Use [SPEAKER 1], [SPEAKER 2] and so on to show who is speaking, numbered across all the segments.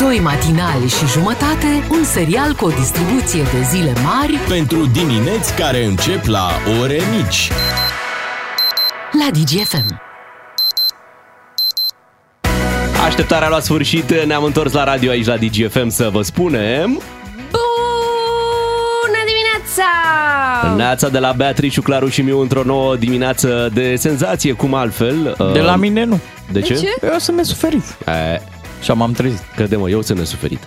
[SPEAKER 1] Doi matinali și jumătate, un serial cu o distribuție de zile mari
[SPEAKER 2] pentru dimineți care încep la ore mici.
[SPEAKER 1] la DGFM.
[SPEAKER 3] Așteptarea a luat sfârșit, ne-am întors la radio aici la DGFM să vă spunem
[SPEAKER 4] Bună dimineața!
[SPEAKER 3] Neața de la Beatrice, Claru și Miu într-o nouă dimineață de senzație, cum altfel
[SPEAKER 5] De la
[SPEAKER 3] Uh,
[SPEAKER 5] mine nu.
[SPEAKER 3] De ce?
[SPEAKER 4] ce?
[SPEAKER 5] Eu sunt nesuferit.
[SPEAKER 3] E,
[SPEAKER 5] Și am trezit.
[SPEAKER 3] Crede-mă, eu sunt nesuferit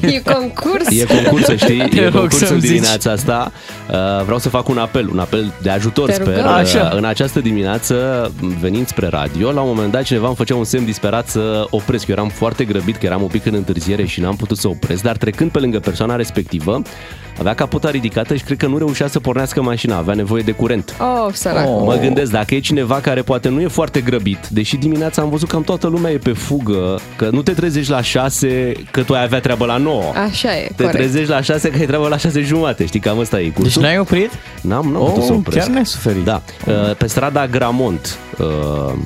[SPEAKER 4] E concurs?
[SPEAKER 3] E concurs, să știi,
[SPEAKER 5] Te
[SPEAKER 3] e
[SPEAKER 5] rog
[SPEAKER 3] concursul
[SPEAKER 5] să-mi zici.
[SPEAKER 3] dimineața asta Uh, Vreau să fac un apel, un apel de ajutor
[SPEAKER 4] Te
[SPEAKER 3] Sper,
[SPEAKER 4] rugăm.
[SPEAKER 3] Uh,
[SPEAKER 5] Așa.
[SPEAKER 3] în această dimineață Venind spre radio, la un moment dat cineva îmi făcea un semn disperat să opresc Eu eram foarte grăbit, că eram un pic în întârziere și n-am putut să opresc Dar trecând pe lângă persoana respectivă Avea capota ridicată și cred că nu reușea să pornească mașina Avea nevoie de curent
[SPEAKER 4] Oh, sărac.
[SPEAKER 5] Oh.
[SPEAKER 3] Mă gândesc, dacă e cineva care poate nu e foarte grăbit, deși dimineața am văzut cam toată lumea e pe fugă, că nu te trezești la 6, că tu ai avea treabă la 9.
[SPEAKER 4] Așa e,
[SPEAKER 3] te
[SPEAKER 4] corect.
[SPEAKER 3] trezești la 6, că ai treabă la 6 jumate, știi, cam asta e
[SPEAKER 5] Deci
[SPEAKER 3] cursul.
[SPEAKER 5] n-ai oprit?
[SPEAKER 3] n-am, n-am
[SPEAKER 5] Oh,
[SPEAKER 3] putut să opresc.
[SPEAKER 5] chiar n-ai suferit.
[SPEAKER 3] Da, Uh, pe strada Gramont, uh,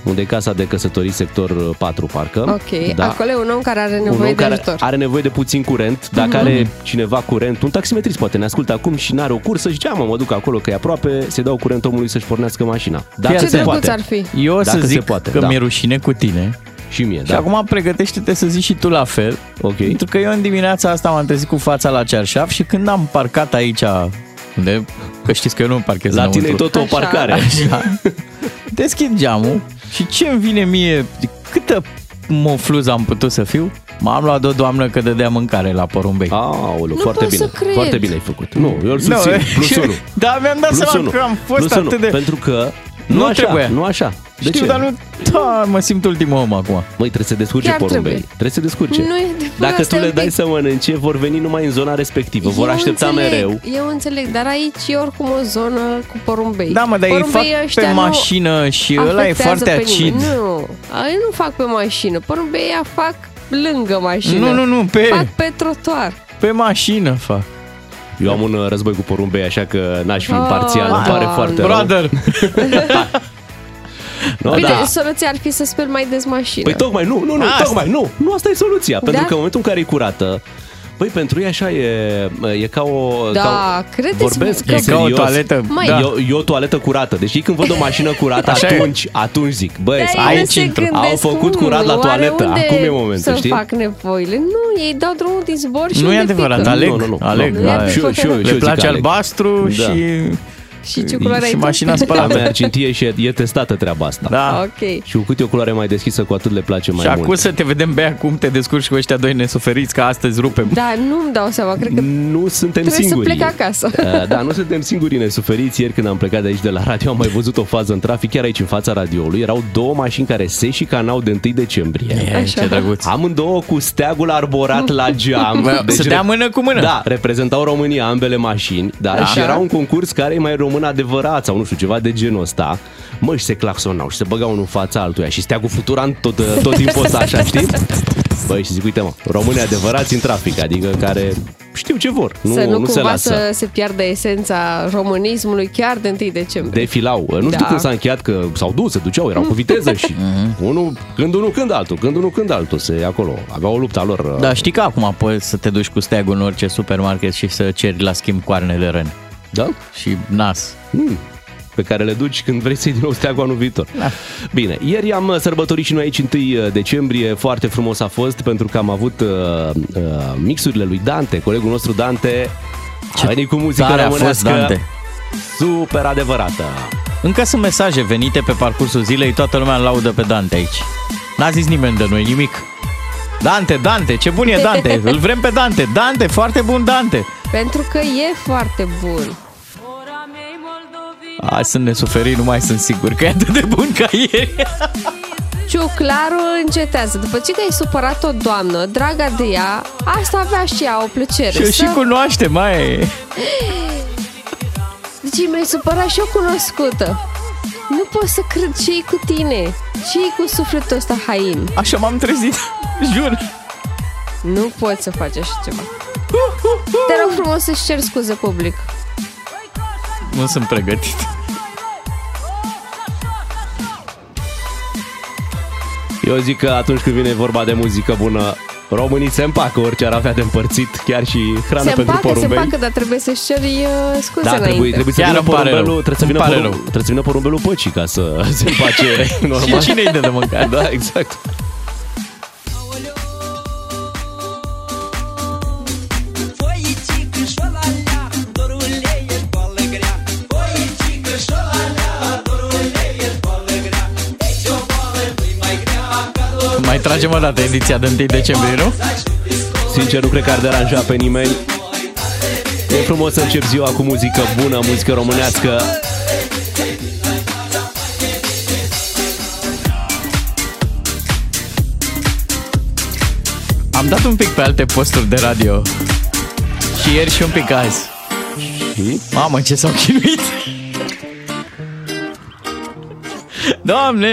[SPEAKER 3] unde e casa de căsătorii sector 4, parcă.
[SPEAKER 4] Ok,
[SPEAKER 3] da.
[SPEAKER 4] acolo e un om care are nevoie
[SPEAKER 3] un om
[SPEAKER 4] de
[SPEAKER 3] care
[SPEAKER 4] ajutor. Mhm.
[SPEAKER 3] are nevoie de puțin curent, dacă are cineva curent, un taximetrist poate ne ascultă acum și n-are o cursă, zice, "A, mă, mă duc acolo că e aproape, se dau curent omului să-și pornească mașina. Dacă
[SPEAKER 4] Ce
[SPEAKER 3] se
[SPEAKER 4] drăguț
[SPEAKER 3] poate.
[SPEAKER 4] ar fi?
[SPEAKER 5] Eu o să
[SPEAKER 3] Dacă
[SPEAKER 5] zic
[SPEAKER 3] se poate,
[SPEAKER 5] că
[SPEAKER 3] da.
[SPEAKER 5] mi-e rușine cu tine.
[SPEAKER 3] Și mie,
[SPEAKER 5] Și
[SPEAKER 3] da.
[SPEAKER 5] acum pregătește-te să zici și tu la fel.
[SPEAKER 3] Ok.
[SPEAKER 5] Pentru că eu în dimineața asta m-am trezit cu fața la cearșaf și când am parcat aici, unde, că știți că eu nu parchez
[SPEAKER 3] La tine e
[SPEAKER 5] înăuntru.
[SPEAKER 3] tot o
[SPEAKER 4] Așa.
[SPEAKER 3] parcare.
[SPEAKER 5] Așa. Deschid geamul și ce îmi vine mie, câtă mofluz am putut să fiu, m-am luat de o doamnă că dădea mâncare la porumbei.
[SPEAKER 3] Aoleu,
[SPEAKER 4] Nu
[SPEAKER 3] foarte
[SPEAKER 4] pot
[SPEAKER 3] bine.
[SPEAKER 4] să cred.
[SPEAKER 3] Foarte bine ai făcut. Nu, eu îl susțin. Plus unul.
[SPEAKER 5] Da, mi-am dat
[SPEAKER 3] Plus
[SPEAKER 5] seama
[SPEAKER 3] unul.
[SPEAKER 5] că am fost
[SPEAKER 3] Plus
[SPEAKER 5] atât
[SPEAKER 3] unul.
[SPEAKER 5] de...
[SPEAKER 3] Pentru că nu,
[SPEAKER 5] Nu
[SPEAKER 3] așa,
[SPEAKER 5] trebuia.
[SPEAKER 3] nu așa. De
[SPEAKER 5] Știu,
[SPEAKER 3] ce?
[SPEAKER 5] dar nu... Da, mă simt ultimul om acum.
[SPEAKER 3] Măi, trebuie să descurce
[SPEAKER 4] Chiar
[SPEAKER 3] porumbei.
[SPEAKER 4] trebuie.
[SPEAKER 3] Trebuie să descurce.
[SPEAKER 4] Nu e de folos,
[SPEAKER 3] Dacă tu
[SPEAKER 4] stai
[SPEAKER 3] le
[SPEAKER 4] un
[SPEAKER 3] dai
[SPEAKER 4] pic.
[SPEAKER 3] să mănânce, vor veni numai în zona respectivă. Vor
[SPEAKER 4] Eu
[SPEAKER 3] aștepta
[SPEAKER 4] înțeleg,
[SPEAKER 3] mereu.
[SPEAKER 4] Eu înțeleg, dar aici e oricum o zonă cu porumbei.
[SPEAKER 5] Da, mă, dar ei fac
[SPEAKER 4] Porumbei ăștia
[SPEAKER 5] pe
[SPEAKER 4] nu
[SPEAKER 5] mașină și ăla e
[SPEAKER 4] afectează
[SPEAKER 5] foarte
[SPEAKER 4] pe nimeni.
[SPEAKER 5] acid.
[SPEAKER 4] Nu, ei nu fac pe mașină. Porumbei ea fac lângă mașină.
[SPEAKER 5] Nu, nu, nu,
[SPEAKER 4] Fac
[SPEAKER 5] pe,
[SPEAKER 4] pe trotuar.
[SPEAKER 5] pe mașină fac.
[SPEAKER 3] Eu am un uh, război cu porumbei, așa că n-aș fi
[SPEAKER 4] Ah,
[SPEAKER 3] imparțial. Îmi pare
[SPEAKER 4] da.
[SPEAKER 3] foarte rău.
[SPEAKER 5] Brother!
[SPEAKER 3] No,
[SPEAKER 4] Uite,
[SPEAKER 3] da.
[SPEAKER 4] soluția ar fi să speli mai des mașina.
[SPEAKER 3] Păi tocmai, nu, nu, nu,
[SPEAKER 5] Asta.
[SPEAKER 3] tocmai, nu. Nu, asta e soluția. Pentru
[SPEAKER 4] Da?
[SPEAKER 3] că în momentul în care e curată, Păi pentru ei așa e, e ca o...
[SPEAKER 4] Da,
[SPEAKER 3] ca, o-
[SPEAKER 4] credeți
[SPEAKER 3] vorbesc
[SPEAKER 4] că-
[SPEAKER 5] E ca o
[SPEAKER 3] serios.
[SPEAKER 5] toaletă.
[SPEAKER 4] Măi,
[SPEAKER 5] da.
[SPEAKER 3] E, o, e o toaletă curată. Deci ei când văd o mașină curată,
[SPEAKER 5] Așa e.
[SPEAKER 3] atunci, atunci zic, băi,
[SPEAKER 4] Dar ei nu
[SPEAKER 3] aici
[SPEAKER 4] se
[SPEAKER 3] intră. Au
[SPEAKER 4] gândesc,
[SPEAKER 3] făcut
[SPEAKER 4] "Mm,
[SPEAKER 3] curat la
[SPEAKER 4] oare
[SPEAKER 3] toaletă.
[SPEAKER 4] unde
[SPEAKER 3] Acum e momentul,
[SPEAKER 4] să
[SPEAKER 3] știi?
[SPEAKER 4] fac nevoile. Nu, ei dau drumul din zbor și
[SPEAKER 5] nu e
[SPEAKER 4] unde
[SPEAKER 5] adevărat,
[SPEAKER 4] pică.
[SPEAKER 5] aleg,
[SPEAKER 3] Nu, nu, nu.
[SPEAKER 5] aleg.
[SPEAKER 4] Nu, nu,
[SPEAKER 5] aleg.
[SPEAKER 4] nu.
[SPEAKER 3] Și eu, și eu, și eu
[SPEAKER 5] Le
[SPEAKER 3] zic
[SPEAKER 5] place
[SPEAKER 3] aleg.
[SPEAKER 5] albastru
[SPEAKER 3] Da.
[SPEAKER 5] și,
[SPEAKER 4] Și ce culoare ai
[SPEAKER 5] și
[SPEAKER 4] tu?
[SPEAKER 5] mașina
[SPEAKER 3] A
[SPEAKER 5] spalată.
[SPEAKER 3] mea argintie și e, e testată treaba asta.
[SPEAKER 5] Da.
[SPEAKER 4] Ok.
[SPEAKER 3] Și cu cât e o culoare mai deschisă, cu atât le place mai
[SPEAKER 5] și acum
[SPEAKER 3] mult.
[SPEAKER 5] să te vedem, Bea, cum te descurci cu ăștia doi nesuferiți, că astăzi rupem.
[SPEAKER 4] Da, nu-mi dau seama, cred că
[SPEAKER 3] Nu suntem
[SPEAKER 4] Trebuie să
[SPEAKER 3] singuri.
[SPEAKER 4] plec acasă.
[SPEAKER 3] Uh, Da, nu suntem singuri nesuferiți. Ieri când am plecat de aici de la radio, am mai văzut o fază în trafic, chiar aici în fața radioului. Erau două mașini care se șicanau de 1 decembrie.
[SPEAKER 5] E,
[SPEAKER 4] Așa.
[SPEAKER 5] ce drăguț. Deci
[SPEAKER 3] Amândouă cu steagul arborat la geam. Deci
[SPEAKER 5] Bă, să dea mână cu mână.
[SPEAKER 3] Da, reprezentau România ambele mașini, da,
[SPEAKER 5] Da.
[SPEAKER 3] și era un concurs care e mai român adevărat sau nu știu, ceva de genul ăsta. Mă, și se claxonau și se băgau unul în fața altuia și steagul futuran tot, tot timpul ăsta așa, știi? Băi, și zic, uite mă, români adevărați în trafic, adică care știu ce vor, nu,
[SPEAKER 4] să nu,
[SPEAKER 3] nu se
[SPEAKER 4] cumva
[SPEAKER 3] lasă.
[SPEAKER 4] să se piardă esența românismului chiar de 1 decembrie.
[SPEAKER 3] Defilau. Nu știu
[SPEAKER 4] Da. Mhm.
[SPEAKER 3] cum s-a încheiat, că s-au dus, se duceau, erau cu viteză și unul, când unul, când altul, când unul, când altul, se acolo. Aveau lupta lor.
[SPEAKER 5] Da, știi că acum poți să te duci cu steagul în orice supermarket și să ceri la schimb coarne de ren
[SPEAKER 3] da?
[SPEAKER 5] și nas.
[SPEAKER 3] Mm. pe care le duci când vrei să-i din nou steagul anul viitor. Da. Bine, ieri am uh, sărbătorit și noi aici 1 decembrie, foarte frumos a fost pentru că am avut uh, uh, mixurile lui Dante, colegul nostru Dante, Ce a venit cu muzică
[SPEAKER 5] Tare a fost,
[SPEAKER 3] românească
[SPEAKER 5] Dante.
[SPEAKER 3] super adevărată.
[SPEAKER 5] Încă sunt mesaje venite pe parcursul zilei, toată lumea îl laudă pe Dante aici. N-a zis nimeni de noi nimic. Dante, Dante, ce bun e Dante, îl vrem pe Dante, Dante, foarte bun Dante.
[SPEAKER 4] Pentru că e foarte bun.
[SPEAKER 5] Azi sunt nesuferit, nu mai sunt sigur că e atât de bun ca ieri.
[SPEAKER 4] Ciuclarul încetează. După ce te-ai supărat o doamnă, draga de ea, asta avea și ea o plăcere.
[SPEAKER 5] Și și cunoaște, mai.
[SPEAKER 4] Deci mi-ai supărat și o cunoscută. Nu pot să cred ce e cu tine. ce e cu sufletul ăsta hain.
[SPEAKER 5] Așa m-am trezit, jur.
[SPEAKER 4] Nu poți să faci așa ceva. Te rog frumos să-și cer scuze public.
[SPEAKER 5] Nu sunt pregătit.
[SPEAKER 3] Eu zic că atunci când vine vorba de muzică bună, Românii se împacă orice ar avea de împărțit, chiar și hrană
[SPEAKER 4] Se
[SPEAKER 3] pentru
[SPEAKER 4] împacă, se
[SPEAKER 3] porumbei.
[SPEAKER 4] împacă, dar trebuie să-și ceri uh, scuze
[SPEAKER 3] Da, trebuie,
[SPEAKER 4] înainte.
[SPEAKER 3] trebuie să
[SPEAKER 5] Chiar
[SPEAKER 3] vină
[SPEAKER 5] îmi pare
[SPEAKER 3] porumbelul,
[SPEAKER 5] rău.
[SPEAKER 3] trebuie să
[SPEAKER 5] Îmi
[SPEAKER 3] vină,
[SPEAKER 5] pare
[SPEAKER 3] porum,
[SPEAKER 5] rău.
[SPEAKER 3] trebuie să vină porumbelul păcii ca să se împace normal.
[SPEAKER 5] Și cine îi dă de mâncare?
[SPEAKER 3] Da, exact.
[SPEAKER 6] Foiecică șolalea, dorul ei e boală grea Foiecică șolalea, dorul ei e boală grea Deci o boală nu-i mai grea Ca doar
[SPEAKER 5] Mai tragem o dată ediția de 1 decembrie, nu?
[SPEAKER 3] Sincer, nu cred că ar deranja pe nimeni. E frumos să încep ziua cu muzică bună, muzică românească.
[SPEAKER 5] Am dat un pic pe alte posturi de radio. Și ieri și un pic azi.
[SPEAKER 3] Și?
[SPEAKER 5] Mamă, ce s-au chinuit! Doamne,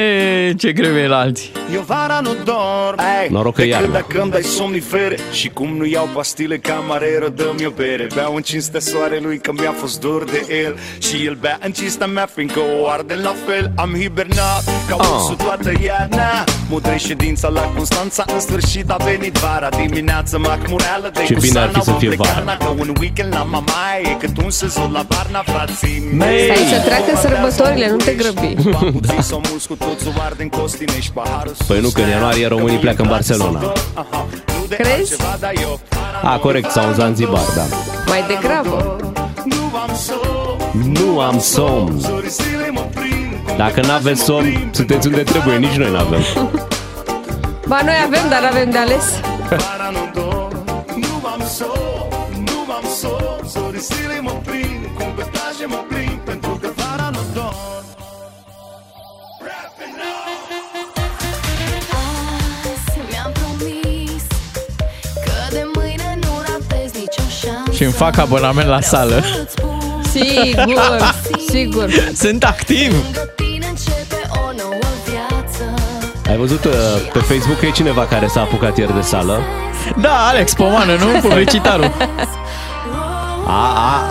[SPEAKER 5] ce greu e la alții.
[SPEAKER 7] Eu vara nu dorm Ei,
[SPEAKER 3] Noroc că e
[SPEAKER 7] decât
[SPEAKER 3] iarnă.
[SPEAKER 7] dacă îmi dai somnifere Și cum nu iau pastile camareră Dă-mi o bere Beau în cinstea soarelui că mi-a fost dor de el Și el bea în cinstea mea Fiindcă o arde la fel Am hibernat ca
[SPEAKER 3] Ah.
[SPEAKER 7] ursul toată iarna Mutrei ședința la Constanța În sfârșit a venit vara Dimineața macmureală de
[SPEAKER 3] Ce
[SPEAKER 7] cu
[SPEAKER 3] bine ar fi
[SPEAKER 7] sarna
[SPEAKER 3] să
[SPEAKER 7] vom
[SPEAKER 3] fie
[SPEAKER 7] pleca
[SPEAKER 3] vară.
[SPEAKER 7] Dacă un weekend la mamaie Cât un sezon la Barna, frații mei
[SPEAKER 4] Stai să treacă sărbătorile, nu te grăbi.
[SPEAKER 7] da. s-o mulți cu toți o arde în costine și paharul sus.
[SPEAKER 3] Păi nu, că în ianuarie românii pleacă în Barcelona.
[SPEAKER 7] Aha, nu de
[SPEAKER 4] Crezi?
[SPEAKER 7] altceva, dar eu
[SPEAKER 3] A, corect, sau în Zanzibar, da.
[SPEAKER 4] Mai degrabă.
[SPEAKER 7] Nu am somn
[SPEAKER 3] Nu am somn.
[SPEAKER 7] Zorii zilei mă prind cum
[SPEAKER 3] Dacă
[SPEAKER 7] de
[SPEAKER 3] n-aveți
[SPEAKER 7] casă mă
[SPEAKER 3] somn,
[SPEAKER 7] prind,
[SPEAKER 3] sunteți unde trebuie, nici noi n-avem.
[SPEAKER 4] Ba, noi avem, dar avem de ales.
[SPEAKER 7] Vara nu dorm Nu am somn Nu am somn Zorii zilei mă prind Cum pe plaje mă prind Pentru că vara nu dorm
[SPEAKER 8] Azi mi-am promis că de mâine nu ratez nicio șansă.
[SPEAKER 5] Și îmi fac abonament la sală.
[SPEAKER 8] Să-ți spun
[SPEAKER 4] Sigur, sigur.
[SPEAKER 5] Sunt activ!
[SPEAKER 8] că tine începe o nouă viață.
[SPEAKER 3] Ai văzut uh, pe Facebook că e cineva care s-a apucat ieri de sală?
[SPEAKER 5] Da, Alex Pomană, nu? Publicitarul.
[SPEAKER 3] A, a,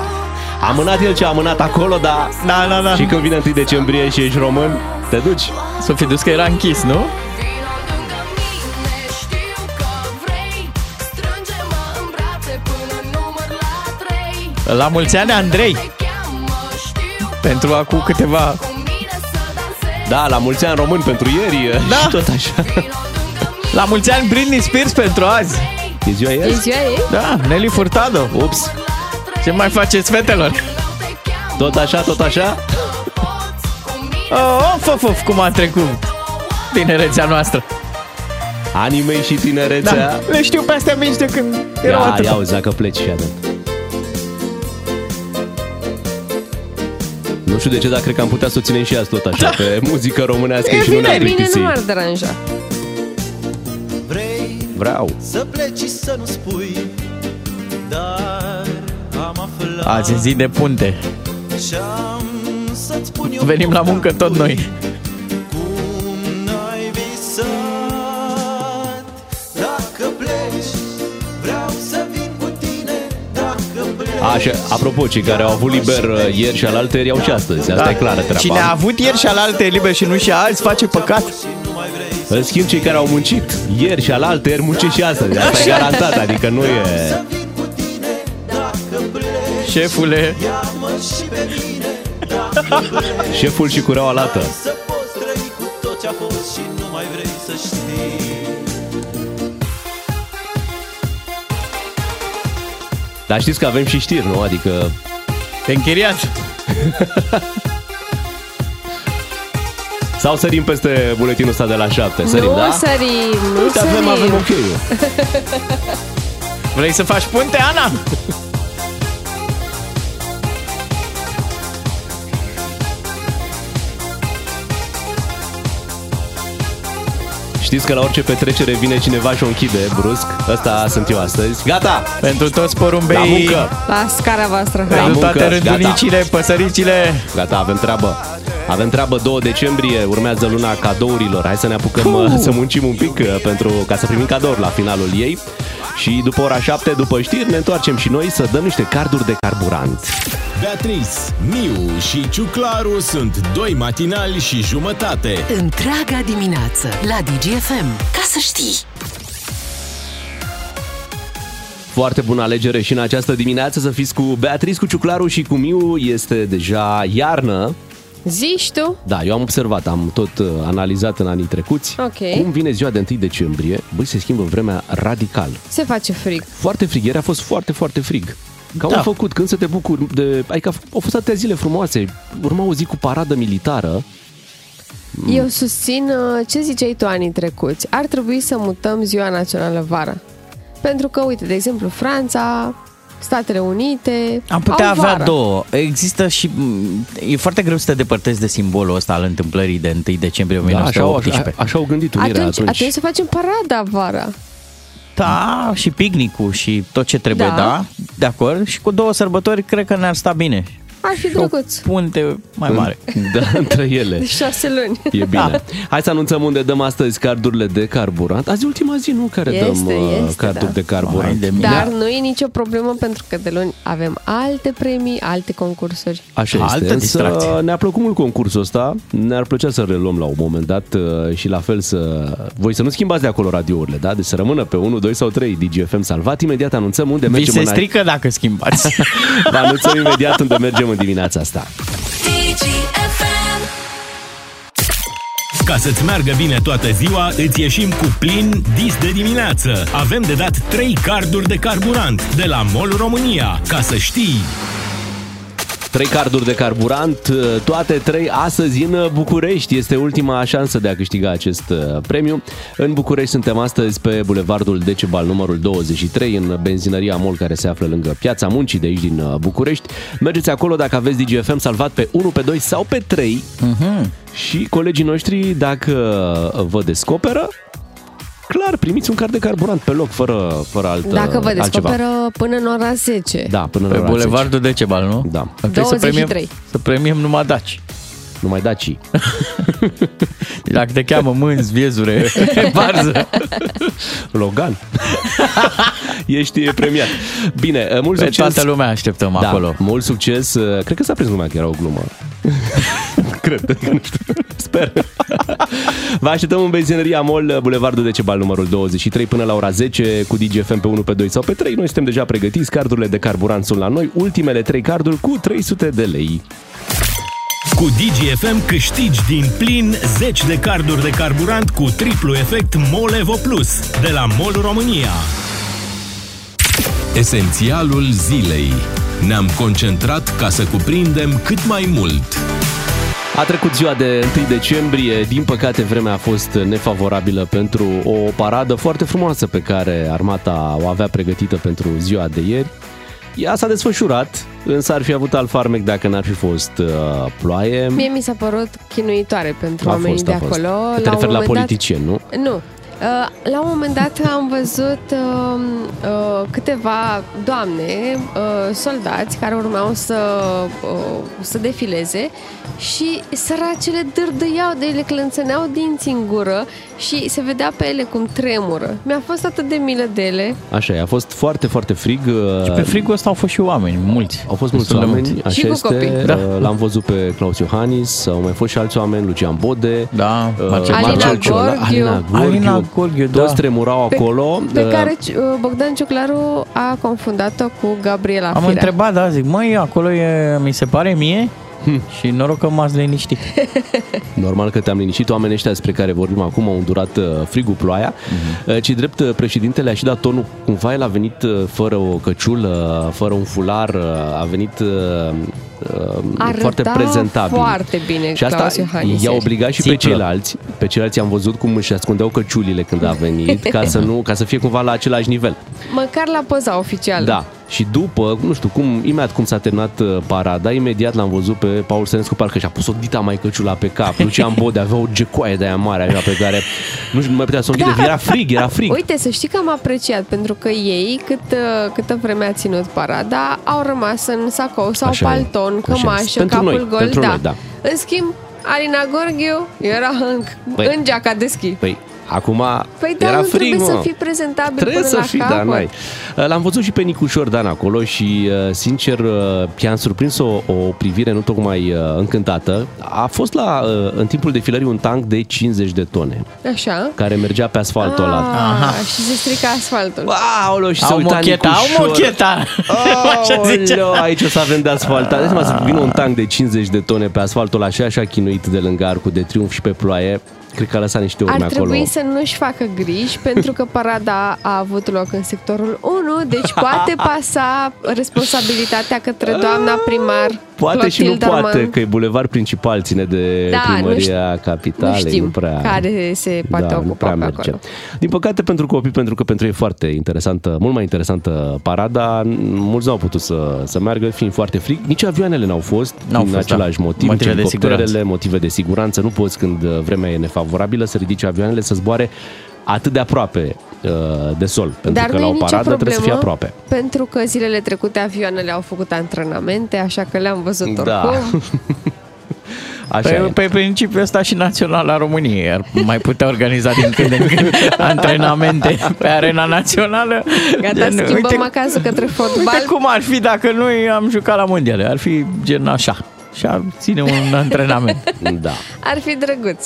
[SPEAKER 3] a amânat el ce a amânat acolo, dar...
[SPEAKER 5] Da, da, da.
[SPEAKER 3] Și când vine 1 decembrie și ești român, te duci.
[SPEAKER 5] S-o fi dus că era închis, nu?
[SPEAKER 8] Vino lângă mine, știu că vrei. Strânge-mă în brațe până număr la trei.
[SPEAKER 5] La mulți ani, Andrei.
[SPEAKER 8] Te cheamă, știu
[SPEAKER 5] Pentru acum câteva...
[SPEAKER 8] cu mine să dansezi.
[SPEAKER 3] Da, la mulți ani români pentru ieri uh,
[SPEAKER 5] Da.
[SPEAKER 3] și tot așa.
[SPEAKER 8] Vino lângă mine,
[SPEAKER 5] La mulți ani, Britney Spears pentru azi.
[SPEAKER 3] E ziua
[SPEAKER 4] E
[SPEAKER 3] ieri?
[SPEAKER 4] ziua ei?
[SPEAKER 5] Da, Nelly Furtado.
[SPEAKER 3] Ups,
[SPEAKER 8] la trei.
[SPEAKER 5] Ce mai faceți,
[SPEAKER 8] Vreau
[SPEAKER 5] fetelor?
[SPEAKER 8] te cheamă,
[SPEAKER 3] tot așa, tot așa?
[SPEAKER 8] poți cu mine
[SPEAKER 5] Oh, of, of, of, cum a trecut tinerețea noastră.
[SPEAKER 3] Anii mei și
[SPEAKER 5] Da,
[SPEAKER 3] tinerețea.
[SPEAKER 5] le știu pe astea mici de când erau
[SPEAKER 3] Da,
[SPEAKER 5] atât.
[SPEAKER 3] ia uzi, dacă pleci și atât. Nu știu de ce, dar cred că am putea să o ținem și azi tot așa, da. pe muzică românească
[SPEAKER 5] E
[SPEAKER 3] și nu ne-am
[SPEAKER 5] vineri.
[SPEAKER 4] Bine,
[SPEAKER 3] plictisi.
[SPEAKER 4] nu m-ar deranja.
[SPEAKER 6] Vrei
[SPEAKER 3] Vreau.
[SPEAKER 6] să pleci și să nu spui Dar am aflat
[SPEAKER 5] Azi e zi de punte.
[SPEAKER 6] și am să-ți spun eu
[SPEAKER 5] Venim la muncă tot noi.
[SPEAKER 6] Cum n-ai visat Dacă pleci Vreau să vin cu tine Dacă pleci
[SPEAKER 3] Așa, apropo, cei care au avut liber uh, ieri și alaltă ieri au
[SPEAKER 4] Da.
[SPEAKER 3] și astăzi. Asta e clară treaba.
[SPEAKER 5] Cine a avut ieri și alaltă e liber și nu și azi, face păcat.
[SPEAKER 3] În schimb, cei care au muncit ieri și alaltă ieri muncesc și astăzi. Asta e garantat, adică nu e...
[SPEAKER 5] Șefule,
[SPEAKER 3] Șeful și cureaua lată. Dar știți că avem și știri, nu? Adică
[SPEAKER 5] te închiriat.
[SPEAKER 3] Sau sărim peste buletinul ăsta de la 7. Sărim,
[SPEAKER 4] nu
[SPEAKER 3] da?
[SPEAKER 4] sărim, nu
[SPEAKER 3] Uite, avem,
[SPEAKER 4] sărim.
[SPEAKER 3] avem ok
[SPEAKER 5] Vrei să faci punte, Ana?
[SPEAKER 3] Știți că la orice petrecere vine cineva și o închide brusc. Asta sunt eu astăzi. Gata!
[SPEAKER 5] Pentru toți
[SPEAKER 3] La
[SPEAKER 5] porumbei,
[SPEAKER 3] muncă!
[SPEAKER 4] La scara voastră, hai.
[SPEAKER 5] pentru
[SPEAKER 3] muncă,
[SPEAKER 5] toate
[SPEAKER 3] gata.
[SPEAKER 5] rândunicile, păsăricile.
[SPEAKER 3] Gata, avem treabă. Avem treabă 2 decembrie, urmează luna cadourilor. Hai să ne apucăm uh. să muncim un pic uh, pentru ca să primim cadouri la finalul ei. Și după ora 7, după știri, ne întoarcem și noi să dăm niște carduri de carburant.
[SPEAKER 2] Beatrice, Miu și Ciuclaru sunt doi matinali și jumătate.
[SPEAKER 1] Întreaga dimineață la DGFM. Ca să știi!
[SPEAKER 3] Foarte bună alegere și în această dimineață să fiți cu Beatriz, cu Ciuclaru și cu Miu. Este deja iarnă.
[SPEAKER 4] Zici tu?
[SPEAKER 3] Da, eu am observat, am tot uh, analizat în anii trecuți.
[SPEAKER 4] Ok.
[SPEAKER 3] Cum vine ziua de 1 decembrie, băi, se schimbă vremea radical.
[SPEAKER 4] Se face frig.
[SPEAKER 3] Foarte frig, ieri a fost foarte, foarte frig. Ca da.
[SPEAKER 5] Da.
[SPEAKER 3] am făcut, când să te bucuri de... Adică au fost atâtea zile frumoase, urma o zi cu paradă militară. Mm.
[SPEAKER 4] Eu susțin uh, ce ziceai tu anii trecuți. Ar trebui să mutăm ziua națională vara. Pentru că, uite, de exemplu, Franța, Statele Unite...
[SPEAKER 5] Am putea
[SPEAKER 4] au
[SPEAKER 5] avea
[SPEAKER 4] vara.
[SPEAKER 5] două. Există și... m, E foarte greu să te depărtezi de simbolul ăsta al întâmplării de 1 decembrie
[SPEAKER 3] Da, așa, au-
[SPEAKER 5] 1918.
[SPEAKER 3] așa, așa au gândit unirea
[SPEAKER 4] Atunci,
[SPEAKER 3] atunci.
[SPEAKER 4] atunci. atunci să facem parada vara.
[SPEAKER 5] Da, și picnicul și tot ce trebuie,
[SPEAKER 4] Da.
[SPEAKER 5] da. da. De acord. Și cu două sărbători cred că ne-ar sta bine.
[SPEAKER 4] Ar fi
[SPEAKER 5] Și o
[SPEAKER 4] drăguț.
[SPEAKER 5] punte mai mare.
[SPEAKER 3] Da, între ele.
[SPEAKER 4] De șase luni.
[SPEAKER 3] E bine. Da.
[SPEAKER 5] Da.
[SPEAKER 3] Hai să anunțăm unde dăm astăzi cardurile de carburant. Azi e ultima zi, nu? Care
[SPEAKER 4] Este,
[SPEAKER 3] dăm uh,
[SPEAKER 4] este,
[SPEAKER 3] carduri
[SPEAKER 4] da.
[SPEAKER 3] de carburant.
[SPEAKER 5] Hai de mine.
[SPEAKER 4] Dar
[SPEAKER 5] Da.
[SPEAKER 4] nu e nicio problemă pentru că de luni avem alte premii, alte concursuri.
[SPEAKER 3] Așa
[SPEAKER 5] Altă
[SPEAKER 3] este, însă
[SPEAKER 5] distracție.
[SPEAKER 3] ne-a plăcut mult concursul ăsta, ne-ar plăcea să reluăm la un moment dat uh, și la fel să... Voi să nu schimbați de acolo radiourile, da? Deci să rămână pe 1, 2 sau 3 DGFM salvat. Imediat anunțăm unde
[SPEAKER 5] Vi
[SPEAKER 3] mergem
[SPEAKER 5] se
[SPEAKER 3] în...
[SPEAKER 5] strică dacă schimbați.
[SPEAKER 3] Vă anunțăm imediat unde mergem în dimineața asta.
[SPEAKER 8] DGFM
[SPEAKER 2] Ca să-ți meargă bine toată ziua, îți ieșim cu plin dis de dimineață. Avem de dat 3 carduri de carburant de la MOL România. Ca să știi...
[SPEAKER 3] Trei carduri de carburant, uh, toate trei astăzi în uh, București. Este ultima șansă de a câștiga acest uh, premiu. În București suntem astăzi pe bulevardul Decebal numărul 23, în benzinăria MOL care se află lângă Piața Muncii de aici din uh, București. Mergeți acolo dacă aveți DGFM salvat pe 1, pe 2 sau pe 3. Și colegii noștri, dacă uh, vă descoperă, clar, primiți un card de carburant pe loc, fără, fără alt,
[SPEAKER 4] Dacă vă
[SPEAKER 3] Da, altceva.
[SPEAKER 4] descoperă până în ora 10.
[SPEAKER 3] Da, până
[SPEAKER 5] Pe
[SPEAKER 3] la ora 10.
[SPEAKER 5] bulevardul Decebal, nu?
[SPEAKER 3] Da.
[SPEAKER 5] Ar trebui Să premiem,
[SPEAKER 4] 23.
[SPEAKER 5] să premiem numai daci.
[SPEAKER 3] Numai daci.
[SPEAKER 5] Dacă te cheamă mânzi, viezure, barză.
[SPEAKER 3] Logan. Ești premiat. Bine, mult
[SPEAKER 5] Pe
[SPEAKER 3] succes.
[SPEAKER 5] toată lumea așteptăm
[SPEAKER 3] da,
[SPEAKER 5] acolo.
[SPEAKER 3] mult succes. Uh, Cred că s-a prins lumea că era o glumă. Cred, adică nu știu. Sper. Vă așteptăm în benzinăria MOL, Bulevardul Decebal numărul 23 până la ora 10 cu DGFM pe 1, pe 2 sau pe 3. Noi suntem deja pregătiți, cardurile de carburant sunt la noi, ultimele 3 carduri cu 300 de lei.
[SPEAKER 2] Cu DGFM câștigi din plin 10 de carduri de carburant cu triplu efect Molevo Plus de la MOL România. Esențialul zilei. Ne-am concentrat ca să cuprindem cât mai mult.
[SPEAKER 3] A trecut ziua de 1 decembrie, din păcate vremea a fost nefavorabilă pentru o paradă foarte frumoasă pe care armata o avea pregătită pentru ziua de ieri. Ea s-a desfășurat, însă ar fi avut alt farmec dacă n-ar fi fost uh, ploaie.
[SPEAKER 4] Mie mi s-a părut chinuitoare pentru
[SPEAKER 3] A
[SPEAKER 4] oamenii
[SPEAKER 3] fost,
[SPEAKER 4] de
[SPEAKER 3] a fost.
[SPEAKER 4] acolo.
[SPEAKER 3] Te
[SPEAKER 4] un
[SPEAKER 3] referi la
[SPEAKER 4] moment dat-
[SPEAKER 3] politicieni, nu?
[SPEAKER 4] Nu. Uh, La un moment dat am văzut uh, uh, câteva doamne, uh, soldați, care urmau să, uh, să defileze și săracele dârdâiau de ele, clănțăneau dinții în gură și se vedea pe ele cum tremură. Mi-a fost atât de milă de ele
[SPEAKER 3] Așa e, a fost foarte, foarte frig. uh,
[SPEAKER 5] Și pe frigul ăsta au fost și oameni, mulți.
[SPEAKER 3] Da. Au fost mulți
[SPEAKER 5] Destul de
[SPEAKER 3] oameni,
[SPEAKER 4] Și
[SPEAKER 3] așa
[SPEAKER 4] cu
[SPEAKER 3] este.
[SPEAKER 4] copii.
[SPEAKER 5] Da.
[SPEAKER 3] Uh, L-am văzut pe Claus Iohannis, au mai fost și alți oameni, Lucian Bode,
[SPEAKER 5] Da,
[SPEAKER 3] uh,
[SPEAKER 5] Marcel
[SPEAKER 4] Alina
[SPEAKER 3] Marcel
[SPEAKER 4] Gorgiu.
[SPEAKER 3] Ciolac, Alina Gorgiu.
[SPEAKER 5] Alina Gorgiu, da.
[SPEAKER 3] Toți tremurau
[SPEAKER 4] Pe-
[SPEAKER 3] acolo.
[SPEAKER 4] pe
[SPEAKER 3] Uh,
[SPEAKER 4] care uh, Bogdan Ciuclaru a confundat-o cu Gabriela
[SPEAKER 5] Am
[SPEAKER 4] Firea.
[SPEAKER 5] întrebat, da, zic, măi, acolo e, mi se pare mie
[SPEAKER 3] Hm.
[SPEAKER 5] și noroc că m-ați liniștit.
[SPEAKER 3] Normal că te-am liniștit, oamenii ăștia despre care vorbim acum au îndurat uh, frigul, ploaia, uh ci drept uh, președintele a și dat tonul. Cumva el a venit uh, fără o căciulă, uh, fără un fular, uh, a venit uh, uh,
[SPEAKER 4] Arăta
[SPEAKER 3] foarte prezentabil.
[SPEAKER 4] foarte bine
[SPEAKER 3] și asta
[SPEAKER 4] Claus Iohannis
[SPEAKER 3] i-a
[SPEAKER 4] ieri.
[SPEAKER 3] obligat și pe
[SPEAKER 5] Țiplă.
[SPEAKER 3] ceilalți. Pe ceilalți am văzut cum își ascundeau căciulile când a venit, ca să, nu, ca să fie cumva la același nivel.
[SPEAKER 4] Măcar la poza oficială.
[SPEAKER 3] Da. Și după, nu știu, cum, imediat cum s-a terminat uh, parada, imediat l-am văzut pe Paul Sănescu, parcă și-a pus o dita mai căciula pe cap. Lucian Bode avea o gecoaie de aia mare, așa, pe care nu știu, nu mai putea să o închide.
[SPEAKER 4] Da.
[SPEAKER 3] Era frig, era frig.
[SPEAKER 4] Uite, să știi că am apreciat, pentru că ei, cât, uh, câtă vreme a ținut parada, au rămas în sacou sau
[SPEAKER 3] Așa e.
[SPEAKER 4] Așa palton,
[SPEAKER 3] Așa e.
[SPEAKER 4] cămașă,
[SPEAKER 3] Pentru
[SPEAKER 4] capul
[SPEAKER 3] noi,
[SPEAKER 4] gol.
[SPEAKER 3] pentru
[SPEAKER 4] da.
[SPEAKER 3] noi, da.
[SPEAKER 4] În schimb, Alina Gorghiu era în,
[SPEAKER 3] Păi.
[SPEAKER 4] în geaca de schi.
[SPEAKER 3] Păi, Acum
[SPEAKER 4] Păi da,
[SPEAKER 3] era
[SPEAKER 4] nu
[SPEAKER 3] frig,
[SPEAKER 4] trebuie
[SPEAKER 3] mă.
[SPEAKER 4] să fii prezentabil
[SPEAKER 3] Trebuie
[SPEAKER 4] până
[SPEAKER 3] să
[SPEAKER 4] la
[SPEAKER 3] fii,
[SPEAKER 4] capăt.
[SPEAKER 3] da, n-ai. L-am văzut și pe Nicușor Dan acolo și, uh, sincer, uh, i-am surprins o, o privire nu tocmai uh, încântată. A fost la, uh, în timpul defilării un tank de 50 de tone
[SPEAKER 4] Așa.
[SPEAKER 3] care mergea pe asfaltul
[SPEAKER 4] Ah,
[SPEAKER 3] ăla.
[SPEAKER 4] Și se strică asfaltul.
[SPEAKER 3] Aoleu, și
[SPEAKER 5] Au mocheta, au mocheta! Așa zice.
[SPEAKER 3] Aoleu, aici o să avem de asfaltat. Deci, mă, să vină un tank de 50 de tone pe asfaltul așa, așa chinuit de lângă arcul de triumf și pe ploaie. Cred că a lăsat niște urme
[SPEAKER 4] Ar
[SPEAKER 3] acolo.
[SPEAKER 4] trebui să nu-și facă griji pentru că parada a avut loc în sectorul 1, deci poate pasa responsabilitatea către doamna primar
[SPEAKER 3] Poate
[SPEAKER 4] Clotilde
[SPEAKER 3] și nu poate,
[SPEAKER 4] Arman.
[SPEAKER 3] că e bulevard principal, ține de
[SPEAKER 4] Da, nu
[SPEAKER 3] primăria capitalei.
[SPEAKER 4] nu știm
[SPEAKER 3] prea,
[SPEAKER 4] care se poate
[SPEAKER 3] da, nu
[SPEAKER 4] ocupa
[SPEAKER 3] prea
[SPEAKER 4] pe
[SPEAKER 3] merge.
[SPEAKER 4] acolo.
[SPEAKER 3] Din păcate pentru copii, pentru că pentru ei e foarte interesantă, mult mai interesantă parada, mulți n-au putut să, să meargă, fiind foarte frig. Nici avioanele n-au fost,
[SPEAKER 5] N-au
[SPEAKER 3] din
[SPEAKER 5] fost,
[SPEAKER 3] același
[SPEAKER 5] da.
[SPEAKER 3] motiv,
[SPEAKER 5] Motive de
[SPEAKER 3] helicopterele,
[SPEAKER 5] siguranță.
[SPEAKER 3] motive de siguranță. Nu poți când uh, vremea e nefavorabilă să ridici avioanele, să zboare atât de aproape uh, de sol. Pentru
[SPEAKER 4] Dar
[SPEAKER 3] că
[SPEAKER 4] nu
[SPEAKER 3] la
[SPEAKER 4] e
[SPEAKER 3] o
[SPEAKER 4] nicio
[SPEAKER 3] paradă
[SPEAKER 4] problemă,
[SPEAKER 3] trebuie să fie aproape.
[SPEAKER 4] pentru că zilele trecute avioanele au făcut antrenamente, așa că le-am văzut
[SPEAKER 3] Da.
[SPEAKER 4] oricum.
[SPEAKER 3] Așa e.
[SPEAKER 5] Pe,
[SPEAKER 4] Păi,
[SPEAKER 5] pe principiul ăsta și Naționala României ar mai putea organiza din când în când antrenamente pe arena națională.
[SPEAKER 4] Gata,
[SPEAKER 5] Gen,
[SPEAKER 4] schimbăm
[SPEAKER 5] uite-
[SPEAKER 4] acasă către
[SPEAKER 5] Uite
[SPEAKER 4] fotbal.
[SPEAKER 5] cum ar fi dacă noi am jucat la mondiale. Ar fi gen așa. Și ar ține un antrenament.
[SPEAKER 3] Da.
[SPEAKER 4] Ar fi drăguț.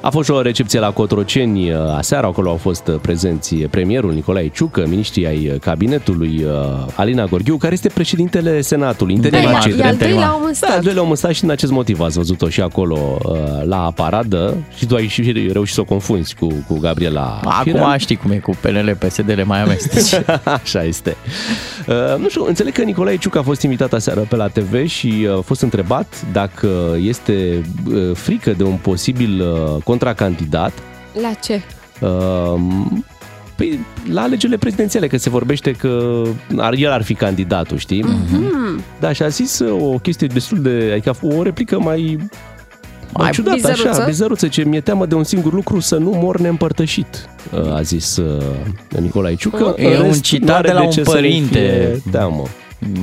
[SPEAKER 3] A fost și o recepție la Cotroceni uh, aseară, acolo au fost uh, prezenți premierul Nicolae Ciucă, miniștrii ai uh, cabinetului uh, Alina Gorghiu, care este președintele Senatului,
[SPEAKER 5] Hai,
[SPEAKER 3] interimar.
[SPEAKER 5] mă,
[SPEAKER 3] cei
[SPEAKER 4] E
[SPEAKER 5] Interimat.
[SPEAKER 4] al doilea
[SPEAKER 3] drept.
[SPEAKER 4] om în
[SPEAKER 3] Da, al
[SPEAKER 4] stat.
[SPEAKER 3] doilea om în stat și din acest motiv ați văzut-o și acolo uh, la paradă și tu ai și reușit să o confunzi cu, cu Gabriela
[SPEAKER 5] Acum
[SPEAKER 3] Firea.
[SPEAKER 5] știi cum e cu PNL, PSD-le mai amesteci.
[SPEAKER 3] Așa este. Uh, Nu știu, înțeleg că Nicolae Ciucă a fost invitat aseară pe la TV și uh, a fost întrebat dacă este uh, frică de un posibil uh, contracandidat
[SPEAKER 4] La ce?
[SPEAKER 3] Um, Păi, la alegerile prezidențiale, că se vorbește că ar, el ar fi candidatul, știi? Da, și a zis uh, o chestie destul de... Adică a f- o replică mai... Mai ciudată,
[SPEAKER 4] bizăruță?
[SPEAKER 3] așa, bizăruță, ce mi-e teamă de un singur lucru, să nu mor neîmpărtășit, uh, a zis uh, Nicolae Ciucă.
[SPEAKER 5] E
[SPEAKER 3] În
[SPEAKER 5] un
[SPEAKER 3] rest,
[SPEAKER 5] citat
[SPEAKER 3] n-are
[SPEAKER 5] de la un
[SPEAKER 3] ce să nu
[SPEAKER 5] părinte.
[SPEAKER 3] fie Teamă. Deci,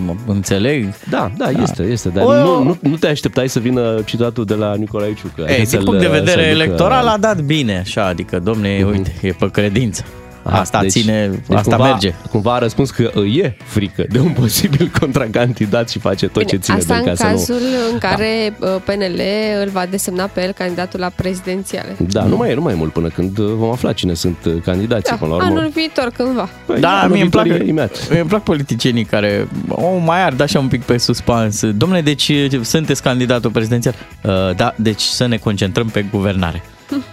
[SPEAKER 5] M- Înțeleg.
[SPEAKER 3] Da, da, da, este, este, dar
[SPEAKER 5] O-
[SPEAKER 3] nu, nu, nu te așteptai să vină citatul de la Nicolae Ciucă.
[SPEAKER 5] Ei,
[SPEAKER 3] Adică
[SPEAKER 5] din
[SPEAKER 3] să-l-
[SPEAKER 5] punct de vedere
[SPEAKER 3] să-l ducă- Mhm.
[SPEAKER 5] electoral a dat bine, așa, adică, domne, uite, e pe credință.
[SPEAKER 3] Ah,
[SPEAKER 5] Asta ține, asta
[SPEAKER 3] cumva,
[SPEAKER 5] merge.
[SPEAKER 3] Cumva a răspuns că îi e frică de un posibil contracandidat și face tot ce ține
[SPEAKER 4] Asta
[SPEAKER 3] de el
[SPEAKER 4] în
[SPEAKER 3] ca să Da.
[SPEAKER 4] cazul în care uh, PNL îl va desemna pe el candidatul la prezidențiale.
[SPEAKER 3] nu... Da, nu mai e, nu mai e mult până când uh, vom afla cine sunt uh, candidații
[SPEAKER 4] Da,
[SPEAKER 3] până la urmă.
[SPEAKER 4] anul Păi viitor cândva.
[SPEAKER 3] Păi,
[SPEAKER 5] Da,
[SPEAKER 3] anul
[SPEAKER 5] mie îmi
[SPEAKER 3] viitor
[SPEAKER 5] plac,
[SPEAKER 3] e Imediat.
[SPEAKER 5] mie îmi plac politicienii care o mai ard așa un pic pe suspans. Domnule, deci sunteți candidatul prezidențial? Uh, da, deci să ne concentrăm pe guvernare.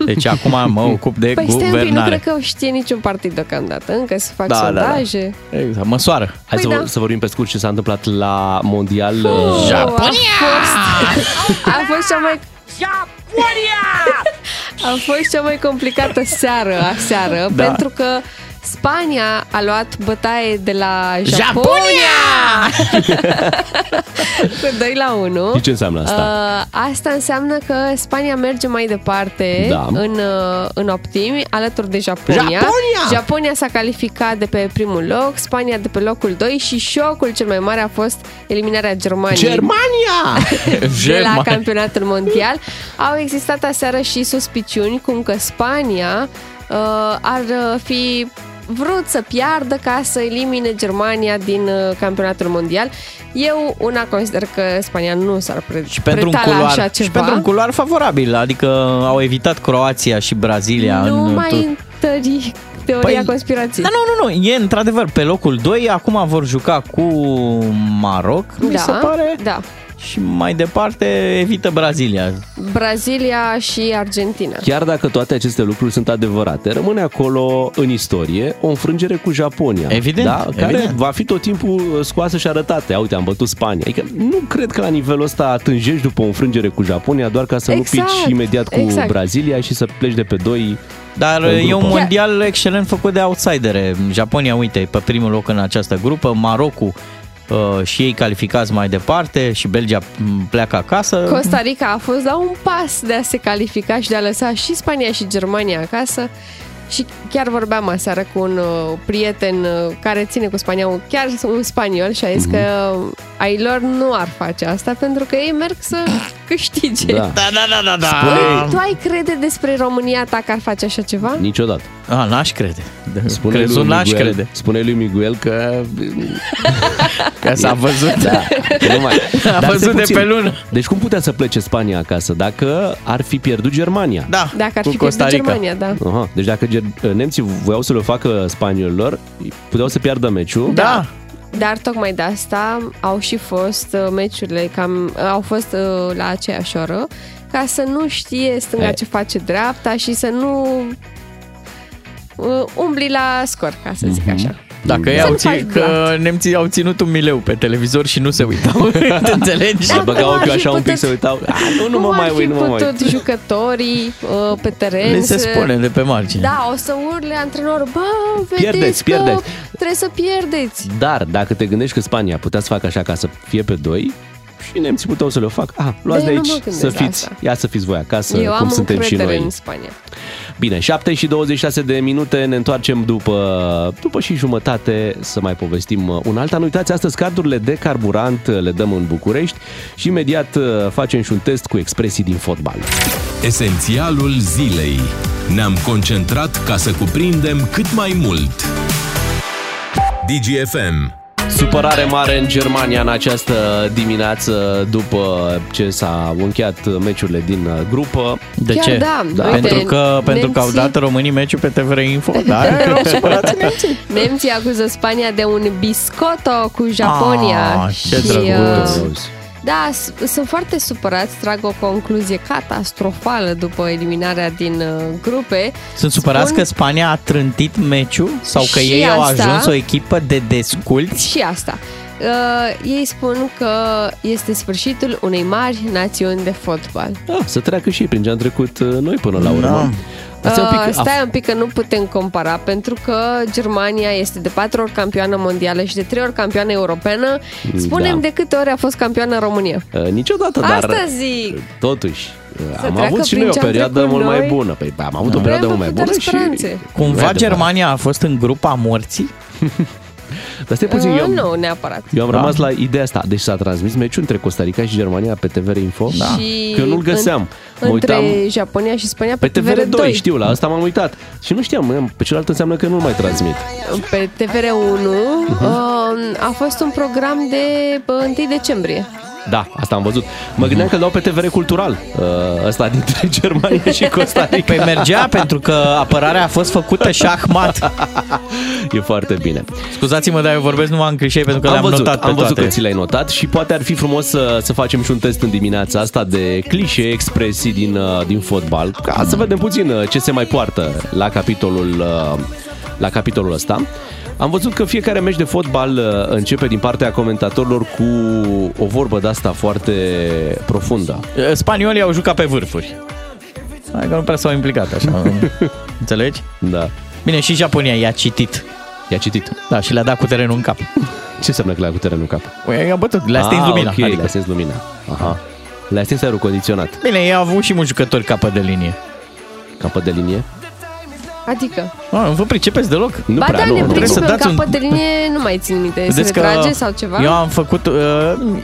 [SPEAKER 5] Deci acum mă ocup de
[SPEAKER 4] Păi stai un pic, nu
[SPEAKER 5] guvernare.
[SPEAKER 4] cred că știe niciun partid deocamdată. Încă se fac
[SPEAKER 5] Da, da, da.
[SPEAKER 4] sondaje.
[SPEAKER 5] Exact, măsoară.
[SPEAKER 3] Hai să,
[SPEAKER 4] da.
[SPEAKER 3] vor, să vorbim pe scurt ce s-a întâmplat la mondial. Uh,
[SPEAKER 5] Japonia!
[SPEAKER 4] A Oh, fost cea mai... Japonia! A fost cea mai complicată seară aseară,
[SPEAKER 5] Da.
[SPEAKER 4] da. pentru că Spania a luat bătaie de la Japonia
[SPEAKER 5] Japonia!
[SPEAKER 4] cu 2 la 1.
[SPEAKER 3] Știi ce înseamnă asta?
[SPEAKER 4] Uh, asta înseamnă că Spania merge mai departe
[SPEAKER 3] Da.
[SPEAKER 4] în, uh, în optimi, alături de Japonia.
[SPEAKER 5] Japonia!
[SPEAKER 4] Japonia s-a calificat de pe primul loc, Spania de pe locul 2 și șocul cel mai mare a fost eliminarea Germaniei.
[SPEAKER 3] Germania!
[SPEAKER 4] de la
[SPEAKER 5] Germania.
[SPEAKER 4] campionatul mondial. Au existat aseară și suspiciuni cum că Spania uh, ar uh, fi vrut să piardă ca să elimine Germania din uh, campionatul mondial. Eu una consider că Spania nu s-ar pre-
[SPEAKER 5] Și pentru, un
[SPEAKER 4] preta la așa
[SPEAKER 5] culoar,
[SPEAKER 4] ceva.
[SPEAKER 5] și pentru un culoar favorabil, adică au evitat Croația și Brazilia.
[SPEAKER 4] nu
[SPEAKER 5] în
[SPEAKER 4] mai
[SPEAKER 5] tur-
[SPEAKER 4] întări teoria
[SPEAKER 5] Păi,
[SPEAKER 4] conspirației.
[SPEAKER 5] Da, nu, nu, nu, e într-adevăr pe locul 2, acum vor juca cu Maroc, mi
[SPEAKER 4] da,
[SPEAKER 5] se pare,
[SPEAKER 4] da.
[SPEAKER 5] și mai departe evită Brazilia.
[SPEAKER 4] Brazilia și Argentina.
[SPEAKER 3] Chiar dacă toate aceste lucruri sunt adevărate, rămâne acolo în istorie o înfrângere cu Japonia.
[SPEAKER 5] Evident,
[SPEAKER 3] da? Care
[SPEAKER 5] evident.
[SPEAKER 3] va fi tot timpul uh, scoasă și arătată. Ia uite, am bătut Spania. Adică nu cred că la nivelul ăsta tânjești după o înfrângere cu Japonia doar ca să nu
[SPEAKER 4] Exact,
[SPEAKER 3] pici imediat cu
[SPEAKER 4] exact.
[SPEAKER 3] Brazilia și să pleci de pe doi.
[SPEAKER 5] Dar
[SPEAKER 3] În
[SPEAKER 5] e un
[SPEAKER 3] grupă.
[SPEAKER 5] mondial excelent făcut de outsidere. Japonia, uite, e pe primul loc în această grupă, Marocul uh, și ei calificați mai departe și Belgia m, pleacă acasă.
[SPEAKER 4] Costa Rica a fost la un pas de a se califica și de a lăsa și Spania și Germania acasă. Și chiar vorbeam aseară cu un uh, prieten uh, care ține cu Spania, un- chiar
[SPEAKER 5] Mhm.
[SPEAKER 4] un spaniol, și a zis că uh, ai lor nu ar face asta pentru că ei merg să câștige.
[SPEAKER 3] Da.
[SPEAKER 5] Da, da, da, da,
[SPEAKER 3] Spune-
[SPEAKER 5] da.
[SPEAKER 4] Tu ai crede despre România ta că ar face așa ceva?
[SPEAKER 3] Niciodată.
[SPEAKER 5] A, Ah, n-aș crede.
[SPEAKER 3] Spune
[SPEAKER 5] Crezul
[SPEAKER 3] lui,
[SPEAKER 5] Da. n-aș
[SPEAKER 3] Miguel,
[SPEAKER 5] crede.
[SPEAKER 3] spune lui Miguel că...
[SPEAKER 5] Că s-a văzut.
[SPEAKER 3] Da, că nu mai...
[SPEAKER 5] A
[SPEAKER 3] Dar
[SPEAKER 5] văzut
[SPEAKER 3] stai
[SPEAKER 5] de pe lună.
[SPEAKER 3] Deci cum putea să plece Spania acasă dacă ar fi pierdut Germania?
[SPEAKER 5] Da,
[SPEAKER 4] Dacă ar
[SPEAKER 5] cu
[SPEAKER 4] fi
[SPEAKER 5] Costa
[SPEAKER 4] pierdut
[SPEAKER 5] Rica.
[SPEAKER 4] Germania, da.
[SPEAKER 3] Aha, deci dacă ger- nemții voiau să le facă spaniolilor, puteau să piardă meciul.
[SPEAKER 5] Da,
[SPEAKER 4] Dar tocmai de asta au și fost uh, meciurile, cam, au fost uh, la aceeași oră, ca să nu știe stânga
[SPEAKER 3] E.
[SPEAKER 4] ce face dreapta și să nu uh, umbli la scor, ca să
[SPEAKER 5] Mhm.
[SPEAKER 4] zic așa.
[SPEAKER 5] dacă i-au
[SPEAKER 4] Să-l
[SPEAKER 5] ții,
[SPEAKER 4] faci
[SPEAKER 5] că nemții au ținut un mileu pe televizor și nu se uitau, te înțelegi?
[SPEAKER 3] Se
[SPEAKER 4] Da.
[SPEAKER 3] băga
[SPEAKER 4] cum ar
[SPEAKER 3] ochiul
[SPEAKER 4] fi
[SPEAKER 3] așa un pic
[SPEAKER 4] putut-
[SPEAKER 3] să uitau. "Ah, Nu, nu mă
[SPEAKER 4] Cum
[SPEAKER 3] mai
[SPEAKER 4] ar fi
[SPEAKER 3] uit, nu mă mai uit.
[SPEAKER 4] putut jucătorii uh, pe teren
[SPEAKER 5] Le
[SPEAKER 4] să-
[SPEAKER 5] se spune de pe margine.
[SPEAKER 4] Da, o să urle antrenorul, bă, vedeți
[SPEAKER 3] Pierdeți,
[SPEAKER 4] că
[SPEAKER 3] pierdeți."
[SPEAKER 4] trebuie să pierdeți.
[SPEAKER 3] Dar dacă te gândești că Spania putea să facă așa ca să fie pe doi, și nemții puteau să le fac. Ah, luați de,
[SPEAKER 4] De Da, eu nu mă
[SPEAKER 3] aici,
[SPEAKER 4] gândesc
[SPEAKER 3] să
[SPEAKER 4] la
[SPEAKER 3] fiți,
[SPEAKER 4] asta.
[SPEAKER 3] ia să fiți voi acasă,
[SPEAKER 4] Eu
[SPEAKER 3] cum
[SPEAKER 4] am
[SPEAKER 3] suntem și
[SPEAKER 4] încredere
[SPEAKER 3] noi.
[SPEAKER 4] în Spania.
[SPEAKER 3] Bine, 7 și 26 de minute, ne întoarcem după, după și jumătate să mai povestim uh, un alta. Nu uitați, astăzi cardurile de carburant uh, le dăm în București și imediat uh, facem și un test cu expresii din fotbal.
[SPEAKER 2] Esențialul zilei. Ne-am concentrat ca să cuprindem cât mai mult. DGFM.
[SPEAKER 3] Supărare mare în Germania în această dimineață după ce s-au încheiat meciurile din uh, grupă.
[SPEAKER 5] De
[SPEAKER 4] Chiar
[SPEAKER 5] ce?
[SPEAKER 4] da,
[SPEAKER 3] Da. uite,
[SPEAKER 5] Pentru, că, pentru că au
[SPEAKER 4] nemții-
[SPEAKER 5] dat românii meciul pe TVR Info, da? erau supărați nemții.
[SPEAKER 4] Nemții acuză Spania de un biscotto cu Japonia.
[SPEAKER 5] Ah, ce
[SPEAKER 4] și,
[SPEAKER 5] drăguț.
[SPEAKER 4] uh, Da, s- sunt foarte supărați, trag o concluzie catastrofală după eliminarea din uh, grupe.
[SPEAKER 5] Sunt supărați
[SPEAKER 4] Spun-
[SPEAKER 5] că Spania a trântit meciul sau că
[SPEAKER 4] Și
[SPEAKER 5] ei au
[SPEAKER 4] asta-
[SPEAKER 5] ajuns o echipă de desculți?
[SPEAKER 4] Și asta. Uh, ei spun că este sfârșitul unei mari națiuni de fotbal.
[SPEAKER 3] Da, să treacă și ei prin ce am trecut uh, noi până la urmă.
[SPEAKER 5] Da.
[SPEAKER 3] Asta e un
[SPEAKER 4] Uh,
[SPEAKER 3] pic,
[SPEAKER 4] stai un pic că nu putem compara pentru că Germania este de patru ori campioană mondială și de trei ori campioană europeană. Spunem
[SPEAKER 3] da.
[SPEAKER 4] de câte ori a fost campioană în România.
[SPEAKER 3] a, uh, niciodată, dar
[SPEAKER 4] Asta zic.
[SPEAKER 3] totuși uh, am
[SPEAKER 4] treacă
[SPEAKER 3] avut și
[SPEAKER 4] prin
[SPEAKER 3] noi o
[SPEAKER 4] ce am
[SPEAKER 3] perioadă
[SPEAKER 4] trecut
[SPEAKER 3] mult mai
[SPEAKER 4] noi.
[SPEAKER 3] bună. Păi am avut
[SPEAKER 4] Noi
[SPEAKER 3] o
[SPEAKER 4] am
[SPEAKER 3] perioadă mult mai
[SPEAKER 4] făcut
[SPEAKER 3] bună
[SPEAKER 4] doar
[SPEAKER 3] și...
[SPEAKER 4] speranțe.
[SPEAKER 5] Cumva
[SPEAKER 3] Mai
[SPEAKER 5] Germania a fost în grupa morții?
[SPEAKER 3] departe. Dar stai puțin,
[SPEAKER 4] Uh,
[SPEAKER 3] eu,
[SPEAKER 4] Nu, neapărat.
[SPEAKER 3] eu am
[SPEAKER 5] Da.
[SPEAKER 3] rămas la ideea asta. Deci s-a transmis meciul între Costa Rica și Germania pe TVR Info.
[SPEAKER 4] Și
[SPEAKER 3] da. Că eu nu-l găseam.
[SPEAKER 4] În,
[SPEAKER 3] mă
[SPEAKER 4] între
[SPEAKER 3] uitam
[SPEAKER 4] Japonia și Spania
[SPEAKER 3] pe
[SPEAKER 4] pe,
[SPEAKER 3] TVR2,
[SPEAKER 4] TVR2.
[SPEAKER 3] știu, la asta m-am uitat. Și nu știam, mă, pe celălalt înseamnă că nu-l mai transmit.
[SPEAKER 4] Pe TVR1
[SPEAKER 3] Mhm.
[SPEAKER 4] uh, a fost un program de bă, 1 decembrie.
[SPEAKER 3] Da, asta am văzut. Mă gândeam
[SPEAKER 5] Mhm.
[SPEAKER 3] că îl dau pe TVR Cultural, uh, ăsta dintre Germania și Costa Rica.
[SPEAKER 5] Păi mergea pentru că apărarea a fost făcută șahmat.
[SPEAKER 3] E foarte bine.
[SPEAKER 5] Scuzați-mă, dar eu vorbesc numai în clișei pentru că
[SPEAKER 3] am
[SPEAKER 5] le-am
[SPEAKER 3] văzut,
[SPEAKER 5] notat
[SPEAKER 3] am
[SPEAKER 5] pe
[SPEAKER 3] văzut
[SPEAKER 5] toate.
[SPEAKER 3] că ți le-ai notat și poate ar fi frumos să, să facem și un test în dimineața asta de clișee expresii din, uh, din fotbal, ca să vedem puțin uh, ce se mai poartă la capitolul, uh, la capitolul ăsta. Am văzut că fiecare meci de fotbal uh, începe din partea comentatorilor cu o vorbă de asta foarte profundă.
[SPEAKER 5] Eh, Spaniolii au jucat pe vârfuri. Hai că nu prea s-au implicat așa. Înțelegi?
[SPEAKER 3] Da.
[SPEAKER 5] Bine, și Japonia i-a citit.
[SPEAKER 3] I-a citit.
[SPEAKER 5] Da, și le-a dat cu terenul în cap.
[SPEAKER 3] Ce înseamnă că le-a cu terenul în cap?
[SPEAKER 5] Păi, i-a bătut, le-a stins
[SPEAKER 3] Ah,
[SPEAKER 5] lumina.
[SPEAKER 3] ok,
[SPEAKER 5] adică.
[SPEAKER 3] Le-a stins lumina. Aha. Le-a stins aerul condiționat.
[SPEAKER 5] Bine, ei au avut și mulți jucători capăt de linie.
[SPEAKER 3] Capăt de linie?
[SPEAKER 4] Adică,
[SPEAKER 5] A, Ah, nu vă pricepeți deloc?
[SPEAKER 3] Nu
[SPEAKER 4] ba
[SPEAKER 3] prea,
[SPEAKER 4] da,
[SPEAKER 3] nu.
[SPEAKER 4] ne
[SPEAKER 3] nu, nu.
[SPEAKER 5] să
[SPEAKER 4] pricipem,
[SPEAKER 5] dați un-
[SPEAKER 4] capăt de linie nu mai țin minte, se
[SPEAKER 5] Vedeți că
[SPEAKER 4] retrage sau ceva?
[SPEAKER 5] Eu am făcut... Uh,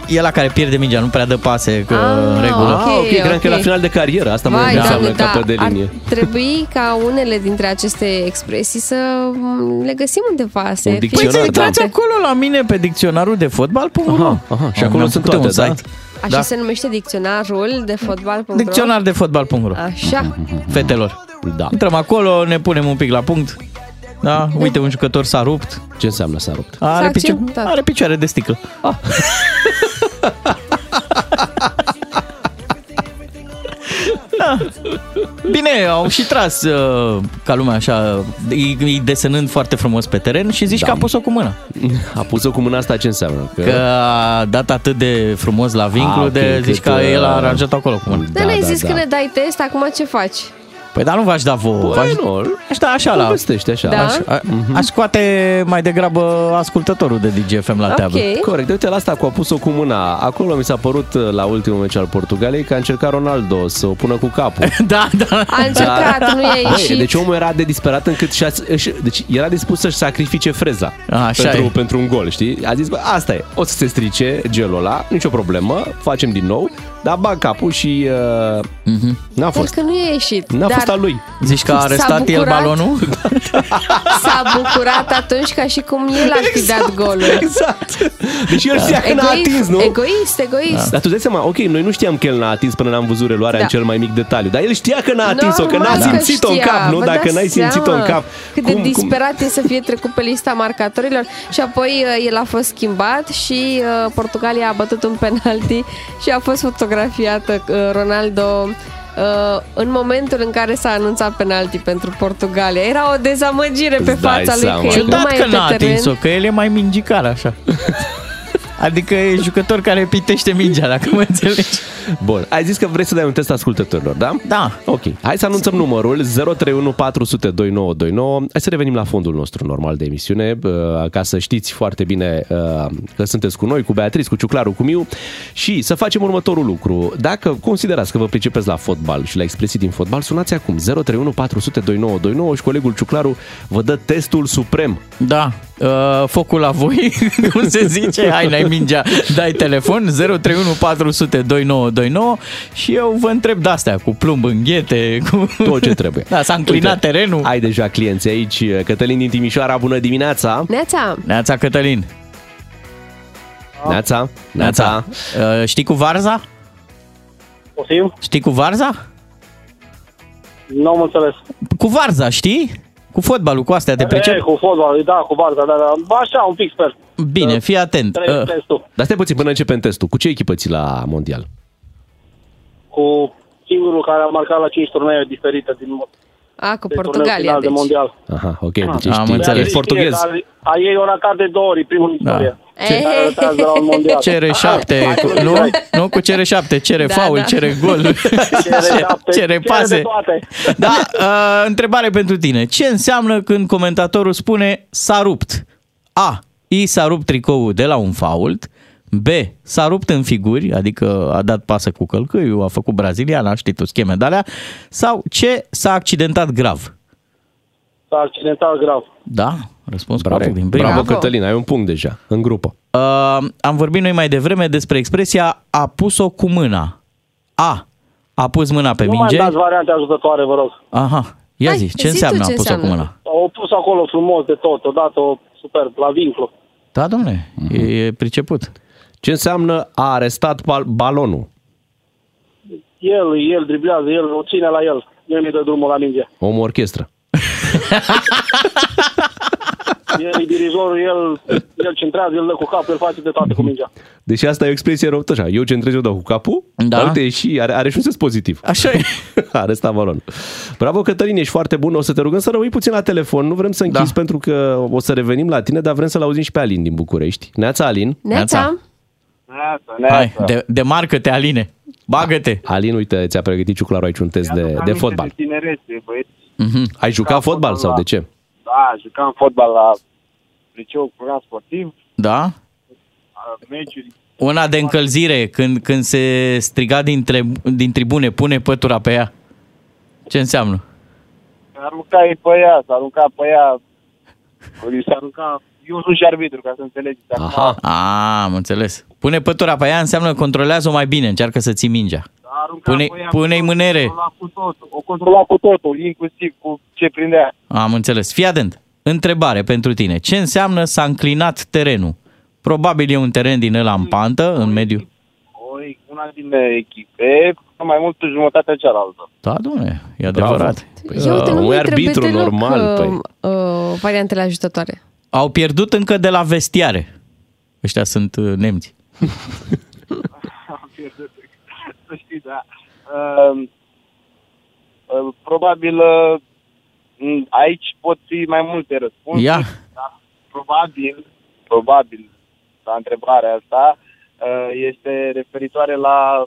[SPEAKER 5] e la care pierde mingea, nu prea dă pase, că
[SPEAKER 4] Ah,
[SPEAKER 5] în regulă.
[SPEAKER 3] Ah, ok,
[SPEAKER 4] Ok,
[SPEAKER 3] credeam că e la
[SPEAKER 4] ok.
[SPEAKER 3] final de carieră. Asta mă
[SPEAKER 4] Vai,
[SPEAKER 3] înseamnă
[SPEAKER 4] doamne, da,
[SPEAKER 3] capăt de linie.
[SPEAKER 4] ar trebui ca unele dintre aceste expresii să m, le găsim undeva, să
[SPEAKER 3] Un
[SPEAKER 4] fie
[SPEAKER 5] Păi să
[SPEAKER 3] Dicționar, da.
[SPEAKER 5] intrați acolo la mine pe dicționarul de fotbal, pum,
[SPEAKER 3] Aha, aha, și acolo sunt toate, da?
[SPEAKER 4] Așa se numește dicționarul de fotbal.
[SPEAKER 5] Dicționar de fotbal.ro,
[SPEAKER 4] Așa.
[SPEAKER 3] Mhm,
[SPEAKER 5] fetelor.
[SPEAKER 3] Da.
[SPEAKER 5] Intrăm acolo, ne punem un pic la punct. Da, uite, un jucător s-a rupt.
[SPEAKER 3] Ce înseamnă s-a rupt?
[SPEAKER 5] Are,
[SPEAKER 4] S-a
[SPEAKER 5] picioare,
[SPEAKER 3] da.
[SPEAKER 4] accidentat.
[SPEAKER 5] are picioare de sticlă.
[SPEAKER 3] Ah.
[SPEAKER 5] da. Bine, au și tras uh, ca lumea așa, îi, îi desenând foarte frumos pe teren și zici
[SPEAKER 3] Da.
[SPEAKER 5] că a pus-o cu mâna.
[SPEAKER 3] A pus-o cu mâna asta, ce înseamnă?
[SPEAKER 5] Că a dat atât de frumos la vinclu,
[SPEAKER 3] Ah,
[SPEAKER 5] ah,
[SPEAKER 3] ok,
[SPEAKER 5] de zici că
[SPEAKER 3] încât, uh,
[SPEAKER 5] el a aranjat acolo cu mâna.
[SPEAKER 4] Dar
[SPEAKER 3] Da,
[SPEAKER 4] ne-ai zis că ne dai test, acum ce faci?
[SPEAKER 5] Păi dar nu v-aș da vouă.
[SPEAKER 3] Păi
[SPEAKER 5] V-aș,
[SPEAKER 3] nu, Ah?
[SPEAKER 5] aș da așa la...
[SPEAKER 3] Povestește așa.
[SPEAKER 4] Da?
[SPEAKER 3] așa.
[SPEAKER 5] A, aș scoate mai degrabă ascultătorul de DGFM la
[SPEAKER 3] Da,
[SPEAKER 5] teabă.
[SPEAKER 4] Ok.
[SPEAKER 3] Corect, uite la asta cu a pus-o cu mâna. Acolo mi s-a părut la ultimul meci al Portugaliei că a încercat Ronaldo să o pună cu capul.
[SPEAKER 5] Da, da.
[SPEAKER 4] A încercat, nu i-a
[SPEAKER 3] Băi,
[SPEAKER 4] ieșit.
[SPEAKER 3] deci omul era de disperat încât și-a, își, deci era dispus să-și sacrifice freza
[SPEAKER 5] Așa
[SPEAKER 3] pentru,
[SPEAKER 5] e.
[SPEAKER 3] pentru un gol, știi? A zis, bă, asta e, o să se strice gelul ăla, nicio problemă, facem din nou, Dar bag capul și uh,
[SPEAKER 5] Mhm.
[SPEAKER 3] n-a
[SPEAKER 4] Dar
[SPEAKER 3] fost.
[SPEAKER 4] că nu i-a ieșit.
[SPEAKER 3] N-a
[SPEAKER 4] dar
[SPEAKER 3] fost al lui.
[SPEAKER 5] Zici că a
[SPEAKER 4] S-a
[SPEAKER 5] arestat el
[SPEAKER 4] bucurat?
[SPEAKER 5] balonul?
[SPEAKER 4] S-a bucurat atunci ca și cum el ar fi dat golul.
[SPEAKER 3] Exact. Deci el știa că n-a atins, nu? Da.
[SPEAKER 4] egoist, egoist.
[SPEAKER 3] Dar tu dai seama, ok, noi nu știam că el n-a atins până n-am văzut reluarea da.
[SPEAKER 4] Da.
[SPEAKER 3] în cel mai mic detaliu, dar el știa că n-a atins-o, că
[SPEAKER 4] Normal
[SPEAKER 3] n-a simțit-o în
[SPEAKER 4] știa.
[SPEAKER 3] cap, nu?
[SPEAKER 4] Vă
[SPEAKER 3] Dacă
[SPEAKER 4] dați
[SPEAKER 3] n-ai simțit-o în
[SPEAKER 4] seama
[SPEAKER 3] cap.
[SPEAKER 4] Cât de disperat e să fie trecut pe lista marcatorilor și apoi uh, el a fost schimbat și uh, Portugalia a bătut un penalti și a fost fotografiată uh, Ronaldo Uh, în momentul în care s-a anunțat penalti pentru Portugalia. Era o dezamăgire pe
[SPEAKER 3] Îți dai
[SPEAKER 4] fața
[SPEAKER 3] seama.
[SPEAKER 4] lui că el nu
[SPEAKER 5] Ciudat
[SPEAKER 4] mai e
[SPEAKER 5] că
[SPEAKER 4] pe
[SPEAKER 5] n-a
[SPEAKER 4] teren.
[SPEAKER 5] atins-o, că el e mai mingicar așa. Adică e jucător care pitește mingea, dacă mă înțelegi.
[SPEAKER 3] Bun, ai zis că vrei să dai un test ascultătorilor, da?
[SPEAKER 5] Da.
[SPEAKER 3] Ok, hai să anunțăm numărul 031 400 2929. Hai să revenim la fondul nostru normal de emisiune, uh, ca să știți foarte bine uh, că sunteți cu noi, cu Beatrice, cu Ciuclaru, cu Miu și să facem următorul lucru. Dacă considerați că vă pricepeți la fotbal și la expresii din fotbal, sunați acum 031 400 2929 și colegul Ciuclaru vă dă testul suprem.
[SPEAKER 5] Da, uh, focul la voi, cum se zice, hai, n-ai mingea, dai telefon, 031 400 2929 și eu vă întreb de-astea, cu plumb în ghete, cu...
[SPEAKER 3] Tot ce trebuie.
[SPEAKER 5] Da, s-a înclinat
[SPEAKER 3] Uite,
[SPEAKER 5] terenul.
[SPEAKER 3] Ai deja clienți aici. Cătălin din Timișoara, bună dimineața!
[SPEAKER 4] Neața,
[SPEAKER 5] Neața Cătălin.
[SPEAKER 3] Neața! Neața!
[SPEAKER 5] Uh, știi cu Varza?
[SPEAKER 9] Poftim?
[SPEAKER 5] Știi cu Varza?
[SPEAKER 9] Nu am înțeles.
[SPEAKER 5] Cu Varza, știi? Cu fotbalul, cu astea te
[SPEAKER 9] E,
[SPEAKER 5] pricep?
[SPEAKER 9] cu fotbal, da, cu barca, da, da. Ba, Așa, un pic sper.
[SPEAKER 5] Bine, fii atent.
[SPEAKER 9] Trebuie
[SPEAKER 5] Uh,
[SPEAKER 9] testul.
[SPEAKER 3] Dar stai puțin până începem testul. Cu ce echipă ții la mondial?
[SPEAKER 9] Cu singurul care a marcat la 5 turnee diferite din
[SPEAKER 4] a, cu
[SPEAKER 9] de turneu
[SPEAKER 4] Portugalia,
[SPEAKER 9] final de
[SPEAKER 4] deci.
[SPEAKER 9] mondial.
[SPEAKER 3] Aha, ok, deci ești,
[SPEAKER 5] Am înțeles.
[SPEAKER 3] ești portughez.
[SPEAKER 9] Dar A ei o ratat de două ori, primul în
[SPEAKER 5] Da.
[SPEAKER 9] istorie.
[SPEAKER 4] Ce-
[SPEAKER 9] Care ratează la un mondial.
[SPEAKER 5] CR7,
[SPEAKER 9] Da, Hai,
[SPEAKER 5] cu-
[SPEAKER 9] hai,
[SPEAKER 5] nu?
[SPEAKER 9] hai.
[SPEAKER 5] Nu, cu CR7, cere
[SPEAKER 4] Da,
[SPEAKER 5] faul,
[SPEAKER 4] da.
[SPEAKER 5] cere gol,
[SPEAKER 9] CR7,
[SPEAKER 5] cere
[SPEAKER 9] de
[SPEAKER 5] pase.
[SPEAKER 9] toate.
[SPEAKER 5] Da, uh, întrebare pentru tine. Ce înseamnă când comentatorul spune s-a rupt? A. I s-a rupt tricoul de la un fault. B. S-a rupt în figuri, adică a dat pasă cu călcâiul, a făcut braziliana, știi tu, scheme de alea. Sau C. S-a accidentat grav.
[SPEAKER 9] S-a accidentat grav.
[SPEAKER 5] Da, răspuns
[SPEAKER 3] Bravo,
[SPEAKER 5] corect din prima.
[SPEAKER 3] bravo,
[SPEAKER 4] Bravo.
[SPEAKER 3] Cătălin, ai un punct deja, în grupă.
[SPEAKER 5] Uh, am vorbit noi mai devreme despre expresia a pus-o cu mâna. A. A pus mâna pe
[SPEAKER 9] Nu mai
[SPEAKER 5] minge.
[SPEAKER 9] dați variante ajutătoare, vă rog.
[SPEAKER 5] Aha. Ia
[SPEAKER 4] Hai,
[SPEAKER 5] zi,
[SPEAKER 4] zi
[SPEAKER 5] ce
[SPEAKER 4] tu
[SPEAKER 5] înseamnă
[SPEAKER 4] ce
[SPEAKER 5] a pus-o cu
[SPEAKER 4] înseamnă.
[SPEAKER 5] mâna?
[SPEAKER 9] Au pus acolo frumos de tot, odată o superb, la vinclu.
[SPEAKER 5] Da, domne, e, e priceput.
[SPEAKER 3] Ce înseamnă a arestat bal- balonul?
[SPEAKER 9] El, el driblează, el o ține la el. El îi dă drumul la minge.
[SPEAKER 3] Omul orchestră.
[SPEAKER 9] El e dirijorul, el, el centrează, el dă cu capul, el face de toate cu mingea.
[SPEAKER 3] Deci asta e o expresie rău, tot așa. Eu ce întreg eu dau cu capul,
[SPEAKER 5] Da.
[SPEAKER 3] dar uite, e și are, are și un sens pozitiv.
[SPEAKER 5] Așa e.
[SPEAKER 3] A arestat balonul. Bravo, Cătălin, ești foarte bun. O să te rugăm să rămâi puțin la telefon. Nu vrem să închizi
[SPEAKER 5] Da.
[SPEAKER 3] pentru că o să revenim la tine, dar vrem să-l auzim și pe Alin din București. Neața, Alin.
[SPEAKER 4] Neața,
[SPEAKER 5] Neața. Hai, de, demarcă-te, Aline. Bagă-te.
[SPEAKER 3] Alin, uite, ți-a pregătit Ciuclaru aici un test de, de fotbal.
[SPEAKER 9] tinerețe, băieți.
[SPEAKER 5] Mhm.
[SPEAKER 3] Ai jucat fotbal
[SPEAKER 9] fotbal
[SPEAKER 3] sau
[SPEAKER 9] la-
[SPEAKER 3] de ce?
[SPEAKER 9] Da, jucam fotbal la liceu program sportiv,
[SPEAKER 5] Da?
[SPEAKER 9] meciuri.
[SPEAKER 5] Una de încălzire, când, când se striga din, tre, din tribune, pune pătura pe ea. Ce înseamnă?
[SPEAKER 9] Aruncai pe ea, s-a aruncat pe ea. Îi s-a aruncat... Eu nu și arbitru, ca să înțelegeți. Acum,
[SPEAKER 3] Aha.
[SPEAKER 5] A, am înțeles. Pune pătura pe ea înseamnă controlează-o mai bine, încearcă să ții mingea.
[SPEAKER 9] a aruncat
[SPEAKER 5] Pune-
[SPEAKER 9] pe ea,
[SPEAKER 5] pune-i
[SPEAKER 9] o
[SPEAKER 5] mânere.
[SPEAKER 9] controla Cu totul, o controla cu totul, inclusiv cu ce prindea.
[SPEAKER 5] Am înțeles. Fii atent. Întrebare pentru tine. Ce înseamnă s-a înclinat terenul? Probabil e un teren din ăla în pantă, în mediu.
[SPEAKER 9] Oi, una din echipe, mai mult jumătatea cealaltă.
[SPEAKER 5] Da, domnule, e
[SPEAKER 3] Bravo.
[SPEAKER 5] adevărat.
[SPEAKER 4] Eu uite, nu
[SPEAKER 3] Păi, un
[SPEAKER 4] mă
[SPEAKER 3] arbitru
[SPEAKER 4] arbitru
[SPEAKER 3] normal,
[SPEAKER 4] normal,
[SPEAKER 3] păi.
[SPEAKER 4] uh, variantele ajutătoare.
[SPEAKER 5] Au pierdut încă de la vestiare. Ăștia sunt uh, nemți.
[SPEAKER 9] Am pierdut. Să știi, da. Uh, uh, probabil uh, m, aici pot fi mai multe răspunsuri.
[SPEAKER 5] Ia.
[SPEAKER 9] Dar probabil, probabil, la întrebarea asta, uh, este referitoare la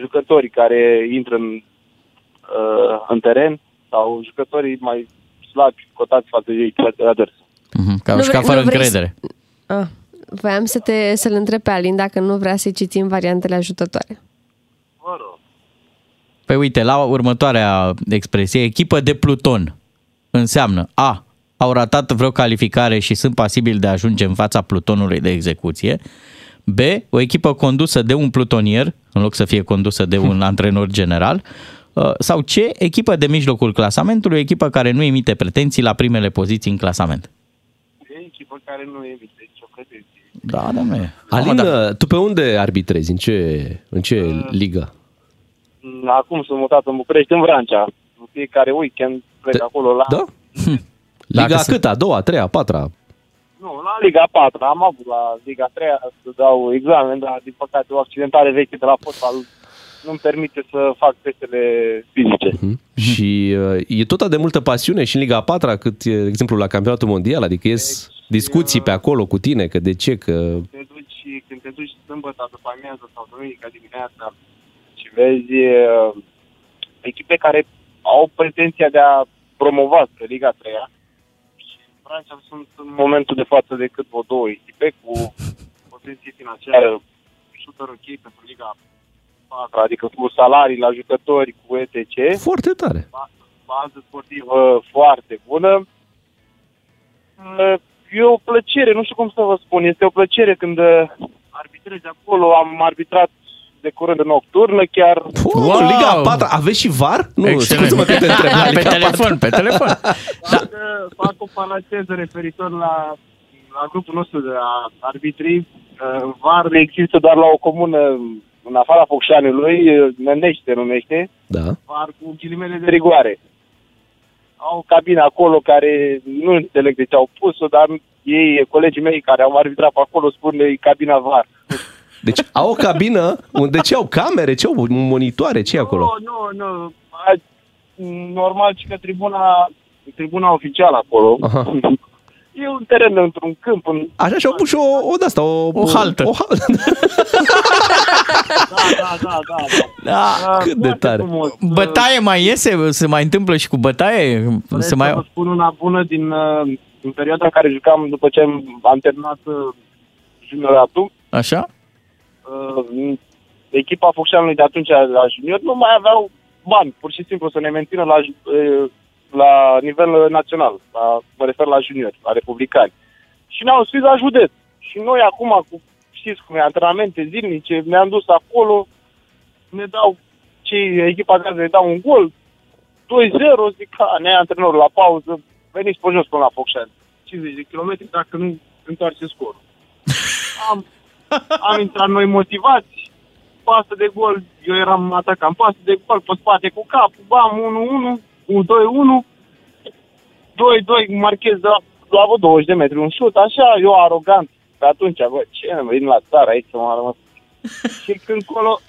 [SPEAKER 9] jucătorii care intră în, uh, în teren sau jucătorii mai slabi cotați față de ei aders.
[SPEAKER 5] Mhm, Că au
[SPEAKER 4] Nu
[SPEAKER 5] jucat
[SPEAKER 4] vrei-
[SPEAKER 5] fără
[SPEAKER 4] nu vrei
[SPEAKER 5] încredere.
[SPEAKER 4] Ah, voiam să te, să-l întreb pe Alin dacă nu vrea să-i citim variantele ajutătoare.
[SPEAKER 9] Vă rog.
[SPEAKER 5] Păi uite, la următoarea expresie, echipă de Pluton înseamnă A. Au ratat vreo calificare și sunt pasibili de a ajunge în fața Plutonului de execuție. B. B. O echipă condusă de un plutonier, în loc să fie condusă de un antrenor general. Uh, Sau C. Echipă de mijlocul clasamentului, echipă care nu emite pretenții la primele poziții în clasament.
[SPEAKER 9] E echipă care nu emite nicio pretenție.
[SPEAKER 5] Da, da, nu e.
[SPEAKER 3] Alin, tu pe unde arbitrezi? În ce, în ce ligă?
[SPEAKER 9] Mm, Acum sunt mutat în București, în Vrancea. În Fiecare weekend plec
[SPEAKER 3] Te-
[SPEAKER 9] acolo la...
[SPEAKER 3] Da?
[SPEAKER 5] Hm. Dacă
[SPEAKER 3] Liga
[SPEAKER 5] se-
[SPEAKER 3] cât? A doua, a treia, a patra?
[SPEAKER 9] Nu, la Liga 4. Am avut la Liga 3 să dau examen, dar din păcate o accidentare veche de la fotbal nu-mi permite să fac testele fizice.
[SPEAKER 3] Mhm.
[SPEAKER 5] Hm.
[SPEAKER 3] Și uh, e tot atât de multă pasiune și în Liga a patra, cât, e, de exemplu, la campionatul mondial, adică ies discuții pe acolo cu tine, că de ce, că...
[SPEAKER 9] Te duci, și- când te duci sâmbătă, după amiază sau duminica dimineața și vezi uh, echipe care au pretenția de a promova spre Liga 3 și în Franța sunt în momentul de față decât vreo două echipe cu potenție financiară super ok pentru Liga 4, adică cu salarii la jucători, cu etc
[SPEAKER 3] Foarte tare.
[SPEAKER 9] bază sportivă foarte bună. Uh, E o plăcere, nu știu cum să vă spun, este o plăcere când uh, arbitrezi acolo. Am arbitrat de curând în nocturnă chiar.
[SPEAKER 3] Wow!
[SPEAKER 5] Wow!
[SPEAKER 3] Liga a patra, aveți și VAR? Nu,
[SPEAKER 5] Excelent.
[SPEAKER 3] scuze-mă că te întreb. La
[SPEAKER 5] Pe
[SPEAKER 3] Liga a patra.
[SPEAKER 5] telefon, pe telefon.
[SPEAKER 9] Fac, uh, fac o paranteză referitor la, la grupul nostru de a- arbitri. Uh, VAR există doar la o comună în afara Focșanului, uh, Nănește numește.
[SPEAKER 3] Da.
[SPEAKER 9] VAR cu ghilimele de rigoare. Au cabina acolo care nu înțeleg de ce au pus-o, dar ei, colegii mei care au arbitrat pe acolo, spun că e cabina VAR.
[SPEAKER 3] Deci au o cabină unde ce au camere, ce au monitoare, ce e acolo?
[SPEAKER 9] Nu, nu, nu. A, normal și că tribuna, tribuna oficială acolo.
[SPEAKER 3] Aha.
[SPEAKER 9] E un teren într-un câmp, în,
[SPEAKER 3] Așa și-au pus și o, o de-asta, o,
[SPEAKER 5] O haltă.
[SPEAKER 3] O haltă.
[SPEAKER 9] da, da, da, da. da.
[SPEAKER 5] Da.
[SPEAKER 9] A,
[SPEAKER 3] cât de
[SPEAKER 9] foarte
[SPEAKER 3] tare. da,
[SPEAKER 9] Frumos.
[SPEAKER 5] Bătaie mai iese? Se mai întâmplă și cu bătaie?
[SPEAKER 9] Vreți
[SPEAKER 5] Se
[SPEAKER 9] să vă
[SPEAKER 5] mai...
[SPEAKER 9] spun una bună din, uh, din perioada în care jucam după ce am, am terminat uh, junioratul.
[SPEAKER 5] Așa?
[SPEAKER 9] uh, echipa Focșanului de atunci la junior nu mai aveau bani, pur și simplu să ne mențină la, ju- uh, la nivel național, la, mă refer la junior, la republicani. Și ne-au scris la județ. Și noi acum, cu, știți cum e, antrenamente zilnice, ne-am dus acolo, ne dau, cei echipa care ne dau un gol, 2-0, zic, "A, ne ia antrenorul la pauză, veniți pe jos până la Focșani, 50 de kilometri, dacă nu întoarce scorul. Am am intrat noi motivați, pasă de gol, eu eram atacant, pasă de gol pe spate cu capul, bam, 1-1, 2-1, 2-2, marchez de la, la vreo 20 de metri, un șut, așa, eu arogant, pe atunci, bă, ce, mă, vin la țară aici să mă rămas. Și când colo,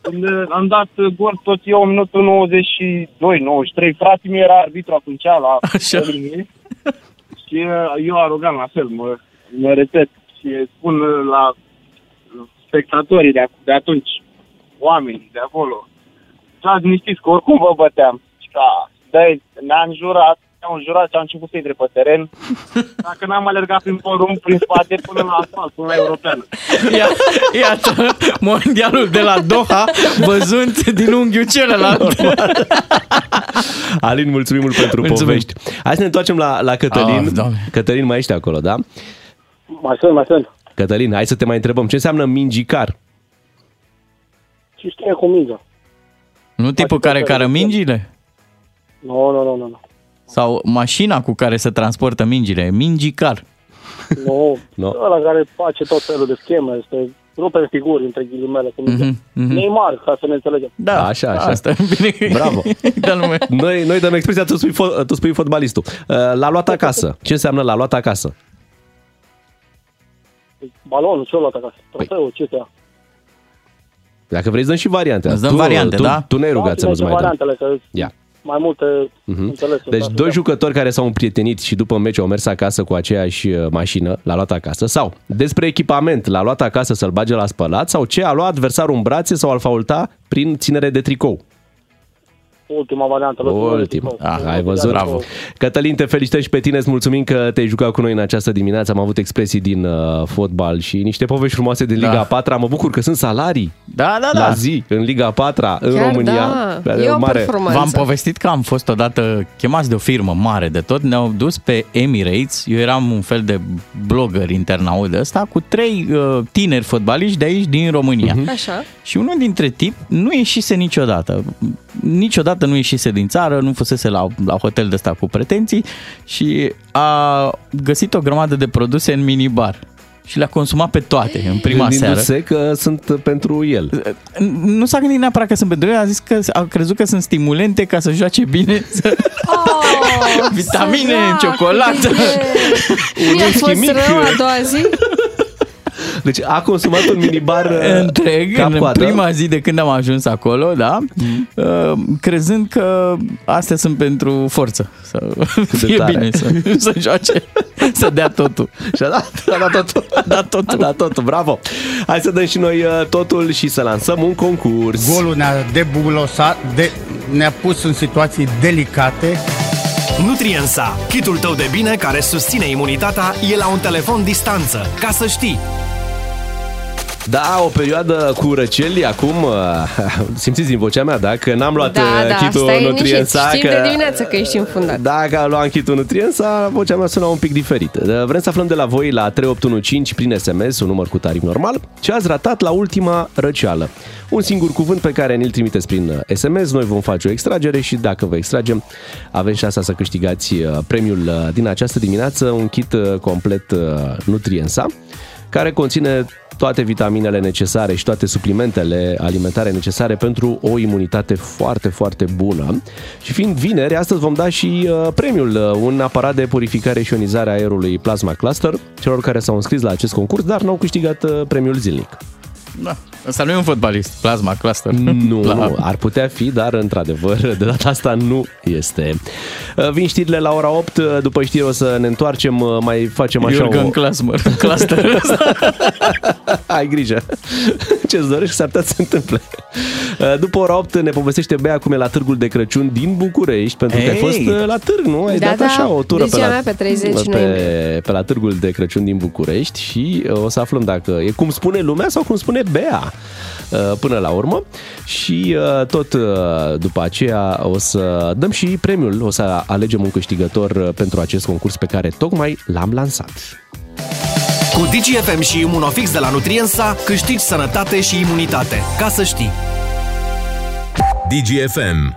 [SPEAKER 9] când uh, am dat uh, gol tot eu, în minutul 92, 93, fratele meu era arbitru atunci la
[SPEAKER 5] Așa.
[SPEAKER 9] la linie. Și uh, eu arogant la fel, mă, mă repet și spun uh, la spectatorii de, ac- de atunci, oameni de acolo, stați liniștiți că oricum vă băteam. Și ca, dai, ne-am jurat, ne-am jurat și am început să-i pe teren. Dacă n-am alergat prin porum, prin spate, până la asfalt, până la europeană.
[SPEAKER 5] Ia- Iată, mondialul de la Doha, văzând din unghiul celălalt.
[SPEAKER 3] Alin, mulțumim mult pentru
[SPEAKER 5] Mulțumim.
[SPEAKER 3] povești. Hai să ne întoarcem la, la Cătălin.
[SPEAKER 5] Ah, Doamne.
[SPEAKER 3] Cătălin, mai ești acolo, da?
[SPEAKER 9] Mai sunt, mai sunt.
[SPEAKER 3] Cătălin, hai să te mai întrebăm. Ce înseamnă mingicar?
[SPEAKER 9] Și știe da. cu mingea.
[SPEAKER 5] Nu tipul care cară mingile?
[SPEAKER 9] Nu, nu, nu, nu, nu.
[SPEAKER 5] Sau mașina cu care se transportă mingile, mingicar.
[SPEAKER 9] Nu,
[SPEAKER 3] Nu.
[SPEAKER 9] ăla care face tot felul de scheme, este rupe figuri, între ghilimele, cu mingea.
[SPEAKER 3] Mhm,
[SPEAKER 9] Neymar, ca să ne înțelegem.
[SPEAKER 5] Da,
[SPEAKER 3] Așa, așa.
[SPEAKER 5] Asta, bine.
[SPEAKER 3] Bravo.
[SPEAKER 5] Da, lume.
[SPEAKER 3] Noi, noi dăm expresia, tu spui, fo- tu spui fotbalistul. Uh, L-a luat acasă. Ce înseamnă l-a luat acasă?
[SPEAKER 9] Balonul, ce-o luat
[SPEAKER 3] Păi,
[SPEAKER 9] acasă? Trofeul, ce te
[SPEAKER 3] Dacă vrei, să dăm și variante.
[SPEAKER 5] Îți dăm
[SPEAKER 3] tu,
[SPEAKER 5] variante,
[SPEAKER 3] tu,
[SPEAKER 5] da?
[SPEAKER 3] Tu ne-ai rugat să nu-ți mai dăm.
[SPEAKER 9] variantele, că
[SPEAKER 3] Ia.
[SPEAKER 9] mai multe mm-hmm. înțelesuri.
[SPEAKER 3] Deci
[SPEAKER 9] dar
[SPEAKER 3] doi
[SPEAKER 9] suntem-
[SPEAKER 3] jucători care s-au împrietenit și după meci au mers acasă cu aceeași uh, mașină, l-a luat acasă. Sau despre echipament, l-a luat acasă să-l bage la spălat sau ce a luat adversarul în brațe sau al faulta prin ținere de tricou.
[SPEAKER 9] ultima variantă. lăsăm-o
[SPEAKER 3] Ultima.
[SPEAKER 9] risipă.
[SPEAKER 3] Ah, ai văzut? Bravo. Cătălin, te felicităm și pe tine. Îți mulțumim că te-ai jucat cu noi în această dimineață. Am avut expresii din uh, fotbal și niște povești frumoase din Liga
[SPEAKER 5] Da.
[SPEAKER 3] a 4 Mă bucur că sunt salarii
[SPEAKER 5] Da, da,
[SPEAKER 3] la
[SPEAKER 5] da.
[SPEAKER 3] zi în Liga a 4 în
[SPEAKER 4] Chiar
[SPEAKER 3] România.
[SPEAKER 4] da. E o
[SPEAKER 3] mare.
[SPEAKER 4] performanță.
[SPEAKER 5] V-am povestit că am fost odată chemați de o firmă mare de tot, ne-au dus pe Emirates, eu eram un fel de blogger internaut de ăsta, cu trei uh, tineri fotbaliști de aici din România. Uh-huh.
[SPEAKER 4] Așa.
[SPEAKER 5] Și unul dintre tip nu ieșise niciodată. Niciodată nu ieșise din țară, nu fusese la, la hotel de ăsta cu pretenții și a găsit o grămadă de produse în minibar. Și le-a consumat pe toate în prima seară.
[SPEAKER 3] Gândindu-se că sunt pentru el.
[SPEAKER 5] Nu s-a gândit neapărat că sunt pentru el, a zis că a crezut că sunt stimulente ca să joace bine, să
[SPEAKER 4] Oh,
[SPEAKER 5] Vitamine, ciocolată.
[SPEAKER 4] Nu a fost
[SPEAKER 3] mic.
[SPEAKER 4] rău a doua zi?
[SPEAKER 3] Deci a consumat un minibar uh,
[SPEAKER 5] întreg
[SPEAKER 3] cap
[SPEAKER 5] în
[SPEAKER 3] coadă.
[SPEAKER 5] prima zi de când am ajuns acolo, da, uh, crezând că astea sunt pentru forță. Să
[SPEAKER 3] de
[SPEAKER 5] fie
[SPEAKER 3] tare.
[SPEAKER 5] bine, să, să joace, să dea totul.
[SPEAKER 3] Și a dat, a dat totul.
[SPEAKER 5] A dat totul.
[SPEAKER 3] A dat totul, bravo. Hai să dăm și noi uh, totul și să lansăm un concurs.
[SPEAKER 10] Golul ne-a debulosat, de, ne-a pus în situații delicate.
[SPEAKER 11] Nutriensa, kitul tău de bine care susține imunitatea, e la un telefon distanță. Ca să știi,
[SPEAKER 3] Da, o perioadă cu răceli acum, uh, simțiți din vocea mea, da, că n-am luat
[SPEAKER 4] Da,
[SPEAKER 3] uh,
[SPEAKER 4] da,
[SPEAKER 3] kitul
[SPEAKER 4] asta e niște
[SPEAKER 3] Nutriensa.
[SPEAKER 4] știm de dimineață că ești înfundat.
[SPEAKER 3] Dacă am luat kitul Nutriensa, vocea mea sună un pic diferit. Uh, Vrem să aflăm de la voi la 3815 prin SMS, un număr cu tarif normal, ce ați ratat la ultima răceală. Un singur cuvânt pe care ne-l trimiteți prin uh, SMS, noi vom face o extragere și dacă vă extragem, aveți șansa să câștigați uh, premiul uh, din această dimineață, un kit uh, complet uh, Nutriensa care conține toate vitaminele necesare și toate suplimentele alimentare necesare pentru o imunitate foarte, foarte bună. Și fiind vineri, astăzi vom da și uh, premiul, uh, un aparat de purificare și ionizare a aerului Plasma Cluster, celor care s-au înscris la acest concurs, dar n-au câștigat uh, premiul zilnic.
[SPEAKER 5] Da. Asta nu e un fotbalist, plasma, cluster.
[SPEAKER 3] Nu,
[SPEAKER 5] La-
[SPEAKER 3] nu, ar putea fi, dar într-adevăr, de data asta nu este. Uh, Vin știrile la ora 8, uh, după știri o să ne întoarcem, uh, mai facem așa
[SPEAKER 5] Jurgen
[SPEAKER 3] o...
[SPEAKER 5] Klasmer, cluster ăsta.
[SPEAKER 3] Ai grijă. Ce-ți dorești s-ar putea să se întâmple. Uh, După ora 8 ne povestește Bea cum e la târgul de Crăciun din București, pentru că ai
[SPEAKER 5] Ei!
[SPEAKER 3] fost uh, la târg, nu? Ai
[SPEAKER 4] Da,
[SPEAKER 3] dat
[SPEAKER 4] da,
[SPEAKER 3] așa o tură
[SPEAKER 4] de
[SPEAKER 3] pe
[SPEAKER 4] ziua
[SPEAKER 3] la,
[SPEAKER 4] mea, pe 30
[SPEAKER 3] pe,
[SPEAKER 4] noiembrie.
[SPEAKER 3] pe la târgul de Crăciun din București și uh, o să aflăm dacă e cum spune lumea sau cum spune Bea uh, până la urmă și uh, tot uh, după aceea o să dăm și premiul, o să alegem un câștigător uh, pentru acest concurs pe care tocmai l-am lansat.
[SPEAKER 11] cu DGFM și Imunofix de la Nutriensa, câștigi sănătate și imunitate. Ca să știi.
[SPEAKER 2] DGFM.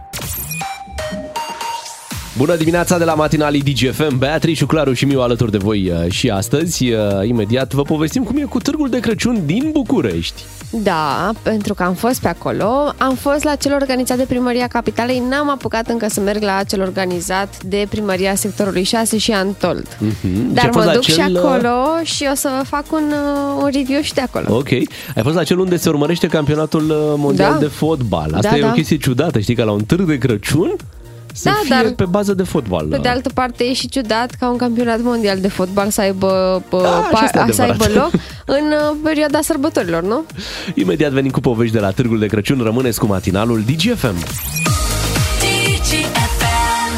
[SPEAKER 3] Bună dimineața de la matinalii DGFM, Beatrice, Claru și Miu alături de voi uh, și astăzi. Uh, Imediat vă povestim cum e cu târgul de Crăciun din București.
[SPEAKER 4] Da, pentru că am fost pe acolo. Am fost la cel organizat de Primăria Capitalei, n-am apucat încă să merg la cel organizat de Primăria Sectorului 6 și Antold. Mm-hmm.
[SPEAKER 3] Deci ai
[SPEAKER 4] Dar
[SPEAKER 3] fost
[SPEAKER 4] mă
[SPEAKER 3] la
[SPEAKER 4] duc și
[SPEAKER 3] cel, uh,
[SPEAKER 4] acolo și o să vă fac un, uh, un review și de acolo.
[SPEAKER 3] Ok. Ai fost la cel unde se urmărește campionatul uh, mondial
[SPEAKER 4] Da.
[SPEAKER 3] de fotbal. Asta
[SPEAKER 4] Da,
[SPEAKER 3] e o
[SPEAKER 4] da.
[SPEAKER 3] chestie ciudată, știi, că la un târg de Crăciun să
[SPEAKER 4] Da,
[SPEAKER 3] fie
[SPEAKER 4] dar-
[SPEAKER 3] pe bază de fotbal.
[SPEAKER 4] Pe de altă parte, e și ciudat ca un campionat mondial de fotbal să aibă, bă,
[SPEAKER 3] Ah, și asta e
[SPEAKER 4] să
[SPEAKER 3] adevărat.
[SPEAKER 4] aibă loc în uh, perioada sărbătorilor, nu?
[SPEAKER 3] Imediat venim cu povești de la târgul de Crăciun. Rămâneți cu matinalul DGFM.
[SPEAKER 8] DGFM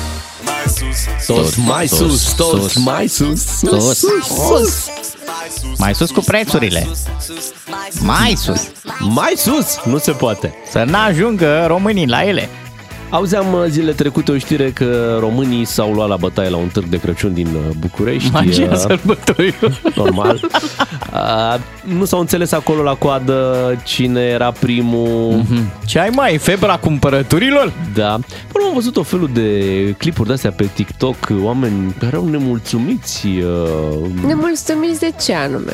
[SPEAKER 3] Tot mai sus, tot mai sus,
[SPEAKER 5] Sus. Sus. Mai sus cu prețurile. Mai sus.
[SPEAKER 3] mai sus, nu se poate.
[SPEAKER 5] Să n-ajungă românii la ele.
[SPEAKER 3] Auzeam uh, zilele trecute o știre că românii s-au luat la bătaie la un târg de Crăciun din uh, București.
[SPEAKER 5] Magia
[SPEAKER 3] Uh,
[SPEAKER 5] sărbătorilor.
[SPEAKER 3] Normal. Uh, Nu s-au înțeles acolo la coadă cine era primul.
[SPEAKER 4] Mhm.
[SPEAKER 5] Ce ai mai, febra cumpărăturilor?
[SPEAKER 3] Da. Până am văzut o felul de clipuri de-astea pe TikTok, oameni care erau nemulțumiți uh,
[SPEAKER 4] Ne mulțumiți de ce anume.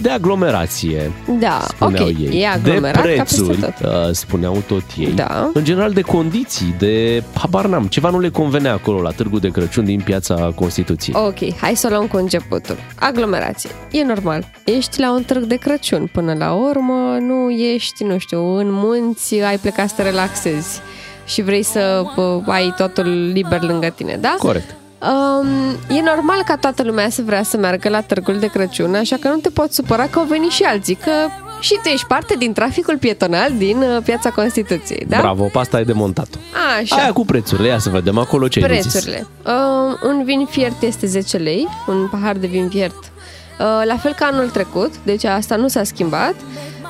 [SPEAKER 3] de aglomerație.
[SPEAKER 4] Da,
[SPEAKER 3] spuneau
[SPEAKER 4] ok,
[SPEAKER 3] ei.
[SPEAKER 4] e
[SPEAKER 3] de
[SPEAKER 4] aglomerat
[SPEAKER 3] prețuri,
[SPEAKER 4] ca peste tot.
[SPEAKER 3] uh, spuneau tot ei.
[SPEAKER 4] Da.
[SPEAKER 3] În general de condiții, de habar n-am. Ceva nu le convenea acolo la târgul de Crăciun din piața Constituției.
[SPEAKER 4] Ok, hai să o luăm cu începutul. Aglomerație. E normal. Ești la un târg de Crăciun până la urmă, nu ești, nu știu, în munți, ai plecat să te relaxezi și vrei să bă, ai totul liber lângă tine, da?
[SPEAKER 3] Corect.
[SPEAKER 4] Um, e normal ca toată lumea să vrea să meargă la târgul de Crăciun, așa că nu te poți supăra că au venit și alții, că și tu ești parte din traficul pietonal din uh, Piața Constituției, da?
[SPEAKER 3] Bravo, pe asta ai demontat.
[SPEAKER 4] Așa.
[SPEAKER 3] Aia cu prețurile, ia să vedem acolo ce ai zis.
[SPEAKER 4] Prețurile. Uh, un vin fiert este 10 lei, un pahar de vin fiert. Uh, la fel ca anul trecut, deci asta nu s-a schimbat.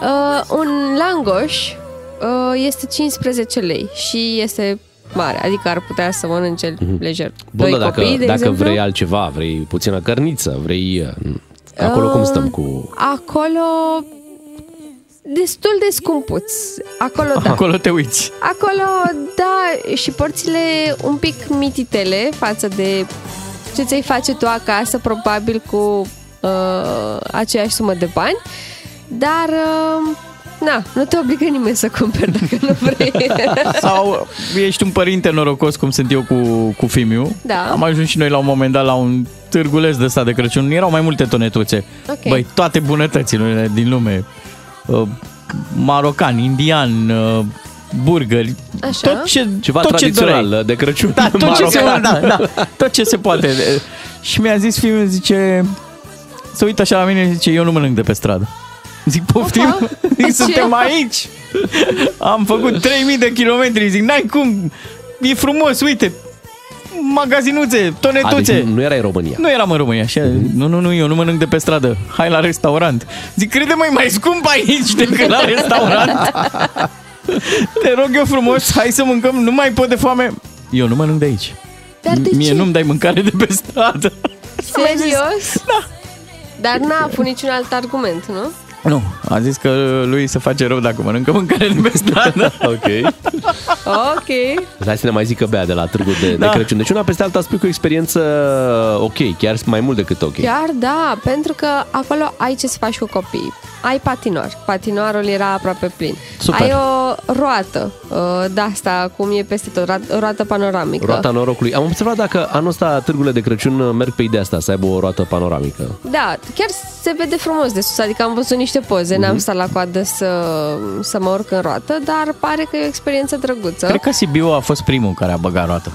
[SPEAKER 4] Uh, un langoș uh, este 15 lei și este mare, adică ar putea să mănânce
[SPEAKER 3] Mhm.
[SPEAKER 4] lejer.
[SPEAKER 3] Bun,
[SPEAKER 4] Doi
[SPEAKER 3] dar dacă,
[SPEAKER 4] copii, de
[SPEAKER 3] dacă
[SPEAKER 4] exemplu.
[SPEAKER 3] vrei altceva, vrei puțină cărniță, vrei... uh, Acolo
[SPEAKER 4] Ah.
[SPEAKER 3] cum stăm cu...
[SPEAKER 4] Uh, Acolo destul de scumpuț. Acolo da.
[SPEAKER 5] Acolo te uiți.
[SPEAKER 4] Acolo, da, și părțile un pic mititele față de ce ți-ai face tu acasă, probabil cu uh, aceeași sumă de bani, dar, uh, na, nu te obligă nimeni să cumperi dacă nu vrei.
[SPEAKER 5] Sau ești un părinte norocos cum sunt eu cu, cu Fimiu.
[SPEAKER 4] Da.
[SPEAKER 5] Am ajuns și noi la un moment dat la un târguleț de ăsta de Crăciun. Erau mai multe tonetuțe.
[SPEAKER 4] Ok.
[SPEAKER 5] Băi, toate bunătățile din lume. Uh, Marocan, indian, uh, burgeri,
[SPEAKER 4] Așa.
[SPEAKER 5] tot ce
[SPEAKER 3] Ceva
[SPEAKER 5] tot
[SPEAKER 3] tradițional
[SPEAKER 5] ce doreai.
[SPEAKER 3] de Crăciun.
[SPEAKER 5] Da, tot ce, se,
[SPEAKER 3] Marocan.
[SPEAKER 5] da, da, tot ce se poate. Și mi-a zis fiul, zice, se uită așa la mine și zice, eu nu mănânc de pe stradă. Zic, poftim? Zic,
[SPEAKER 6] Ce?
[SPEAKER 5] suntem aici. Am făcut 3000 de kilometri. Zic, n-ai cum. E frumos, uite. Magazinuțe, tonetuțe.
[SPEAKER 3] Adică nu erai în România.
[SPEAKER 5] Nu eram în România, așa, nu, nu, nu, eu nu mănânc de pe stradă, hai la restaurant. Zic, crede-mă, e mai scump aici decât la restaurant. Te rog eu frumos, hai să mâncăm, nu mai pot de foame. Eu nu mănânc de aici.
[SPEAKER 4] Dar de
[SPEAKER 5] Mie
[SPEAKER 4] ce?
[SPEAKER 5] nu-mi dai mâncare de pe stradă.
[SPEAKER 4] Serios? Da. Dar n-a avut niciun alt argument, nu?
[SPEAKER 5] Nu, a zis că lui se face rău dacă mănâncă mâncare de pe
[SPEAKER 4] Da.
[SPEAKER 5] stradă.
[SPEAKER 3] ok.
[SPEAKER 4] Ok.
[SPEAKER 3] Hai să ne mai zică Bea de la târgul de, da. de Crăciun. Deci una peste alta spui cu o experiență uh, ok, chiar mai mult decât ok.
[SPEAKER 4] Chiar da, pentru că acolo ai ce să faci cu copiii. Ai patinoar. Patinoarul era aproape plin.
[SPEAKER 3] Super.
[SPEAKER 4] Ai o roată uh, de asta, cum e peste tot, roa- roată panoramică.
[SPEAKER 3] Roata norocului. Am observat dacă anul ăsta târgurile de Crăciun uh, merg pe ideea asta, să aibă o roată panoramică.
[SPEAKER 4] Da, chiar se vede frumos de sus, adică am văzut niște poze, n-am stat la coadă să, să mă urc în roată, dar pare că e o experiență drăguță.
[SPEAKER 5] Cred că Sibiu a fost primul care a băgat roată.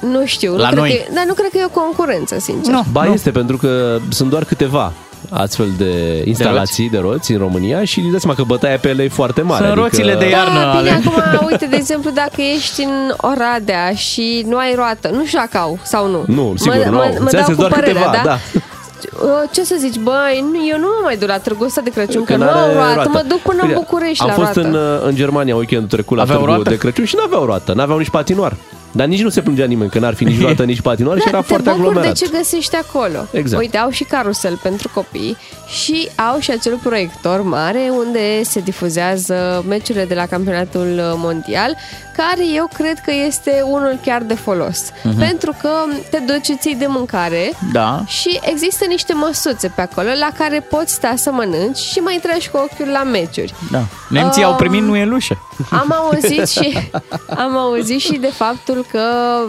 [SPEAKER 4] Nu știu,
[SPEAKER 3] La
[SPEAKER 4] nu
[SPEAKER 3] noi.
[SPEAKER 4] Cred că, e- dar nu cred că e o concurență, sincer.
[SPEAKER 3] ba este, pentru că sunt doar câteva astfel de instalații de roți, în România și dați seama că bătaia pe ele e foarte mare. adică-
[SPEAKER 5] Sunt roțile de iarnă
[SPEAKER 4] Da, bine, acum, uite, de exemplu, dacă ești în Oradea și nu ai roată, nu știu dacă au sau nu.
[SPEAKER 3] Nu, sigur,
[SPEAKER 4] mă,
[SPEAKER 3] nu au.
[SPEAKER 4] Mă, mă
[SPEAKER 3] Înțeles,
[SPEAKER 4] dau cu
[SPEAKER 3] doar
[SPEAKER 4] părerea,
[SPEAKER 3] câteva,
[SPEAKER 4] da?
[SPEAKER 3] da.
[SPEAKER 4] Uh, Ce să zici, băi, nu, eu nu mă mai duc la târgul ăsta de Crăciun, că, nu
[SPEAKER 3] n-are
[SPEAKER 4] au roată, mă duc până în
[SPEAKER 3] Bine,
[SPEAKER 4] București
[SPEAKER 3] Am
[SPEAKER 4] la
[SPEAKER 3] fost
[SPEAKER 4] roată.
[SPEAKER 3] în, uh, în Germania weekendul trecut la
[SPEAKER 5] Aveau
[SPEAKER 3] târgul
[SPEAKER 5] roată?
[SPEAKER 3] de Crăciun și n-aveau roată, n-aveau nici patinoar. Dar nici nu se plângea nimeni că n-ar fi nici roată, nici patinoar și Deci era
[SPEAKER 4] Te
[SPEAKER 3] foarte
[SPEAKER 4] bucur de
[SPEAKER 3] aglomerat.
[SPEAKER 4] ce găsești acolo.
[SPEAKER 3] Exact.
[SPEAKER 4] Uite, au și carusel pentru copii și au și acel proiector mare unde se difuzează meciurile de la campionatul mondial, care eu cred că este unul chiar de folos.
[SPEAKER 5] Mhm.
[SPEAKER 4] Pentru că te duci, îți iei de mâncare
[SPEAKER 5] Da.
[SPEAKER 4] și există niște măsuțe pe acolo la care poți sta să mănânci și mai treci cu ochiul la meciuri.
[SPEAKER 5] Da. Nemții au primit
[SPEAKER 4] Um,
[SPEAKER 5] nu e lușă.
[SPEAKER 4] Am auzit și am auzit și de faptul că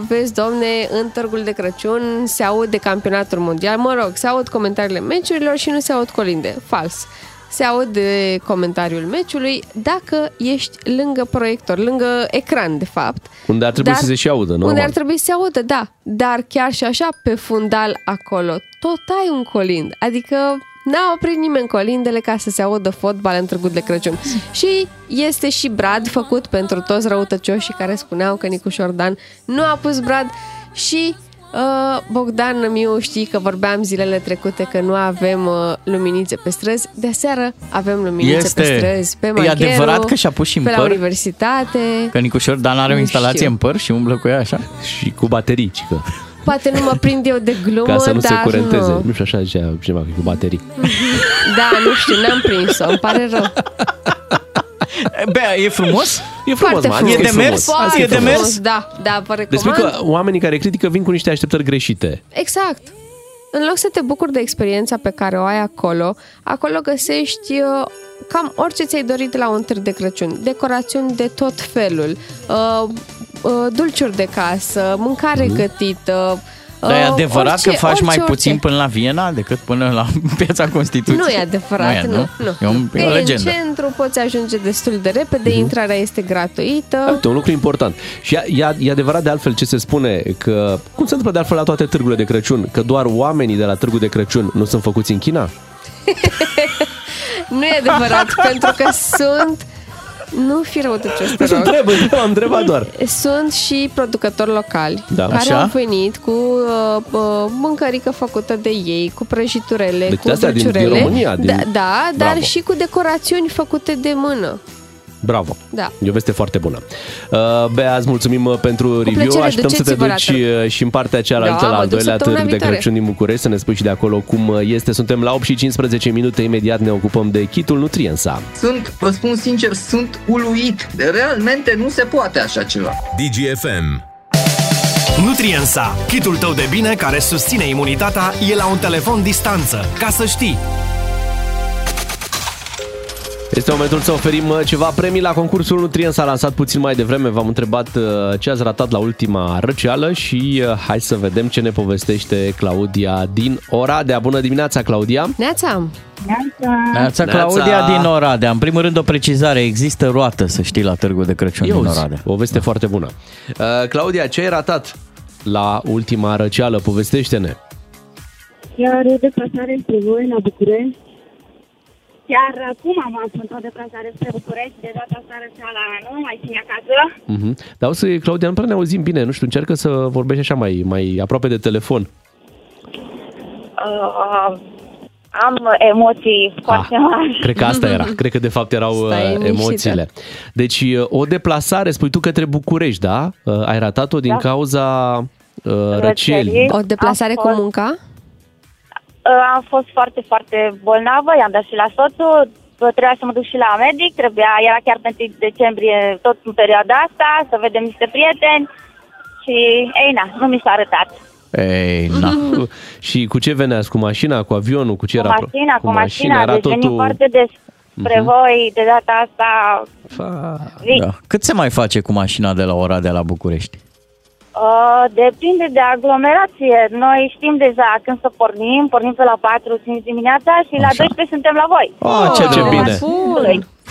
[SPEAKER 4] vezi, domne, în târgul de Crăciun se aud de campionatul mondial. Mă rog, se aud comentariile meciurilor și nu se aud colinde. Fals. Se aud de comentariul meciului dacă ești lângă proiector, lângă ecran, de fapt.
[SPEAKER 3] Unde ar trebui
[SPEAKER 4] Dar-
[SPEAKER 3] să se și audă, normal.
[SPEAKER 4] Unde ar trebui să se audă, da. Dar chiar și așa, pe fundal acolo, tot ai un colind. Adică n-a oprit nimeni colindele ca să se audă fotbal în Târgul de Crăciun. Și este și brad făcut pentru toți răutăcioșii care spuneau că Nicușor Dan nu a pus brad și Uh, Bogdan Nămiu știi că vorbeam zilele trecute că nu avem uh, luminițe pe străzi. De seară avem luminițe pe
[SPEAKER 5] Este.
[SPEAKER 4] străzi, pe
[SPEAKER 5] E
[SPEAKER 4] Mancheru,
[SPEAKER 5] adevărat că și-a pus și în
[SPEAKER 4] pe la
[SPEAKER 5] păr?
[SPEAKER 4] universitate.
[SPEAKER 5] Că Nicușor Dan are o
[SPEAKER 4] Nu
[SPEAKER 5] instalație
[SPEAKER 4] știu.
[SPEAKER 5] în păr și umblă cu ea așa.
[SPEAKER 3] Și cu baterii, cică.
[SPEAKER 4] Poate nu mă prind eu de glumă,
[SPEAKER 3] Ca să nu
[SPEAKER 4] dar
[SPEAKER 3] se curenteze.
[SPEAKER 4] Nu.
[SPEAKER 3] Nu știu, așa zicea cineva cu baterii.
[SPEAKER 4] Da, nu știu, n-am prins-o, îmi pare rău.
[SPEAKER 5] Bea, e frumos?
[SPEAKER 3] E frumos,
[SPEAKER 4] Foarte
[SPEAKER 3] mă,
[SPEAKER 4] frumos.
[SPEAKER 3] adică e demers?
[SPEAKER 4] Foarte
[SPEAKER 3] E demers?
[SPEAKER 4] frumos, Da, da, vă
[SPEAKER 3] Deci spui
[SPEAKER 4] recomand.
[SPEAKER 3] că oamenii care critică vin cu niște așteptări greșite.
[SPEAKER 4] Exact. În loc să te bucuri de experiența pe care o ai acolo, acolo găsești uh, cam orice ți-ai dorit la un târg de Crăciun. Decorațiuni de tot felul, uh, uh, dulciuri de casă, mâncare
[SPEAKER 3] Mhm.
[SPEAKER 4] gătită.
[SPEAKER 5] Dar e
[SPEAKER 4] uh,
[SPEAKER 5] adevărat
[SPEAKER 4] orice,
[SPEAKER 5] că faci
[SPEAKER 4] orice,
[SPEAKER 5] mai
[SPEAKER 4] orice.
[SPEAKER 5] puțin până la Viena decât până la Piața Constituției?
[SPEAKER 4] Nu e adevărat, nu. nu.
[SPEAKER 5] E, un,
[SPEAKER 4] Că
[SPEAKER 5] e o
[SPEAKER 4] e în
[SPEAKER 5] legendă.
[SPEAKER 4] centru, poți ajunge destul de repede, intrarea este gratuită.
[SPEAKER 3] Uite, un lucru important. Și e, e, e adevărat de altfel ce se spune că, cum se întâmplă de altfel la toate târgurile de Crăciun, că doar oamenii de la târgul de Crăciun nu sunt făcuți în China?
[SPEAKER 4] Nu e adevărat, pentru că sunt... Nu fi răutăcios, te
[SPEAKER 3] Deci
[SPEAKER 4] rog.
[SPEAKER 3] întreb, eu am întrebat doar.
[SPEAKER 4] Sunt și producători locali
[SPEAKER 3] Da.
[SPEAKER 4] care
[SPEAKER 3] Așa.
[SPEAKER 4] au venit cu uh, uh, mâncărică făcută de ei, cu prăjiturele,
[SPEAKER 3] Deci
[SPEAKER 4] cu
[SPEAKER 3] de-astea din- din
[SPEAKER 4] dulciurele.
[SPEAKER 3] România, din-
[SPEAKER 4] Da, da dar
[SPEAKER 3] Bravo.
[SPEAKER 4] și cu decorațiuni făcute de mână.
[SPEAKER 3] Bravo.
[SPEAKER 4] Da.
[SPEAKER 3] E o veste foarte bună. Uh, Bea, îți mulțumim uh, pentru review.
[SPEAKER 4] plăcere,
[SPEAKER 3] Așteptăm să te
[SPEAKER 4] duceți-vă la
[SPEAKER 3] duci uh, și în partea cealaltă
[SPEAKER 4] Da,
[SPEAKER 3] la
[SPEAKER 4] mă
[SPEAKER 3] al
[SPEAKER 4] duc
[SPEAKER 3] doilea
[SPEAKER 4] săptămâna
[SPEAKER 3] târg de
[SPEAKER 4] viitoare.
[SPEAKER 3] Crăciun din București, să ne spui și de acolo cum uh, este. Suntem la 8 și 15 minute, imediat ne ocupăm de kitul Nutriensa.
[SPEAKER 12] Sunt, vă spun sincer, sunt uluit. Realmente nu se poate așa ceva.
[SPEAKER 11] DGFM Nutriensa, kitul tău de bine care susține imunitatea e la un telefon distanță, ca să știi.
[SPEAKER 3] Este momentul să oferim uh, ceva premii la concursul Nutriensa a lansat puțin mai devreme. V-am întrebat uh, ce ați ratat la ultima răceală și uh, hai să vedem ce ne povestește Claudia din Oradea. Bună dimineața, Claudia!
[SPEAKER 4] Neața!
[SPEAKER 5] Neața Claudia din Oradea. În primul rând o precizare, există roată, să știi, la Târgul de Crăciun
[SPEAKER 3] Ia
[SPEAKER 5] din
[SPEAKER 3] uzi,
[SPEAKER 5] Oradea.
[SPEAKER 3] O veste da. foarte bună. Uh, Claudia, ce ai ratat la ultima răceală? Povestește-ne.
[SPEAKER 13] Chiar de plasare spre voi, la București. Chiar acum am aflat de plasare spre București, de data asta răceala nu mai ține acasă.
[SPEAKER 3] Uh-huh. Dar o să, Claudia, nu prea ne auzim bine. Nu știu, încearcă să vorbești așa mai, mai aproape de telefon.
[SPEAKER 13] Uh, am emoții foarte mari.
[SPEAKER 3] Ah, Cred că asta era. Cred că de fapt erau
[SPEAKER 13] Stai
[SPEAKER 3] uh,
[SPEAKER 13] liniștită.
[SPEAKER 3] emoțiile. Deci uh, o deplasare, spui tu, către București, da? Uh, ai ratat-o din
[SPEAKER 13] Da.
[SPEAKER 3] cauza uh, răcelii.
[SPEAKER 4] O deplasare
[SPEAKER 13] A
[SPEAKER 4] cu
[SPEAKER 13] fost-
[SPEAKER 4] munca?
[SPEAKER 13] Uh, Am fost foarte, foarte bolnavă, i-am dat și la soțul, trebuia să mă duc și la medic, trebuia, era chiar pe 1 decembrie, tot în perioada asta, să vedem niște prieteni și, ei, na, nu mi s-a arătat.
[SPEAKER 3] Ei,
[SPEAKER 4] Mhm.
[SPEAKER 3] na. și cu ce veneați? Cu mașina, cu avionul, cu ce
[SPEAKER 13] Da. Cu
[SPEAKER 3] era?
[SPEAKER 13] mașina, cu mașina,
[SPEAKER 3] era Mhm.
[SPEAKER 13] deci venim foarte des spre voi, de data asta, zic,
[SPEAKER 5] Da. Cât se mai face cu mașina de la Oradea la București?
[SPEAKER 13] Uh, depinde de aglomerație. Noi știm deja când să pornim. Pornim pe la 4-5 dimineața și la 12 suntem la voi.
[SPEAKER 3] Ah, ce Ce bine. bine.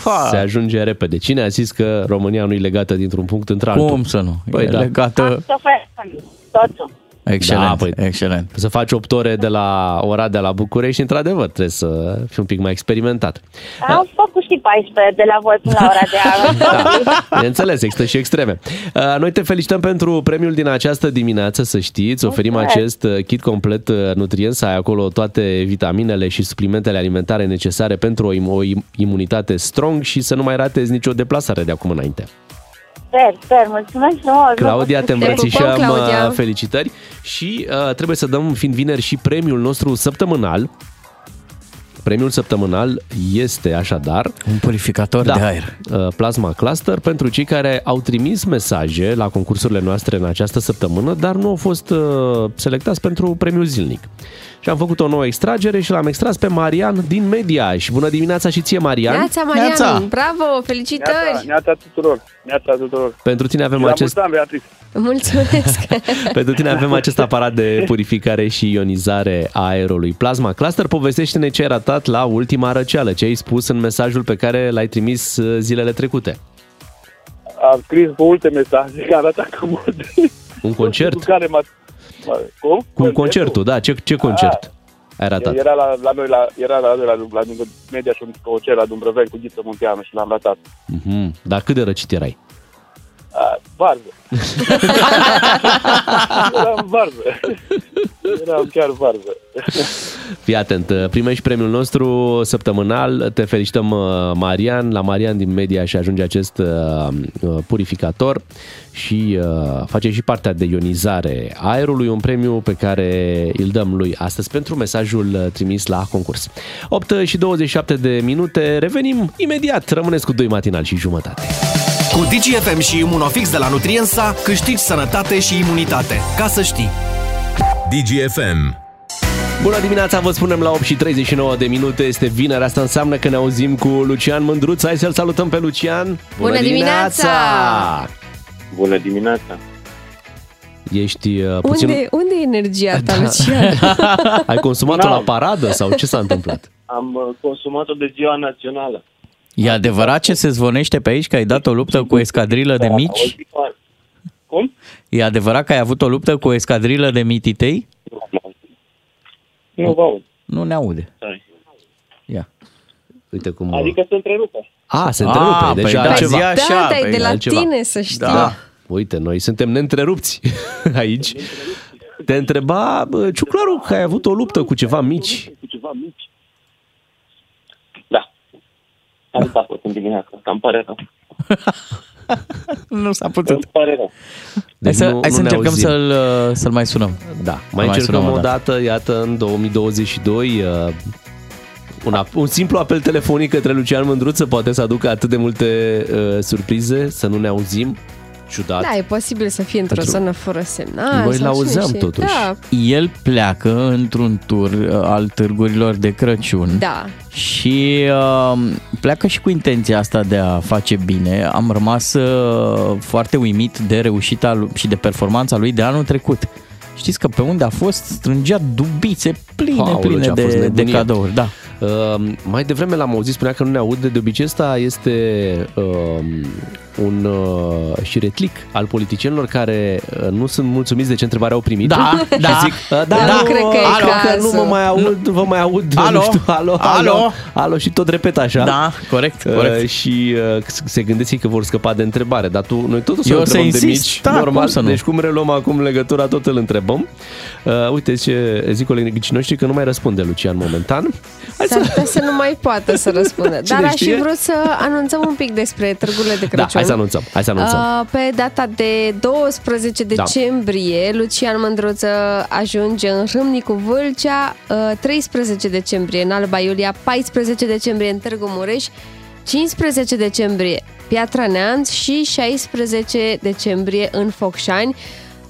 [SPEAKER 13] Bun.
[SPEAKER 3] Se ajunge repede. Cine a zis că România nu e legată dintr-un punct într-altul?
[SPEAKER 5] Cum să nu?
[SPEAKER 3] Păi,
[SPEAKER 5] E
[SPEAKER 3] da.
[SPEAKER 5] legată...
[SPEAKER 13] Sofer, soțul.
[SPEAKER 5] Excelent,
[SPEAKER 3] da, păi,
[SPEAKER 5] excelent.
[SPEAKER 3] Să faci 8 ore de la Oradea la București, într-adevăr, trebuie să fii un pic mai experimentat.
[SPEAKER 13] Am făcut și 14 de la voi până la ora de azi.
[SPEAKER 3] Bineînțeles, există și extreme. Uh, Noi te felicităm pentru premiul din această dimineață, să știți. Oferim
[SPEAKER 13] Mulțumesc.
[SPEAKER 3] acest uh, kit complet uh, nutrient, să ai acolo toate vitaminele și suplimentele alimentare necesare pentru o, im- o im- imunitate strong și să nu mai ratezi nicio deplasare de acum înainte.
[SPEAKER 13] Sper, sper. Mulțumesc frumos.
[SPEAKER 3] Claudia, te îmbrățișăm,
[SPEAKER 13] Te pupăm, Claudia.
[SPEAKER 3] uh, felicitări și uh, trebuie să dăm, fiind vineri, și premiul nostru săptămânal. Premiul săptămânal este așadar...
[SPEAKER 5] Un purificator de aer.
[SPEAKER 3] uh, Plasma Cluster pentru cei care au trimis mesaje la concursurile noastre în această săptămână, dar nu au fost uh, selectați pentru premiul zilnic. Și am făcut o nouă extragere și l-am extras pe Marian din Mediaș. Bună dimineața și ție, Marian!
[SPEAKER 4] Neața, Marian! Bravo, felicitări!
[SPEAKER 9] Neața tuturor, neața tuturor.
[SPEAKER 3] Pentru tine avem
[SPEAKER 9] Și la
[SPEAKER 3] acest...
[SPEAKER 9] mulți ani, Beatrice.
[SPEAKER 4] Mulțumesc!
[SPEAKER 3] Pentru tine avem acest aparat de purificare și ionizare a aerului. Plasma Cluster, povestește-ne ce ai ratat la ultima răceală, ce ai spus în mesajul pe care l-ai trimis uh, zilele trecute.
[SPEAKER 9] Am scris multe mesaje, că arată că mult.
[SPEAKER 3] Un concert?
[SPEAKER 9] Cu care m-a... m-a- Cum?
[SPEAKER 3] Cu concertul, da, ce, ce concert ai ratat?
[SPEAKER 9] Era la, la noi la, era la noi la, la, la media și un concert la Dumbrăveni cu Ghiță Munteanu și l-am ratat.
[SPEAKER 3] Mhm. Dar cât de răcit erai?
[SPEAKER 9] A, varză. Eram varză. Eram chiar varză.
[SPEAKER 3] Fii atent, ă, primești premiul nostru săptămânal, te felicităm uh, Marian, la Marian din media și ajunge acest uh, uh, purificator și uh, face și partea de ionizare a aerului, un premiu pe care îl dăm lui astăzi pentru mesajul uh, trimis la concurs. 8 și 27 de minute, revenim imediat, rămâneți cu 2 matinal și jumătate.
[SPEAKER 11] Cu DGFM și Imunofix de la Nutriensa câștigi sănătate și imunitate, ca să știi. DGFM
[SPEAKER 3] Bună dimineața, vă spunem la 8 și 39 de minute, este vineri, asta înseamnă că ne auzim cu Lucian Mândruț, hai să-l salutăm pe Lucian! Bună,
[SPEAKER 4] dimineața!
[SPEAKER 9] Bună dimineața!
[SPEAKER 3] Ești uh, puțin... Da.
[SPEAKER 4] Unde, unde e energia ta, Lucian?
[SPEAKER 3] Ai consumat-o
[SPEAKER 9] N-am.
[SPEAKER 3] la paradă sau ce s-a întâmplat?
[SPEAKER 9] Am uh, consumat-o de ziua națională.
[SPEAKER 5] E adevărat ce se zvonește pe aici că ai dat o luptă cu o escadrilă de mici?
[SPEAKER 9] Cum?
[SPEAKER 5] E adevărat că ai avut o luptă cu o escadrilă de mititei?
[SPEAKER 9] Nu vă aud.
[SPEAKER 5] Nu ne aude.
[SPEAKER 9] Sorry.
[SPEAKER 5] Ia.
[SPEAKER 14] Uite cum...
[SPEAKER 9] Adică se întrerupe.
[SPEAKER 3] A, se întrerupe,
[SPEAKER 14] Ah,
[SPEAKER 3] deci
[SPEAKER 14] păi
[SPEAKER 3] e
[SPEAKER 14] da,
[SPEAKER 3] altceva.
[SPEAKER 14] zi așa, Da,
[SPEAKER 4] da, e de la
[SPEAKER 3] altceva.
[SPEAKER 4] tine să știi.
[SPEAKER 3] Da. Uite, noi suntem neîntrerupți aici. Te întreba, bă, Ciuclaru, că ai avut o luptă cu ceva mici.
[SPEAKER 9] Cu ceva mici. Da. Asta a fost în dimineață, că îmi pare rău.
[SPEAKER 5] Nu s-a putut.
[SPEAKER 9] Îmi pare rău.
[SPEAKER 5] Hai să,
[SPEAKER 3] Deci nu-
[SPEAKER 5] hai să
[SPEAKER 3] nu ne
[SPEAKER 5] încercăm
[SPEAKER 3] auzim.
[SPEAKER 5] să-l, uh, să-l mai sunăm.
[SPEAKER 3] Da, Mai încercăm o dată, iată, în 2022, uh, un, ap- un simplu apel telefonic către Lucian Mândruță poate să aducă atât de multe uh, surprize, să nu ne auzim. Ciudat.
[SPEAKER 4] Da, e posibil să fie într-o
[SPEAKER 5] Pentru-
[SPEAKER 4] zonă fără semnal.
[SPEAKER 5] Noi
[SPEAKER 4] sau
[SPEAKER 5] l-auzeam
[SPEAKER 4] cine știe.
[SPEAKER 5] totuși.
[SPEAKER 4] Da,
[SPEAKER 5] El pleacă într-un tur uh, al târgurilor de Crăciun.
[SPEAKER 4] Da.
[SPEAKER 5] Și uh, pleacă și cu intenția asta de a face bine. Am rămas uh, foarte uimit de reușita lu- și de performanța lui de anul trecut. Știți că pe unde a fost strângea dubițe pline,
[SPEAKER 3] Aoleu,
[SPEAKER 5] pline
[SPEAKER 3] ce a fost
[SPEAKER 5] de, de
[SPEAKER 3] nebunie.
[SPEAKER 5] cadouri. Da.
[SPEAKER 3] Uh, mai devreme l-am auzit, spunea că nu ne aude. De obicei ăsta este uh, un uh, șiretlic al politicienilor care uh, nu sunt mulțumiți de ce întrebare au primit.
[SPEAKER 5] Da,
[SPEAKER 3] Și
[SPEAKER 5] da.
[SPEAKER 3] zic, uh, da,
[SPEAKER 5] Nu
[SPEAKER 3] da,
[SPEAKER 5] cred că e
[SPEAKER 3] alo, că
[SPEAKER 5] cazul.
[SPEAKER 3] nu mă mai aud, vă mai aud.
[SPEAKER 5] Alo,
[SPEAKER 3] nu știu, alo, alo,
[SPEAKER 5] alo.
[SPEAKER 3] alo, și tot repet așa.
[SPEAKER 5] Da, corect, corect.
[SPEAKER 3] Uh, și uh, se gândesc ei că vor scăpa de întrebare, dar tu, noi tot o să
[SPEAKER 5] Eu
[SPEAKER 3] o
[SPEAKER 5] o să
[SPEAKER 3] întrebăm de
[SPEAKER 5] insist,
[SPEAKER 3] mici.
[SPEAKER 5] da, cum
[SPEAKER 3] normal,
[SPEAKER 5] să nu?
[SPEAKER 3] deci cum reluăm acum legătura, tot îl întrebăm. Uh, uite ce zic colegii noștri că nu mai răspunde Lucian momentan. Da,
[SPEAKER 4] S-ar putea să nu mai poată să răspundă.
[SPEAKER 3] Cine
[SPEAKER 4] Dar aș fi
[SPEAKER 3] știe?
[SPEAKER 4] vrut să anunțăm un pic despre târgurile de Crăciun.
[SPEAKER 3] Da, hai să anunțăm, hai să anunțăm.
[SPEAKER 4] Uh, Pe data de 12
[SPEAKER 3] Da.
[SPEAKER 4] decembrie, Lucian Mândruță ajunge în Râmnicu Vâlcea, uh, 13 decembrie în Alba Iulia, 14 decembrie în Târgu Mureș, 15 decembrie Piatra Neamț și 16 decembrie în Focșani.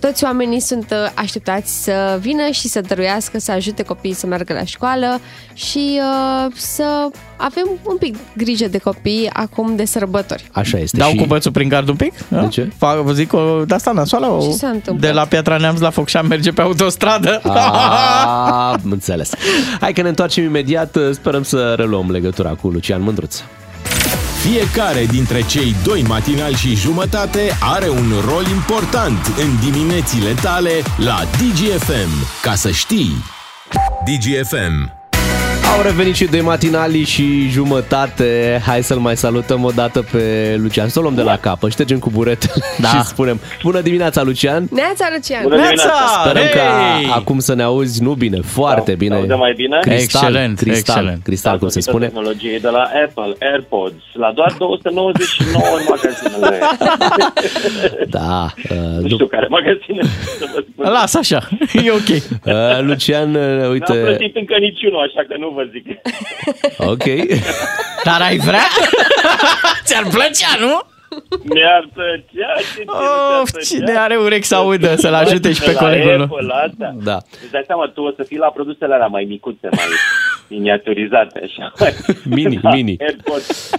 [SPEAKER 4] Toți oamenii sunt uh, așteptați să vină și să dăruiască, să ajute copiii să meargă la școală și uh, să avem un pic grijă de copii acum de sărbători.
[SPEAKER 3] Așa este.
[SPEAKER 5] Dau
[SPEAKER 3] și-
[SPEAKER 5] cu bățul prin gard un pic? De
[SPEAKER 3] ce?
[SPEAKER 5] Fac, vă zic o de asta nasoală? O,
[SPEAKER 4] Ce s-a întâmplat?
[SPEAKER 5] de la Piatra Neamț la Focșan merge pe autostradă.
[SPEAKER 3] A, am Ah, înțeles. Hai că ne întoarcem imediat, uh, sperăm să reluăm legătura cu Lucian Mândruț.
[SPEAKER 2] Fiecare dintre cei doi matinali și jumătate are un rol important în diminețile tale la DGFM. Ca să știi! DGFM
[SPEAKER 3] Au revenit și doi matinali și jumătate. Hai să-l mai salutăm o dată pe Lucian. Să o luăm de la capă, ștergem cu buret da. și spunem Bună dimineața, Lucian!
[SPEAKER 4] Neața, Lucian!
[SPEAKER 9] Ah,
[SPEAKER 3] Sperăm că acum să ne auzi, nu bine, foarte bine.
[SPEAKER 9] auzim Da, mai bine? Da,
[SPEAKER 3] Cristal,
[SPEAKER 9] Excelent,
[SPEAKER 3] cristal,
[SPEAKER 9] excelent.
[SPEAKER 5] Da,
[SPEAKER 3] cristal, cum se
[SPEAKER 9] Datorită
[SPEAKER 3] spune.
[SPEAKER 9] tehnologiei de la Apple, AirPods, la doar 299 în magazinele.
[SPEAKER 3] Da.
[SPEAKER 9] nu știu care magazine. să vă spun.
[SPEAKER 5] Lasă așa, e ok.
[SPEAKER 3] Uh, Lucian, uh,
[SPEAKER 9] N-am
[SPEAKER 3] uite,
[SPEAKER 9] plătit încă niciunul, așa că nu vă zic.
[SPEAKER 3] ok.
[SPEAKER 5] Dar ai vrea? Ți-ar plăcea, nu?
[SPEAKER 9] Mi-ar plăcea și ție nu
[SPEAKER 5] Of,
[SPEAKER 9] ți-ar
[SPEAKER 5] cine
[SPEAKER 9] plăcea?
[SPEAKER 5] are urechi să audă, Da, să-l ajute și pe
[SPEAKER 9] la
[SPEAKER 5] colegul lor.
[SPEAKER 9] Apple, asta.
[SPEAKER 3] Da.
[SPEAKER 9] Îți dai seama, tu o să fii la produsele alea mai micuțe, mai miniaturizate, așa.
[SPEAKER 3] Mini,
[SPEAKER 9] da,
[SPEAKER 3] mini.
[SPEAKER 9] AirPods.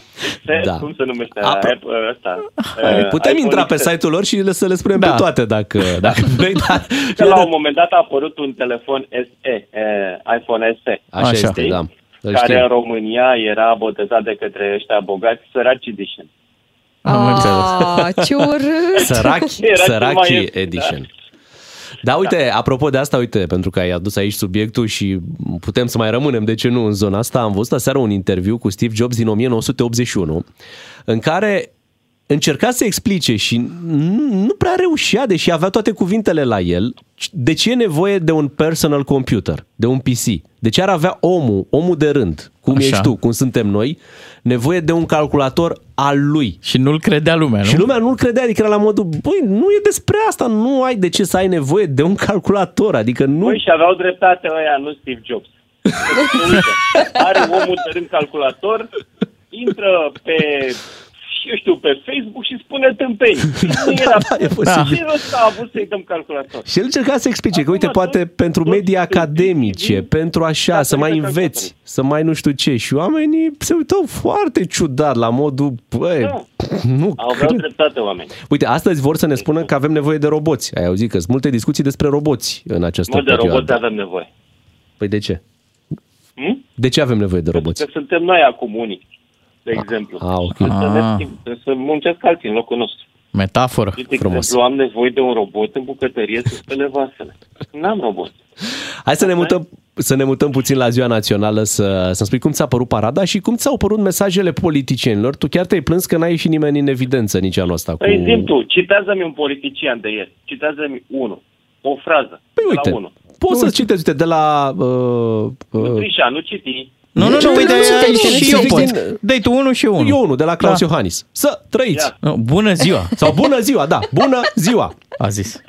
[SPEAKER 9] Ce,
[SPEAKER 3] Da.
[SPEAKER 9] cum se numește?
[SPEAKER 3] Apro-
[SPEAKER 9] Apple, ăsta.
[SPEAKER 3] Hai,
[SPEAKER 9] Uh,
[SPEAKER 3] Putem
[SPEAKER 9] iPhone
[SPEAKER 3] intra pe
[SPEAKER 9] X.
[SPEAKER 3] site-ul lor și le- să le
[SPEAKER 9] Da.
[SPEAKER 3] spunem pe toate dacă, dacă vrei, dar
[SPEAKER 9] Că la un moment dat a apărut un telefon SE, eh, iPhone SE.
[SPEAKER 3] Așa Așa. este,
[SPEAKER 9] știi?
[SPEAKER 3] da. Îl
[SPEAKER 9] Care
[SPEAKER 3] știm.
[SPEAKER 9] în România era botezat de către ăștia bogați, săraci edition.
[SPEAKER 3] Am
[SPEAKER 4] înțeles. Ah, ce urât!
[SPEAKER 3] Sărachi,
[SPEAKER 9] Era cel mai
[SPEAKER 3] sărachi
[SPEAKER 9] ieftin,
[SPEAKER 3] edition. Da, uite, apropo de asta, uite, pentru că ai adus aici subiectul și putem să mai rămânem, de ce nu, în zona asta, am văzut aseară un interviu cu Steve Jobs din 1981, în care încerca să explice și nu- nu prea reușea, deși avea toate cuvintele la el, de ce e nevoie de un personal computer, de un PC. De ce ar avea omul, omul de rând, cum
[SPEAKER 5] Așa.
[SPEAKER 3] ești tu, cum suntem noi, nevoie de un calculator al lui.
[SPEAKER 5] Și nu-l credea lumea, nu?
[SPEAKER 3] Și lumea nu-l credea, adică era la modul, băi, nu e despre asta, nu ai de ce să ai nevoie de un calculator, adică nu...
[SPEAKER 9] Păi și aveau dreptate ăia, nu Steve Jobs. Uite, are omul tărâm calculator, intră pe eu știu, pe Facebook și spune tâmpeni. Nu era
[SPEAKER 3] da, e posibil.
[SPEAKER 9] Ce rost a avut să-i dăm calculator?
[SPEAKER 3] Și el încerca să explice că, uite, poate pentru medii academice, pentru așa, să mai înveți, să mai nu știu ce. Și oamenii se uitau foarte ciudat la modul,
[SPEAKER 9] Da,
[SPEAKER 3] băi, nu
[SPEAKER 9] Aveau
[SPEAKER 3] cred.
[SPEAKER 9] dreptate oameni.
[SPEAKER 3] Uite, astăzi vor să ne spună că avem nevoie de roboți. Ai auzit că sunt multe discuții despre roboți în această
[SPEAKER 9] Mă, de roboți
[SPEAKER 3] perioadă.
[SPEAKER 9] avem nevoie.
[SPEAKER 3] Păi de ce?
[SPEAKER 9] Hm?
[SPEAKER 3] De ce avem nevoie de roboți?
[SPEAKER 9] Că suntem noi acum unii, de exemplu.
[SPEAKER 3] Ah, ok.
[SPEAKER 9] Să, ne schimb- să muncesc alții în locul nostru.
[SPEAKER 5] Metaforă.
[SPEAKER 9] De exemplu, am nevoie de un robot în bucătărie să spele vasele. N-am robot.
[SPEAKER 3] Hai să ne mutăm, să ne mutăm puțin la Ziua Națională să, să-mi spui cum ți-a părut parada și cum ți-au părut mesajele politicienilor. Tu chiar te-ai plâns că n-ai ieșit nimeni în evidență nici anul ăsta. Cu...
[SPEAKER 14] Păi zim tu, citează-mi un politician de ieri. Citează-mi unul. O frază.
[SPEAKER 3] Păi uite,
[SPEAKER 14] La unul.
[SPEAKER 3] poți să citești, uite, de la... Uh, uh,
[SPEAKER 14] Trișa, nu citi.
[SPEAKER 5] nu, nu, nu, uite, și eu pot.
[SPEAKER 3] Dă-i tu unul și unul. Eu unul, de la Claus
[SPEAKER 5] Da.
[SPEAKER 3] da. Iohannis. Să trăiți!
[SPEAKER 5] Nu, Bună ziua!
[SPEAKER 3] Sau bună ziua, da, bună ziua!
[SPEAKER 5] A zis.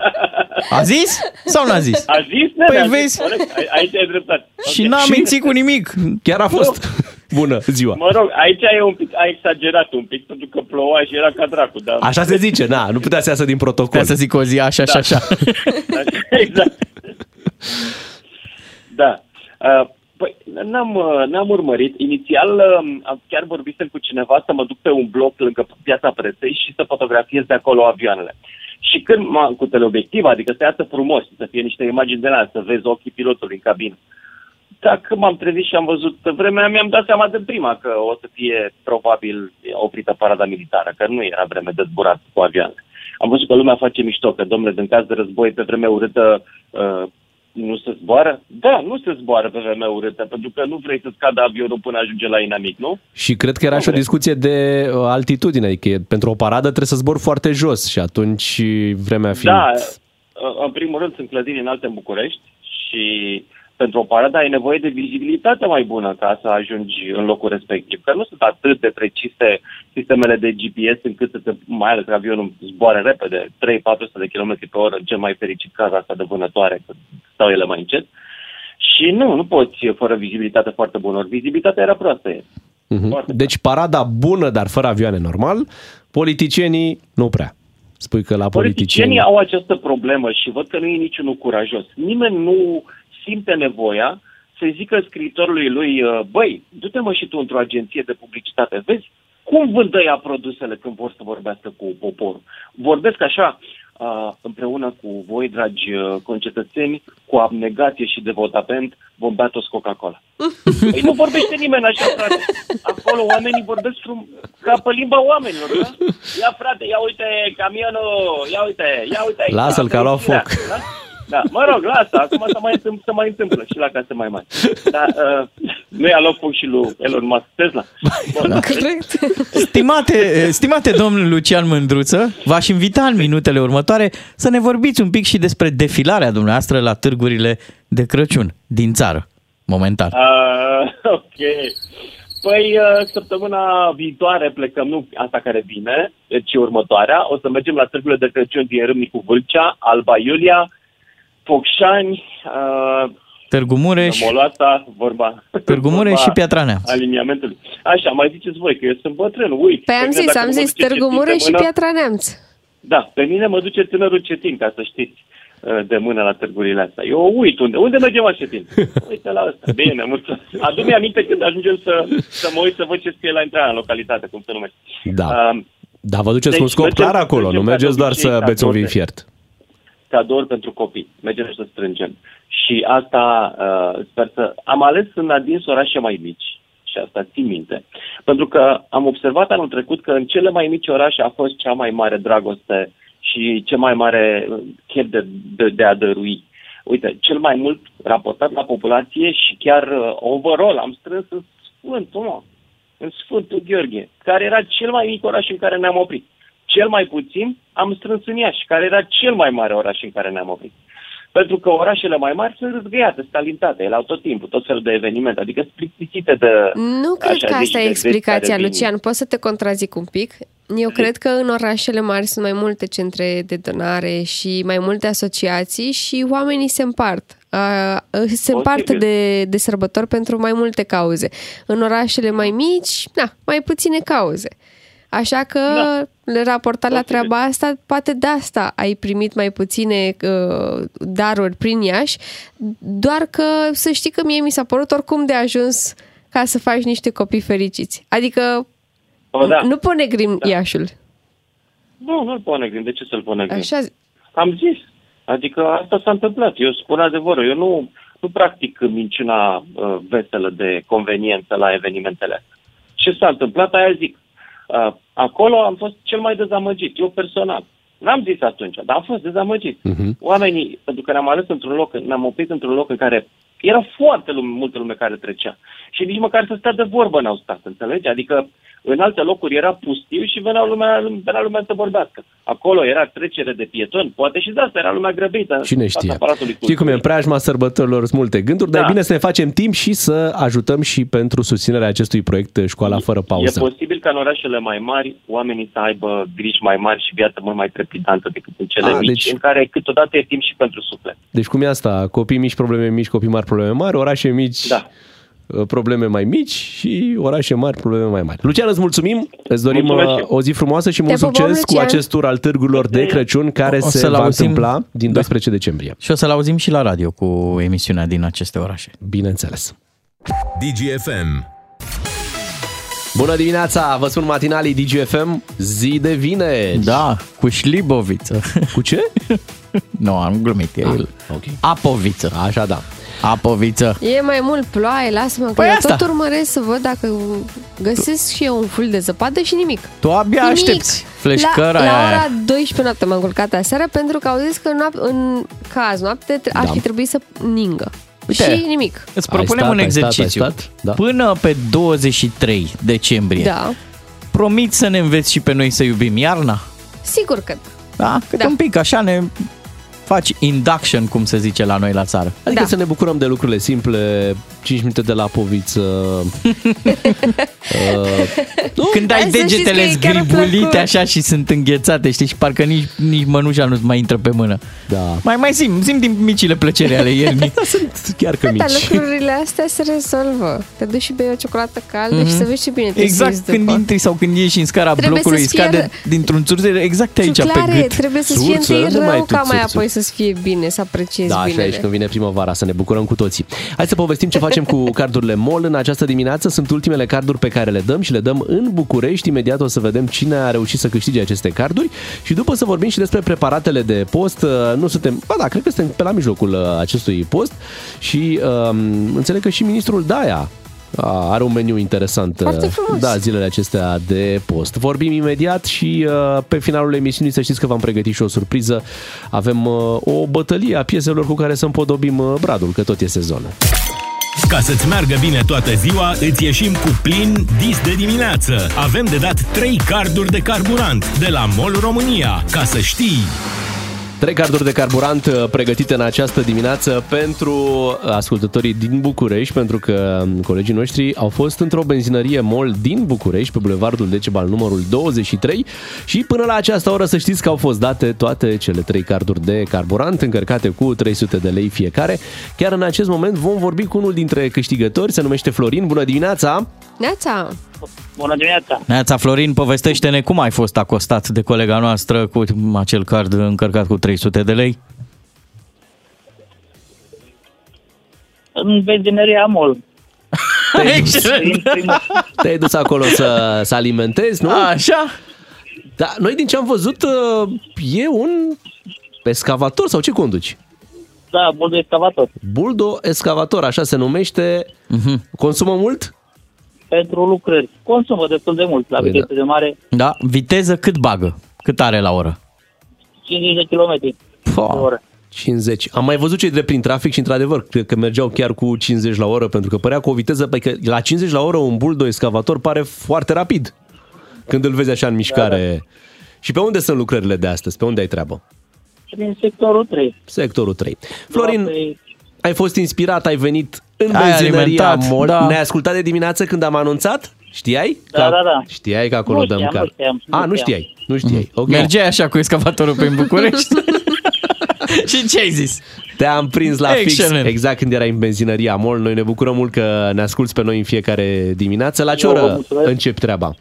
[SPEAKER 5] A zis sau n-a zis?
[SPEAKER 14] A zis, ne,
[SPEAKER 5] Păi
[SPEAKER 14] a zis,
[SPEAKER 5] vezi?
[SPEAKER 14] corect. Ai- Aici ai dreptate.
[SPEAKER 5] Și n-a mințit cu nimic.
[SPEAKER 3] Chiar a fost. Bună ziua!
[SPEAKER 14] Mă rog, aici e un pic, ai exagerat un pic, pentru că ploua și era ca dracu, dar...
[SPEAKER 3] Așa se zice, na, nu putea să iasă din protocol. Putea să
[SPEAKER 5] zic o zi așa
[SPEAKER 9] Da.
[SPEAKER 5] și așa.
[SPEAKER 14] exact. Da. Uh, Păi, n-am, uh, n-am urmărit. Inițial uh, am chiar vorbisem cu cineva să mă duc pe un bloc lângă piața presei și să fotografiez de acolo avioanele. Și când m-am cu teleobiectiv, adică să iasă frumos, să fie niște imagini de la, să vezi ochii pilotului în cabină. Dacă m-am trezit și am văzut vremea, mi-am dat seama de prima că o să fie probabil oprită parada militară, că nu era vreme de zburat cu avioanele. Am văzut că lumea face mișto, că domnule, în caz de război, pe vreme urâtă uh, nu se zboară? Da, nu se zboară pe vreme urâtă, pentru că nu vrei să scadă avionul până ajunge la inamic, nu?
[SPEAKER 3] Și cred că era și o discuție de uh, altitudine, adică e- pentru o paradă trebuie să zbor foarte jos și atunci vremea fiind...
[SPEAKER 14] Da, uh, în primul rând sunt clădiri înalte în București și pentru o paradă ai nevoie de vizibilitate mai bună ca să ajungi în locul respectiv. Că nu sunt atât de precise sistemele de GPS încât să te, mai ales că avionul zboare repede, 3-400 de km pe oră, cel mai fericit caz asta de vânătoare, că stau ele mai încet. Și nu, nu poți fără vizibilitate foarte bună. Ori Vizibilitatea era proastă. ieri.
[SPEAKER 3] Mhm. Deci parada bună, dar fără avioane normal, politicienii nu prea. Spui că la politicieni...
[SPEAKER 14] Politicienii au această problemă și văd că nu e niciunul curajos. Nimeni nu simte nevoia să-i zică scriitorului lui, uh, băi, du-te mă și tu într-o agenție de publicitate, vezi cum vând ea produsele când vor să vorbească cu poporul. Vorbesc așa uh, împreună cu voi, dragi uh, concetățeni, cu abnegație și devotament, vom bea toți Coca-Cola. Păi nu vorbește nimeni așa, frate. Acolo oamenii vorbesc frum- ca pe limba oamenilor, da? Ia, frate, ia uite camionul, ia uite, ia uite aici.
[SPEAKER 3] Lasă-l că a luat
[SPEAKER 14] Da,
[SPEAKER 3] foc.
[SPEAKER 14] da? Da, mă rog, lasă, acum să mai, întâmpl- să mai întâmplă și la case mai mari. Dar uh, nu i-a luat foc și lui Elon Musk Tesla. Bun,
[SPEAKER 3] da.
[SPEAKER 14] deci,
[SPEAKER 5] Stimate, stimate domnul Lucian Mândruță, v-aș invita în minutele următoare să ne vorbiți un pic și despre defilarea dumneavoastră la târgurile de Crăciun din țară, momentan.
[SPEAKER 14] Uh, ok. Păi, uh, săptămâna viitoare plecăm, nu asta care vine, ci următoarea. O să mergem la târgurile de Crăciun din Râmnicu Vâlcea, Alba Iulia, Focșani, uh,
[SPEAKER 5] Târgu Mureș,
[SPEAKER 14] Moloata, vorba.
[SPEAKER 5] Deci- Târgu Mureș și Piatra Neamț.
[SPEAKER 14] Aliniamentul. Așa, mai ziceți voi că eu sunt bătrân, uit.
[SPEAKER 4] Pe Păi am
[SPEAKER 14] Cred că
[SPEAKER 4] zis,
[SPEAKER 14] dacă
[SPEAKER 4] am
[SPEAKER 14] mă
[SPEAKER 4] zis
[SPEAKER 14] duceți
[SPEAKER 4] Târgu
[SPEAKER 14] de
[SPEAKER 4] Mureș și
[SPEAKER 14] mână-
[SPEAKER 4] Piatra Neamț.
[SPEAKER 14] Da, pe mine mă duce tânărul Cetin, ca să știți uh, de mână la târgurile astea. Eu uit unde. Unde mergem așa timp? Uite la asta. Bine, mulțumesc. Adu-mi aminte când ajungem să, să mă uit să văd ce scrie la intrarea în localitate, cum se numește.
[SPEAKER 3] Da.
[SPEAKER 14] Um,
[SPEAKER 3] Dar vă duceți
[SPEAKER 14] Deci
[SPEAKER 3] cu un scop
[SPEAKER 14] mergem-
[SPEAKER 3] clar acolo, nu
[SPEAKER 14] mergem ca
[SPEAKER 3] mergeți
[SPEAKER 14] de
[SPEAKER 3] doar
[SPEAKER 14] obicei,
[SPEAKER 3] să
[SPEAKER 14] ca
[SPEAKER 3] beți un vin
[SPEAKER 14] toate.
[SPEAKER 3] fiert.
[SPEAKER 14] cadouri pentru copii. Mergem și să strângem. Și asta uh, sper să... Am ales în adins orașe mai mici. Și asta țin minte. Pentru că am observat anul trecut că în cele mai mici orașe a fost cea mai mare dragoste și cel mai mare uh, chef de, de, de a dărui. Uite, cel mai mult raportat la populație și chiar uh, overall am strâns în Sfântul, mă, în Sfântul Gheorghe, care era cel mai mic oraș în care ne-am oprit. Cel mai puțin am strâns în Iași, care era cel mai mare oraș în care ne-am oprit. Pentru că orașele mai mari sunt răzgăiate, sunt alintate, ele au tot timpul, tot felul de evenimente, adică sunt plictisite de...
[SPEAKER 4] Nu cred
[SPEAKER 14] așa
[SPEAKER 4] că
[SPEAKER 14] zici,
[SPEAKER 4] asta
[SPEAKER 14] de
[SPEAKER 4] e
[SPEAKER 14] zeci care
[SPEAKER 4] explicația,
[SPEAKER 14] vin.
[SPEAKER 4] Lucian. Poți să te contrazic un pic? Eu cred că în orașele mari sunt mai multe centre de donare și mai multe asociații și oamenii se împart. Uh, Se împart de, de sărbători pentru mai multe cauze. În orașele mai mici, na, mai puține cauze. Așa că, da. raportat la treaba asta, poate de asta ai primit mai puține uh, daruri prin Iași, doar că să știi că mie mi s-a părut oricum de ajuns ca să faci niște copii fericiți. Adică,
[SPEAKER 14] O, da.
[SPEAKER 4] nu pune grim da. Iașul.
[SPEAKER 14] Nu, nu-l pune grim, de ce să-l pune grim?
[SPEAKER 4] Așa, zi-
[SPEAKER 14] Am zis. Adică asta s-a întâmplat. Eu spun adevărul. Eu nu, nu practic minciuna uh, veselă de conveniență la evenimentele astea. Ce s-a întâmplat, aia zic. Uh, acolo am fost cel mai dezamăgit, eu personal. N-am zis atunci, dar am fost dezamăgit. Oamenii, pentru că ne-am ales într-un loc, ne-am oprit într-un loc în care era foarte lume, multă lume care trecea. Și nici măcar să stea de vorbă n-au stat, înțelegi? Adică în alte locuri era pustiu și venea lumea, venea lumea să vorbească. Acolo era trecere de pietoni, poate și de asta era lumea grăbită.
[SPEAKER 3] Cine
[SPEAKER 14] în fața
[SPEAKER 3] știe?
[SPEAKER 14] Palatului
[SPEAKER 3] Știi cum e, în preajma sărbătorilor sunt multe gânduri, dar
[SPEAKER 14] Da.
[SPEAKER 3] e bine să ne facem timp și să ajutăm și pentru susținerea acestui proiect Școala Fără Pauză.
[SPEAKER 14] E posibil ca în orașele mai mari oamenii să aibă griji mai mari și viață mult mai trepidantă decât în cele
[SPEAKER 3] A,
[SPEAKER 14] A, mici,
[SPEAKER 3] deci-
[SPEAKER 14] deci... în care câteodată e timp și pentru suflet.
[SPEAKER 3] Deci cum e asta? Copii mici, probleme mici, copii mari, probleme mari, orașe mici, da. probleme mai mici și orașe mari, probleme mai mari. Lucian, îți mulțumim, îți dorim
[SPEAKER 5] Mulțumesc.
[SPEAKER 3] uh, o zi frumoasă și
[SPEAKER 5] Te
[SPEAKER 3] mult
[SPEAKER 5] pupăm,
[SPEAKER 3] succes cu
[SPEAKER 5] Lucian.
[SPEAKER 3] acest tur al târgurilor de Crăciun care
[SPEAKER 5] O
[SPEAKER 3] se
[SPEAKER 5] să-l
[SPEAKER 3] va
[SPEAKER 5] auzim.
[SPEAKER 3] întâmpla din
[SPEAKER 5] Da.
[SPEAKER 3] 12 decembrie.
[SPEAKER 5] Și o să-l auzim și la radio cu emisiunea din aceste orașe.
[SPEAKER 3] Bineînțeles. DGFM. Bună dimineața, vă spun matinalii DGFM, zi de vineri.
[SPEAKER 5] Da, cu șliboviță.
[SPEAKER 3] Cu ce?
[SPEAKER 5] nu, am glumit. E
[SPEAKER 3] okay.
[SPEAKER 5] Apoviță.
[SPEAKER 3] Așa, da.
[SPEAKER 5] Apoviță.
[SPEAKER 4] E mai mult ploaie, lasă-mă, că
[SPEAKER 5] Păi
[SPEAKER 4] eu
[SPEAKER 5] asta.
[SPEAKER 4] tot urmăresc să văd dacă găsesc și eu un ful de zăpadă și nimic.
[SPEAKER 5] Tu abia
[SPEAKER 4] Nimic.
[SPEAKER 5] aștepți.
[SPEAKER 4] la,
[SPEAKER 5] Fleșcăra
[SPEAKER 4] la
[SPEAKER 5] aia.
[SPEAKER 4] ora 12 noapte m-am culcat aseară pentru că au zis că noap- în caz noapte tre- ar
[SPEAKER 5] Da.
[SPEAKER 4] fi trebuit să ningă.
[SPEAKER 5] Uite.
[SPEAKER 4] Și nimic.
[SPEAKER 5] Îți propunem
[SPEAKER 3] stat,
[SPEAKER 5] un
[SPEAKER 3] ai stat, ai
[SPEAKER 5] exercițiu.
[SPEAKER 3] stat, da.
[SPEAKER 5] Până pe 23 decembrie.
[SPEAKER 4] Da.
[SPEAKER 5] Promit să ne înveți și pe noi să iubim iarna.
[SPEAKER 4] Sigur că da.
[SPEAKER 5] Da? Cât
[SPEAKER 4] Da.
[SPEAKER 5] un pic, așa ne faci induction, cum se zice la noi la țară.
[SPEAKER 3] Adică da. să ne bucurăm de lucrurile simple, 5 minute de la poviță. uh,
[SPEAKER 5] Nu? Când ai
[SPEAKER 3] Hai să știți că
[SPEAKER 5] degetele
[SPEAKER 3] e chiar
[SPEAKER 5] zgribulite
[SPEAKER 3] plăcut.
[SPEAKER 5] așa și sunt înghețate, știi, și parcă nici, nici mănușa nu-ți mai intră pe mână.
[SPEAKER 3] Da.
[SPEAKER 5] Mai mai simt, simt din micile plăceri ale iernii.
[SPEAKER 3] sunt chiar că
[SPEAKER 4] Dar lucrurile astea se rezolvă. Te duci și bei o ciocolată caldă
[SPEAKER 5] Mhm.
[SPEAKER 4] și să vezi ce bine te
[SPEAKER 5] Exact
[SPEAKER 4] simți
[SPEAKER 5] când
[SPEAKER 4] după.
[SPEAKER 5] intri sau când ieși în scara
[SPEAKER 4] Trebuie
[SPEAKER 5] blocului,
[SPEAKER 4] să-ți fie
[SPEAKER 5] scade dintr-un țurză exact aici pe
[SPEAKER 4] Clare,
[SPEAKER 5] gât.
[SPEAKER 4] trebuie să-ți fie întâi rău ca mai apoi să-ți fie bine, să apreciezi
[SPEAKER 3] Da, așa
[SPEAKER 4] binele.
[SPEAKER 3] e și când vine primăvara, să ne bucurăm cu toții. Hai să povestim ce facem cu cardurile MOL în această dimineață. Sunt ultimele carduri pe care le dăm și le dăm în București. Imediat o să vedem cine a reușit să câștige aceste carduri și după să vorbim și despre preparatele de post. uh, Nu suntem, ba da, cred că suntem pe la mijlocul uh, acestui post și um, înțeleg că și ministrul Daia a, are un meniu interesant
[SPEAKER 5] Foarte
[SPEAKER 3] uh,
[SPEAKER 5] frumos.
[SPEAKER 3] da, zilele acestea de post. Vorbim imediat și uh, pe finalul emisiunii să știți că v-am pregătit și o surpriză. Avem uh, o bătălie a pieselor cu care să împodobim uh, bradul, că tot e sezonul.
[SPEAKER 2] Ca să-ți meargă bine toată ziua, îți ieșim cu plin dis de dimineață. Avem de dat 3 carduri de carburant de la MOL România. Ca să știi...
[SPEAKER 3] Trei carduri de carburant uh, pregătite în această dimineață pentru uh, ascultătorii din București, pentru că um, colegii noștri au fost într-o benzinărie MOL din București, pe bulevardul Decebal numărul 23 și până la această oră să știți că au fost date toate cele trei carduri de carburant încărcate cu 300 de lei fiecare. Chiar în acest moment vom vorbi cu unul dintre câștigători, se numește Florin. Bună dimineața!
[SPEAKER 4] Neața!
[SPEAKER 15] Bună dimineața!
[SPEAKER 5] Neața Florin, povestește-ne cum ai fost acostat de colega noastră cu acel card încărcat cu 300 de lei.
[SPEAKER 15] În benzinăria Mol.
[SPEAKER 3] Te-ai dus acolo să, să alimentezi, nu?
[SPEAKER 5] Așa.
[SPEAKER 3] Da, noi din ce am văzut, uh, e un escavator sau ce conduci?
[SPEAKER 15] Da, buldo excavator.
[SPEAKER 3] Buldo excavator, așa se numește. Consumă mult?
[SPEAKER 15] Pentru lucrări. Consumă destul de mult la
[SPEAKER 5] Păi
[SPEAKER 15] viteză de mare,
[SPEAKER 5] Da, viteză cât bagă? Cât are la oră?
[SPEAKER 15] 50 de kilometri.
[SPEAKER 5] Pua,
[SPEAKER 15] oră.
[SPEAKER 3] 50. Am mai văzut cei drept prin trafic și într-adevăr, cred că mergeau chiar cu 50 la oră, pentru că părea cu o viteză, pe că la 50 la oră un buldo excavator pare foarte rapid când îl vezi așa în mișcare. Și pe unde sunt lucrările de astăzi? Pe unde ai treabă?
[SPEAKER 15] Prin sectorul 3.
[SPEAKER 3] Sectorul 3. Florin, ai fost inspirat, ai venit în
[SPEAKER 5] Ai
[SPEAKER 3] benzinăria
[SPEAKER 5] alimentat,
[SPEAKER 3] Mol.
[SPEAKER 5] da.
[SPEAKER 3] Ne-ai ascultat de dimineață când am anunțat? Știai?
[SPEAKER 5] Da, da, da.
[SPEAKER 3] Știai că acolo
[SPEAKER 5] Nu
[SPEAKER 3] dăm
[SPEAKER 5] știam, nu
[SPEAKER 3] car.
[SPEAKER 5] știam, nu
[SPEAKER 3] A, nu
[SPEAKER 5] știam.
[SPEAKER 3] știai. Nu știai. Ok.
[SPEAKER 5] Mergeai așa cu excavatorul prin București? și ce ai zis?
[SPEAKER 3] Te-am prins la
[SPEAKER 5] Excelent.
[SPEAKER 3] fix, exact când erai în benzinăria Mol. Noi ne bucurăm mult că ne asculti pe noi în fiecare dimineață. La ce
[SPEAKER 15] Eu vă
[SPEAKER 3] oră
[SPEAKER 15] mulțumesc.
[SPEAKER 3] începi treaba?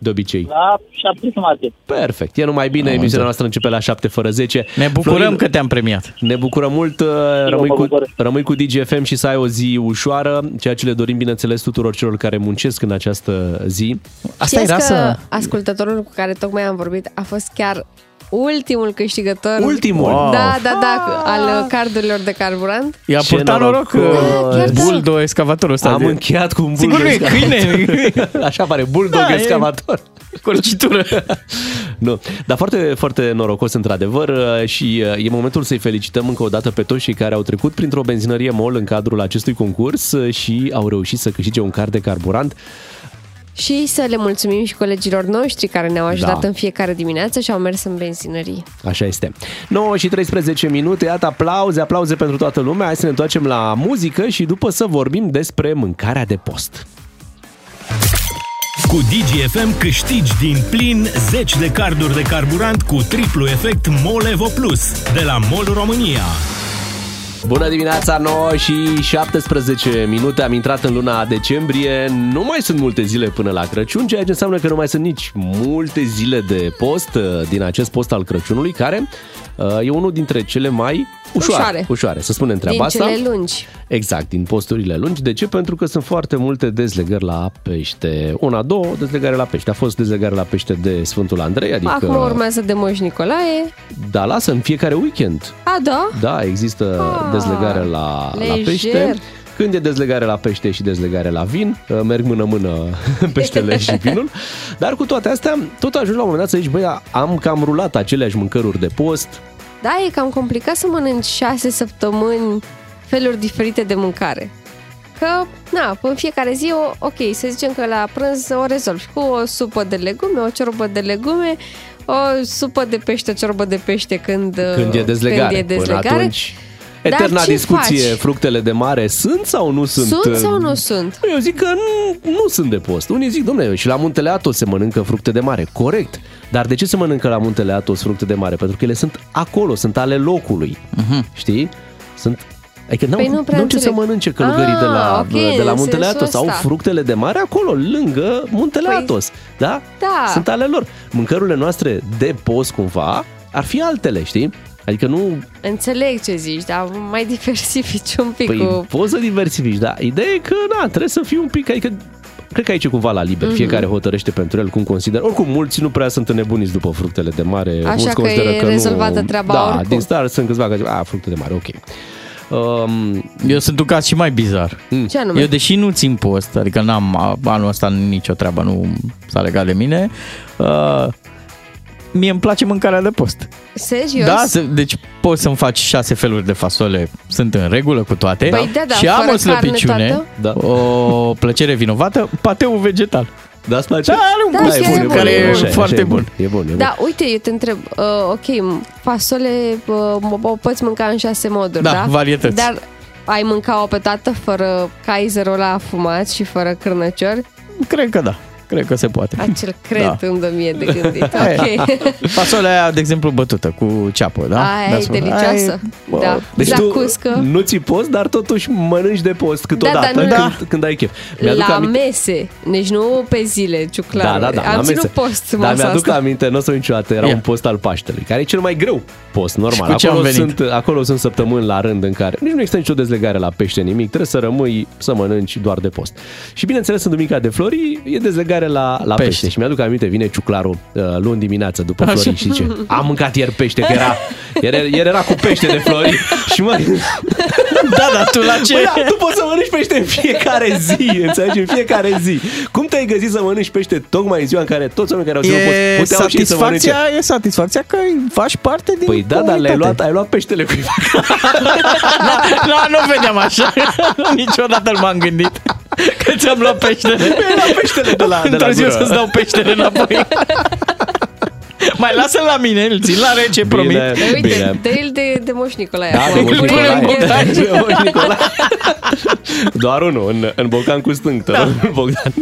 [SPEAKER 3] De
[SPEAKER 5] Da.
[SPEAKER 3] obicei.
[SPEAKER 15] La 7 jumate.
[SPEAKER 3] Perfect. E numai bine,
[SPEAKER 5] Am
[SPEAKER 3] emisiunea
[SPEAKER 5] înțeles.
[SPEAKER 3] noastră începe la 7 fără 10.
[SPEAKER 5] Ne bucurăm că te-am premiat.
[SPEAKER 3] Ne bucurăm mult, uh, rămâi cu, rămâi cu DGFM și să ai o zi ușoară, ceea ce le dorim, bineînțeles, tuturor celor care muncesc în această zi.
[SPEAKER 4] Știați că ascultătorul cu care tocmai am vorbit a fost chiar ultimul câștigător.
[SPEAKER 3] Ultimul? Wow.
[SPEAKER 4] Da, da, da, al cardurilor de carburant.
[SPEAKER 5] I-a
[SPEAKER 3] Ce
[SPEAKER 5] purtat noroc,
[SPEAKER 3] norocos.
[SPEAKER 5] uh, buldo excavatorul ăsta.
[SPEAKER 3] Am
[SPEAKER 5] de-
[SPEAKER 3] încheiat cu un
[SPEAKER 5] Sigur
[SPEAKER 3] bulldog
[SPEAKER 5] nu e câine.
[SPEAKER 3] excavator. Așa pare, bulldog
[SPEAKER 5] Da, e-
[SPEAKER 3] excavator.
[SPEAKER 5] Corcitură.
[SPEAKER 3] Nu. Dar foarte, foarte norocos, într-adevăr, uh, și e momentul să-i felicităm încă o dată pe toți cei care au trecut printr-o benzinărie MOL în cadrul acestui concurs uh, și au reușit să câștige un car de carburant.
[SPEAKER 4] Și să le mulțumim și colegilor noștri care ne-au ajutat
[SPEAKER 3] Da.
[SPEAKER 4] da. în fiecare dimineață și au mers în benzinării.
[SPEAKER 3] Așa este. 9 și 13 minute, iată aplauze, aplauze pentru toată lumea. Hai să ne întoarcem la muzică și după să vorbim despre mâncarea de post.
[SPEAKER 16] Cu DGFM câștigi din plin 10 de carduri de carburant cu triplu efect Molevo Plus de la MOL România.
[SPEAKER 3] Bună dimineața, 9 și 17 minute, am intrat în luna decembrie, nu mai sunt multe zile până la Crăciun, ceea ce înseamnă că nu mai sunt nici multe zile de post uh, din acest post al Crăciunului, care uh, e unul dintre cele mai ușoare,
[SPEAKER 4] Ușoare.
[SPEAKER 3] ușoare să spunem treaba
[SPEAKER 4] Din
[SPEAKER 3] asta.
[SPEAKER 4] cele lungi.
[SPEAKER 3] Exact, din posturile lungi. De ce? Pentru că sunt foarte multe dezlegări la pește. Una, două, dezlegare la pește. A fost dezlegare la pește de Sfântul Andrei, adică...
[SPEAKER 4] Acum urmează de Moș Nicolae.
[SPEAKER 3] Da, lasă, în fiecare weekend.
[SPEAKER 4] A, da?
[SPEAKER 3] Da, există ah, dezlegare la, la
[SPEAKER 4] lejer.
[SPEAKER 3] pește. Când e dezlegare la pește și dezlegare la vin, uh, merg mână-mână peștele și vinul. Dar cu toate astea, tot ajungi la un moment dat să zici, băi, da, am cam rulat aceleași mâncăruri de post.
[SPEAKER 4] Da, e cam complicat să mănânci șase săptămâni feluri diferite de mâncare. Că, na, în fiecare zi, o, ok, să zicem că la prânz o rezolvi cu o supă de legume, o ciorbă de legume, o supă de pește, o ciorbă de pește când,
[SPEAKER 3] Când e dezlegare.
[SPEAKER 4] Când e dezlegare.
[SPEAKER 3] Până atunci,
[SPEAKER 4] Dar
[SPEAKER 3] eterna
[SPEAKER 4] ce
[SPEAKER 3] discuție,
[SPEAKER 4] faci?
[SPEAKER 3] fructele de mare sunt sau nu sunt?
[SPEAKER 4] Sunt,
[SPEAKER 3] uh,
[SPEAKER 4] sau nu sunt?
[SPEAKER 3] Eu zic că nu, nu sunt de post. Unii zic, domnule, și la Muntele Atos se mănâncă fructe de mare. Corect. Dar de ce se mănâncă la Muntele Atos fructe de mare? Pentru că ele sunt acolo, sunt ale locului. Știi? Sunt Adică n-au,
[SPEAKER 4] Păi nu prea
[SPEAKER 3] n-au ce să
[SPEAKER 4] înțeleg.
[SPEAKER 3] mănânce călugării de la,
[SPEAKER 4] Ah, ok,
[SPEAKER 3] de la
[SPEAKER 4] în
[SPEAKER 3] Muntele
[SPEAKER 4] sensul
[SPEAKER 3] Atos. Au
[SPEAKER 4] ăsta.
[SPEAKER 3] fructele de mare acolo, lângă Muntele
[SPEAKER 4] Păi-
[SPEAKER 3] Atos. Da?
[SPEAKER 4] Da.
[SPEAKER 3] Sunt ale lor. Mâncărurile noastre de post, cumva, ar fi altele, știi? Adică nu
[SPEAKER 4] Înțeleg ce zici, dar mai diversifici un pic
[SPEAKER 3] Păi
[SPEAKER 4] cu...
[SPEAKER 3] poți să diversifici, da. Ideea e că, na, trebuie să fii un pic, adică Cred că aici e cumva la liber,
[SPEAKER 4] Mhm.
[SPEAKER 3] fiecare hotărăște pentru el cum consideră. Oricum, mulți nu prea sunt înnebuniți după fructele de mare.
[SPEAKER 4] Așa
[SPEAKER 3] mulți
[SPEAKER 4] că
[SPEAKER 3] consideră
[SPEAKER 4] e
[SPEAKER 3] că
[SPEAKER 4] rezolvată
[SPEAKER 3] nu...
[SPEAKER 4] treaba
[SPEAKER 3] Da,
[SPEAKER 4] oricum.
[SPEAKER 3] din start sunt câțiva care zic, a, fructe de mare, ok. Um,
[SPEAKER 5] Eu sunt un caz și mai bizar.
[SPEAKER 3] mm.
[SPEAKER 4] Ce anume?
[SPEAKER 5] Eu deși nu țin post, adică n-am a- anul ăsta nicio treabă, nu s-a legat de mine, uh, mie îmi place mâncarea de post.
[SPEAKER 4] Serios?
[SPEAKER 5] Da, se- deci poți să-mi faci șase feluri de fasole, sunt în regulă cu toate.
[SPEAKER 4] Păi da, da,
[SPEAKER 5] și am
[SPEAKER 4] fără
[SPEAKER 5] o slăbiciune,
[SPEAKER 4] carne
[SPEAKER 3] da.
[SPEAKER 5] o plăcere vinovată, pateu vegetal.
[SPEAKER 3] Da, îți place?
[SPEAKER 5] Da, are un
[SPEAKER 4] Da,
[SPEAKER 5] gust
[SPEAKER 4] chiar e
[SPEAKER 5] bun,
[SPEAKER 4] bun,
[SPEAKER 5] care
[SPEAKER 4] e
[SPEAKER 5] e
[SPEAKER 4] bun. Așa e,
[SPEAKER 5] foarte
[SPEAKER 3] așa e
[SPEAKER 5] bun.
[SPEAKER 3] E bun, e bun.
[SPEAKER 4] Da, uite, eu te întreb, uh, ok, fasole uh, o poți mânca în șase moduri,
[SPEAKER 5] Da,
[SPEAKER 4] da?
[SPEAKER 5] varietăți.
[SPEAKER 4] Dar ai mânca-o pe toată fără kaiserul ăla fumat și fără cârnăciori?
[SPEAKER 5] Cred că da, cred că se poate.
[SPEAKER 4] Acel cred
[SPEAKER 5] Da.
[SPEAKER 4] da. îmi dă mie de gândit. Ok.
[SPEAKER 5] Fasolea aia, de exemplu, bătută cu ceapă, da?
[SPEAKER 4] Aia e
[SPEAKER 5] Da, să-
[SPEAKER 4] delicioasă. Da.
[SPEAKER 3] Deci
[SPEAKER 4] Zacuscă.
[SPEAKER 3] tu nu ți post, dar totuși mănânci de post câteodată
[SPEAKER 4] dar Da, nu-
[SPEAKER 3] când, când ai chef.
[SPEAKER 4] la mese, deci nu pe zile, ciuclare.
[SPEAKER 3] Da, da, da,
[SPEAKER 4] Am
[SPEAKER 3] la
[SPEAKER 4] ținut
[SPEAKER 3] mese.
[SPEAKER 4] post
[SPEAKER 3] Dar
[SPEAKER 4] masa
[SPEAKER 3] mi-aduc
[SPEAKER 4] asta.
[SPEAKER 3] aminte, nu o să uit niciodată, era
[SPEAKER 5] Ia.
[SPEAKER 3] un post al Paștelui, care e cel mai greu post, normal.
[SPEAKER 5] Și cu ce
[SPEAKER 3] acolo,
[SPEAKER 5] am venit?
[SPEAKER 3] Sunt, acolo sunt săptămâni la rând în care nici nu există nicio dezlegare la pește, nimic, trebuie să rămâi să mănânci doar de post. Și bineînțeles, în Duminica de Flori e dezlegare la, la pește.
[SPEAKER 5] Pește.
[SPEAKER 3] Și mi-aduc aminte, vine ciuclarul uh, luni dimineață după
[SPEAKER 5] Așa.
[SPEAKER 3] Flori și zice, am mâncat ieri pește, că era, ieri, ieri era cu pește de Flori și mă...
[SPEAKER 5] Da, da, tu la ce?
[SPEAKER 3] Bă, da, tu poți să mănânci pește în fiecare zi, înțelegi? În fiecare zi. Cum te-ai găsit să mănânci pește tocmai în ziua în care toți oamenii care au ținut
[SPEAKER 5] E
[SPEAKER 3] post puteau și ei să mănânce?
[SPEAKER 5] satisfacția, e satisfacția că îi faci parte din
[SPEAKER 3] Păi da, dar
[SPEAKER 5] comunitate.
[SPEAKER 3] le-ai luat, ai luat peștele cuiva.
[SPEAKER 5] Da, nu vedeam așa. Niciodată nu m-am gândit că ți-am luat peștele.
[SPEAKER 3] Era peștele de la, de la
[SPEAKER 5] Într-o zi o
[SPEAKER 3] gură.
[SPEAKER 5] să-ți dau peștele înapoi. Mai lasă-l la mine, îl țin la rece,
[SPEAKER 3] Bine,
[SPEAKER 5] promit.
[SPEAKER 4] Păi Uite, dă-l de, de Moș Nicolae.
[SPEAKER 3] Da,
[SPEAKER 4] acum.
[SPEAKER 3] de Moș
[SPEAKER 4] Pune-l în
[SPEAKER 3] Nicolae.
[SPEAKER 4] gheozdan.
[SPEAKER 3] De Moș Nicolae. Doar unul, în, în Bogdan cu stânctă, da. Bogdan.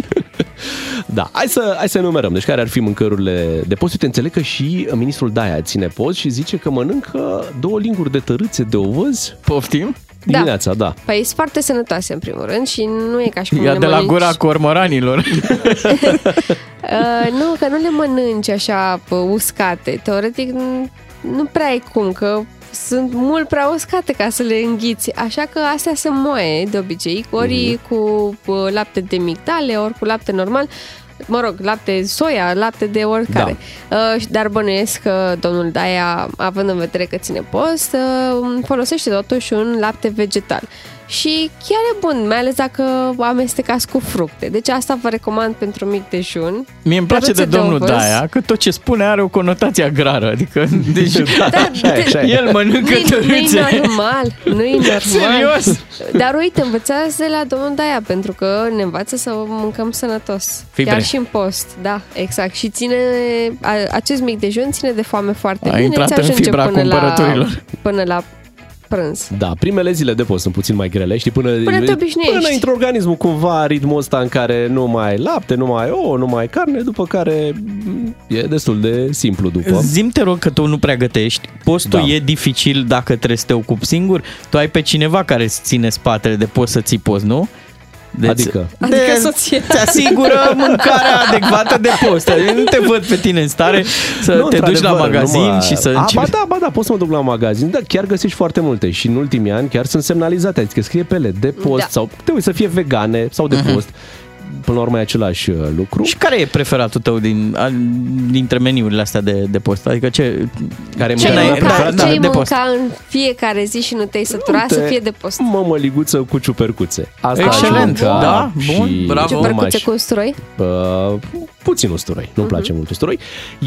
[SPEAKER 3] Da, hai să, hai să enumerăm. Deci care ar fi mâncărurile de post? Uite, înțeleg că și ministrul Daia ține post și zice că mănâncă două linguri de tărâțe de ovăz.
[SPEAKER 5] Poftim?
[SPEAKER 3] Dimineața, da.
[SPEAKER 4] Păi sunt foarte sănătoase, în primul rând, și nu e ca și cum
[SPEAKER 5] Ia
[SPEAKER 4] le
[SPEAKER 5] de la
[SPEAKER 4] mănânci.
[SPEAKER 5] gura cormoranilor.
[SPEAKER 4] Uh, nu, că nu le mănânci așa pă, uscate. Teoretic, n- nu prea ai cum, că sunt mult prea uscate ca să le înghiți. Așa că astea se moaie de obicei, ori mm-hmm. cu pă, lapte de migdale, ori cu lapte normal. Mă rog, lapte soia, lapte de oricare. Da. Uh, și- dar bănuiesc că domnul Daia, având în vedere că ține post, uh, folosește totuși un lapte vegetal. și chiar e bun, mai ales dacă o amestecați cu fructe. Deci asta vă recomand pentru mic dejun.
[SPEAKER 5] Mie îmi place de
[SPEAKER 4] Căruțe
[SPEAKER 5] domnul
[SPEAKER 4] ovăz.
[SPEAKER 5] Daia că tot ce spune are o conotație agrară. Adică, deci,
[SPEAKER 4] Da,
[SPEAKER 5] el mănâncă
[SPEAKER 4] nu-i,
[SPEAKER 5] tăruțe.
[SPEAKER 4] nu-i normal, nu-i normal.
[SPEAKER 5] Serios?
[SPEAKER 4] Dar uite, învățați de la domnul Daia, pentru că ne învață să mâncăm sănătos.
[SPEAKER 5] Fibre.
[SPEAKER 4] Chiar și în post, da, exact. Și ține, a, acest mic dejun ține de foame foarte
[SPEAKER 3] A
[SPEAKER 4] bine.
[SPEAKER 3] intrat
[SPEAKER 4] Ți
[SPEAKER 3] în
[SPEAKER 4] ajunge
[SPEAKER 3] fibra
[SPEAKER 4] până la,
[SPEAKER 3] cumpărătorilor.
[SPEAKER 4] până la prânz.
[SPEAKER 3] Da, primele zile de post sunt puțin mai grele, știi, până,
[SPEAKER 4] Până te obișnuiești.
[SPEAKER 3] până intră organismul cumva ritmul ăsta în care nu mai lapte, nu mai ouă, nu mai carne, după care m, e destul de simplu după.
[SPEAKER 5] Zim te rog că tu nu prea gătești. Postul da. e dificil dacă trebuie să te ocupi singur. Tu ai pe cineva care îți ține spatele de poți să ții post, nu? Deci,
[SPEAKER 3] Adică?
[SPEAKER 4] Adică soția.
[SPEAKER 5] Te asigură mâncarea adecvată de post. Adică nu te văd pe tine în stare să
[SPEAKER 3] Nu,
[SPEAKER 5] nu, te duci la
[SPEAKER 3] într-adevăr,
[SPEAKER 5] magazin
[SPEAKER 3] numai-
[SPEAKER 5] și să
[SPEAKER 3] A, ba
[SPEAKER 5] începi.
[SPEAKER 3] da, ba da, poți să mă duc la magazin, dar chiar găsești foarte multe și în ultimii ani chiar sunt semnalizate, adică scrie pe ele de post
[SPEAKER 5] Da.
[SPEAKER 3] sau te uiți să fie vegane sau
[SPEAKER 5] Mhm.
[SPEAKER 3] de post. Până la urmă e același uh, lucru.
[SPEAKER 5] Și care e preferatul tău din, al- dintre meniurile astea de, de post? Adică ce...
[SPEAKER 3] Care
[SPEAKER 4] Ce-ai mânca, ce-ai mânca în fiecare zi și nu te-ai sătura să
[SPEAKER 3] Da, Uite,
[SPEAKER 4] fie de post?
[SPEAKER 3] Mămăliguță cu ciupercuțe. Asta aș
[SPEAKER 5] Excelent,
[SPEAKER 3] mânca
[SPEAKER 5] da,
[SPEAKER 3] și
[SPEAKER 5] bun, bravo.
[SPEAKER 4] Ciupercuțe
[SPEAKER 3] fromaj.
[SPEAKER 4] cu usturoi?
[SPEAKER 3] Uh, puțin usturoi,
[SPEAKER 4] Mhm.
[SPEAKER 3] nu-mi place mult usturoi.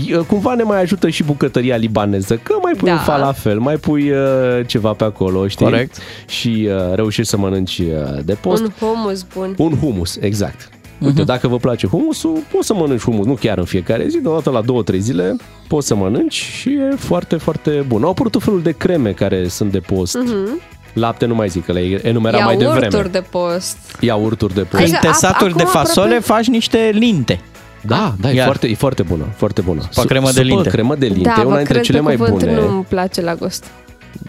[SPEAKER 3] I- uh, Cumva ne mai ajută și bucătăria libaneză, că mai pui
[SPEAKER 4] Da.
[SPEAKER 3] da. un falafel, mai pui uh, ceva pe acolo, știi?
[SPEAKER 5] Corect.
[SPEAKER 3] Și uh, reușești să mănânci uh, de post.
[SPEAKER 4] Un humus bun.
[SPEAKER 3] Un humus, exact. Uite, dacă vă place humusul, poți să mănânci humus, nu chiar în fiecare zi, dar odată la 2-3 zile poți să mănânci și e foarte, foarte bun. Au apărut tot felul de creme care sunt de post.
[SPEAKER 4] Mhm.
[SPEAKER 3] Lapte nu mai zic, că le enumeram mai
[SPEAKER 4] Iaurturi
[SPEAKER 3] devreme.
[SPEAKER 4] de post.
[SPEAKER 3] Iaurturi de post.
[SPEAKER 5] Când te saturi de fasole, faci niște linte.
[SPEAKER 3] Da, da, e
[SPEAKER 5] Iar.
[SPEAKER 3] foarte, e foarte bună, foarte bună.
[SPEAKER 5] Supă cremă de
[SPEAKER 3] supă
[SPEAKER 5] linte.
[SPEAKER 3] cremă de linte,
[SPEAKER 4] da,
[SPEAKER 3] una
[SPEAKER 4] vă
[SPEAKER 3] dintre
[SPEAKER 4] cred
[SPEAKER 3] cele
[SPEAKER 4] pe
[SPEAKER 3] mai
[SPEAKER 4] cuvânt,
[SPEAKER 3] bune.
[SPEAKER 4] nu-mi place la gust,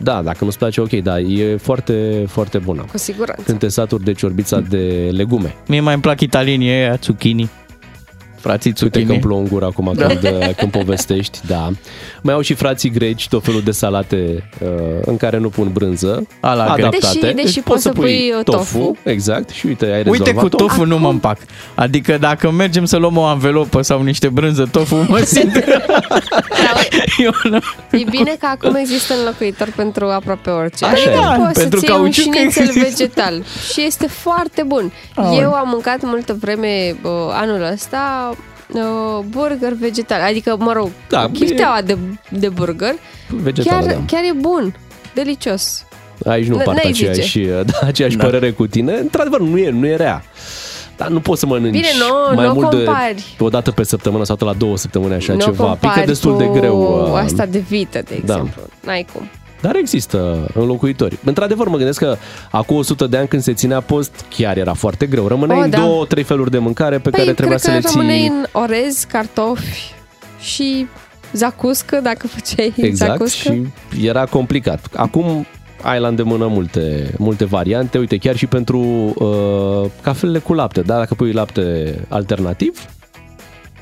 [SPEAKER 3] Da, dacă nu-ți place, ok, da, e foarte, foarte bună.
[SPEAKER 4] cu siguranță.
[SPEAKER 3] Când te saturi de ciorbița de legume.
[SPEAKER 5] Mie mai îmi plac italienii ăia, zucchini. Frații
[SPEAKER 3] Uite că
[SPEAKER 5] zucchini.
[SPEAKER 3] îmi plouă în gură acum
[SPEAKER 5] Da.
[SPEAKER 3] da. când, când povestești, da. Mai au și frații greci tot felul de salate uh, în care nu pun brânză,
[SPEAKER 5] Ala grec.
[SPEAKER 3] adaptate. Deci
[SPEAKER 5] Deși- deși poți să pui, uh, tofu.
[SPEAKER 3] Exact, și uite, ai
[SPEAKER 5] Uite, cu
[SPEAKER 3] rezolvat-o.
[SPEAKER 5] tofu nu mă împac. Adică dacă mergem să luăm o anvelopă sau niște brânză tofu, mă simt... Eu nu...
[SPEAKER 4] E bine că acum există înlocuitor pentru aproape orice. Adică
[SPEAKER 5] Așa e. Da,
[SPEAKER 4] poți
[SPEAKER 5] pentru
[SPEAKER 4] să-ți iei un
[SPEAKER 5] cauciuc
[SPEAKER 4] șnițel
[SPEAKER 5] există.
[SPEAKER 4] vegetal și este foarte bun.
[SPEAKER 5] Aoleu.
[SPEAKER 4] Eu am mâncat multă vreme uh, anul ăsta uh, burger vegetal, adică, mă rog,
[SPEAKER 3] Da,
[SPEAKER 4] da, chifteaua de, de burger.
[SPEAKER 3] Vegetală,
[SPEAKER 4] chiar,
[SPEAKER 3] da.
[SPEAKER 4] chiar e bun, delicios.
[SPEAKER 3] Aici nu
[SPEAKER 4] N-
[SPEAKER 3] part
[SPEAKER 4] n-ai
[SPEAKER 3] aceeași,
[SPEAKER 4] zice.
[SPEAKER 3] da, aceeași da. părere cu tine. Într-adevăr, nu e, nu e rea. Dar nu poți să mănânci
[SPEAKER 4] Bine, nu-
[SPEAKER 3] mai
[SPEAKER 4] nu
[SPEAKER 3] mult
[SPEAKER 4] compari.
[SPEAKER 3] de o dată pe săptămână sau la două săptămâni așa
[SPEAKER 4] Nu o
[SPEAKER 3] ceva. Pică
[SPEAKER 4] compari
[SPEAKER 3] destul
[SPEAKER 4] cu
[SPEAKER 3] de greu. uh,
[SPEAKER 4] asta de vită, de
[SPEAKER 3] da.
[SPEAKER 4] exemplu. N-ai cum.
[SPEAKER 3] Dar există înlocuitori. Într-adevăr, mă gândesc că acum 100 de ani când se ținea post, chiar era foarte greu. Rămâneai
[SPEAKER 4] O,
[SPEAKER 3] în
[SPEAKER 4] da. Păi,
[SPEAKER 3] două, trei feluri de mâncare pe care
[SPEAKER 4] cred
[SPEAKER 3] trebuia să
[SPEAKER 4] că
[SPEAKER 3] le ții.
[SPEAKER 4] rămâneai în orez, cartofi și zacuscă, dacă făceai
[SPEAKER 3] Exact,
[SPEAKER 4] zacuscă.
[SPEAKER 3] și era complicat. Acum ai la îndemână multe, multe variante, uite, chiar și pentru uh, cafelele cu lapte, da? Dacă pui lapte alternativ,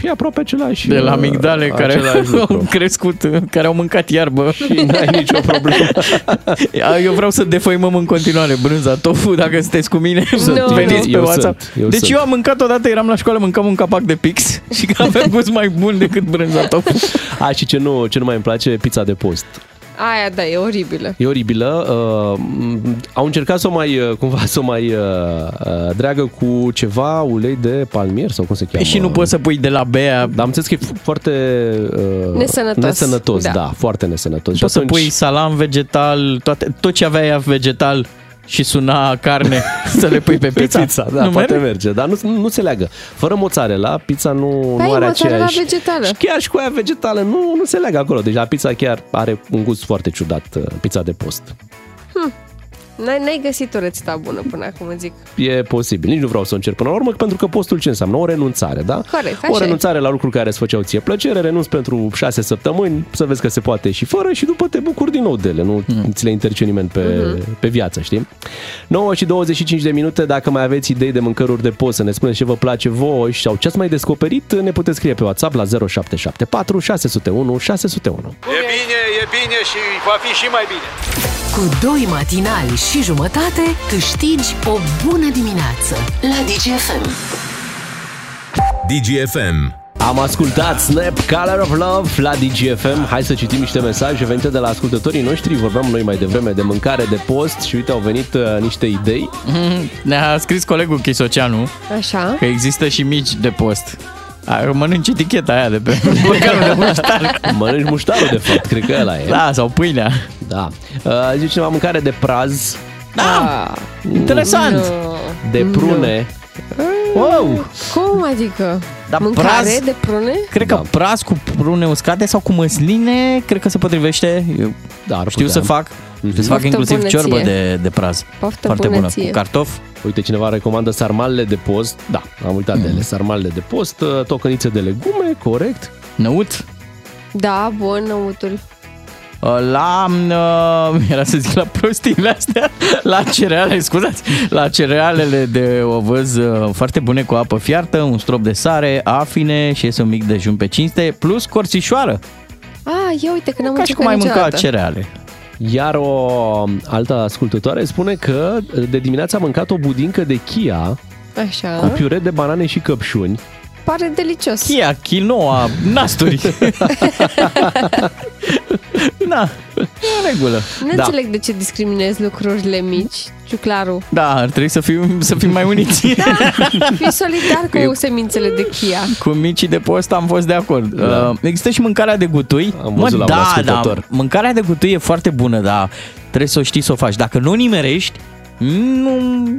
[SPEAKER 3] e aproape același.
[SPEAKER 5] De la
[SPEAKER 3] uh,
[SPEAKER 5] migdale care
[SPEAKER 3] același
[SPEAKER 5] au
[SPEAKER 3] lucru.
[SPEAKER 5] crescut, care au mâncat iarbă. Și
[SPEAKER 3] n-ai nicio problemă.
[SPEAKER 5] Eu vreau să defăimăm în continuare brânza tofu, dacă sunteți cu mine,
[SPEAKER 3] Sunt, eu
[SPEAKER 5] veniți
[SPEAKER 3] sunt,
[SPEAKER 5] pe
[SPEAKER 3] eu
[SPEAKER 5] WhatsApp.
[SPEAKER 3] sunt, eu
[SPEAKER 5] deci
[SPEAKER 3] sunt.
[SPEAKER 5] eu am mâncat odată, eram la școală, mâncam un capac de pix și că aveam gust mai bun decât brânza tofu.
[SPEAKER 3] A, și ce nu, ce nu mai îmi place, pizza de post.
[SPEAKER 4] Aia, da, e oribilă.
[SPEAKER 3] E oribilă. Uh, m- au încercat să o mai, uh, cumva, să o mai uh, uh, dreagă cu ceva ulei de palmier sau cum se cheamă.
[SPEAKER 5] Păi Și nu poți să pui de la bea.
[SPEAKER 3] Dar am înțeles că e f- foarte... Uh,
[SPEAKER 5] Nesănătos.
[SPEAKER 3] Nesănătos, da.
[SPEAKER 5] Da.
[SPEAKER 3] da, foarte nesănătos. Și
[SPEAKER 5] Poți să
[SPEAKER 3] atunci-
[SPEAKER 5] pui salam vegetal, toate, tot ce avea ea vegetal și suna carne să le pui pe pizza.
[SPEAKER 3] da,
[SPEAKER 5] Nu
[SPEAKER 3] nu poate merge, dar nu, nu se leagă. Fără mozzarella, pizza nu,
[SPEAKER 4] Păi,
[SPEAKER 3] nu are
[SPEAKER 4] mozzarella
[SPEAKER 3] aceeași...
[SPEAKER 4] vegetală.
[SPEAKER 3] Și chiar și cu aia vegetală nu, nu se leagă acolo. Deci la pizza chiar are un gust foarte ciudat, uh, pizza de post.
[SPEAKER 4] Hm. N-ai, n-ai găsit o rețetă bună până acum, zic.
[SPEAKER 3] E posibil. Nici nu vreau să o încerc până la urmă, pentru că postul ce înseamnă? O renunțare, da?
[SPEAKER 4] Corect, așa
[SPEAKER 3] o
[SPEAKER 4] e.
[SPEAKER 3] renunțare la lucruri care îți făceau ție plăcere, renunți pentru șase săptămâni, să vezi că se poate și fără și după te bucuri din nou de ele, nu mm. ți le interce nimeni pe,
[SPEAKER 4] Mhm.
[SPEAKER 3] mm-hmm. pe viață, știi? 9 și 25 de minute, dacă mai aveți idei de mâncăruri de post, să ne spuneți ce vă place voi sau ce ați mai descoperit, ne puteți scrie pe WhatsApp la 0774 601 601.
[SPEAKER 17] E bine, e bine și va fi și mai bine.
[SPEAKER 1] Cu doi matinali și jumătate câștigi o bună dimineață la DGFM.
[SPEAKER 2] DGFM.
[SPEAKER 3] Am ascultat Snap Color of Love la DGFM. Hai să citim niște mesaje venite de la ascultătorii noștri. Vorbeam noi mai devreme de mâncare, de post și uite au venit uh, niște idei.
[SPEAKER 5] Ne-a scris colegul Chisoceanu
[SPEAKER 4] Așa.
[SPEAKER 5] că există și mici de post. A, Mănânci eticheta aia de pe borcanul de muștar.
[SPEAKER 3] Mănânci muștarul, de fapt, cred că ăla e.
[SPEAKER 5] Da, sau pâinea.
[SPEAKER 3] Da. Uh, zice cineva mâncare de praz. Mm,
[SPEAKER 5] Da! Interesant!
[SPEAKER 3] De prune.
[SPEAKER 5] Wow!
[SPEAKER 4] Uh. Cum adică?
[SPEAKER 5] Dar
[SPEAKER 4] Mâncare
[SPEAKER 5] praz-
[SPEAKER 4] de prune?
[SPEAKER 5] Cred că praz cu prune uscate sau cu măsline, cred că se potrivește. Eu
[SPEAKER 3] da,
[SPEAKER 5] știu
[SPEAKER 3] putea.
[SPEAKER 5] să fac. Știu să
[SPEAKER 4] Poftă
[SPEAKER 5] fac inclusiv
[SPEAKER 4] bună
[SPEAKER 5] ciorbă
[SPEAKER 4] ție.
[SPEAKER 5] de, de praz.
[SPEAKER 4] Poftă
[SPEAKER 5] Foarte
[SPEAKER 4] bună
[SPEAKER 5] bună.
[SPEAKER 4] ție.
[SPEAKER 5] Cu cartof.
[SPEAKER 3] Uite, cineva recomandă sarmalele de post. Da, am uitat de
[SPEAKER 5] Mm.
[SPEAKER 3] ele. Sarmalele de post, uh, tocănițe de legume, corect.
[SPEAKER 5] Năut.
[SPEAKER 4] Da, bun, năuturi.
[SPEAKER 5] La, uh, era să zic, la prostiile astea, la cereale, scuzați, la cerealele de ovăz uh, foarte bune cu apă fiartă, un strop de sare, afine și este un mic dejun pe cinste, plus corțișoară.
[SPEAKER 4] A, Ah, ia uite că n-am
[SPEAKER 5] Ca și cum ai mânca
[SPEAKER 4] niciodată.
[SPEAKER 5] cereale.
[SPEAKER 3] Iar o altă ascultătoare spune că uh, de dimineață a mâncat o budincă de chia
[SPEAKER 4] Așa.
[SPEAKER 3] cu
[SPEAKER 5] Da.
[SPEAKER 3] piure de banane și căpșuni.
[SPEAKER 4] Pare delicios.
[SPEAKER 5] Chia, quinoa, nasturi. Na, e în regulă.
[SPEAKER 4] Nu da. înțeleg de ce discriminezi lucrurile mici, ciuclarul.
[SPEAKER 5] Da, ar trebui să fim, să fim mai uniți.
[SPEAKER 4] Da. Fii solidar cu
[SPEAKER 5] Eu-
[SPEAKER 4] semințele de chia.
[SPEAKER 5] Cu micii de post am fost de acord. Da. Uh, există și mâncarea de gutui. Am
[SPEAKER 3] văzut la un
[SPEAKER 5] da,
[SPEAKER 3] ascultător.
[SPEAKER 5] mâncarea de gutui e foarte bună, dar trebuie să o știi să o faci. Dacă nu o nimerești,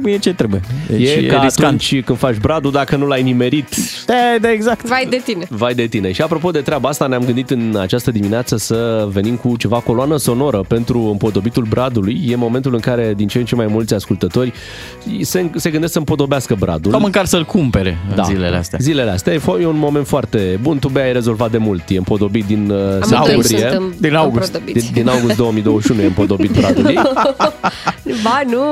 [SPEAKER 5] nu e ce trebuie. Deci
[SPEAKER 3] e,
[SPEAKER 5] e,
[SPEAKER 3] ca
[SPEAKER 5] riscant.
[SPEAKER 3] atunci când faci bradul, dacă nu l-ai nimerit,
[SPEAKER 5] Da, da, exact.
[SPEAKER 4] Vai de tine.
[SPEAKER 3] vai de tine. Și apropo de treaba asta, ne-am gândit în această dimineață să venim cu ceva coloană sonoră pentru împodobitul bradului. E momentul în care din ce în ce mai mulți ascultători se, se gândesc să împodobească bradul.
[SPEAKER 5] Ca măcar să-l cumpere
[SPEAKER 3] Da.
[SPEAKER 5] da. zilele astea.
[SPEAKER 3] Zilele astea e fo- e un moment foarte bun. Tu bea ai rezolvat de mult. E împodobit din uh, septembrie.
[SPEAKER 4] suntem Din august. împodobiți.
[SPEAKER 3] Din, din august 2021 e împodobit bradul.
[SPEAKER 4] Ba nu,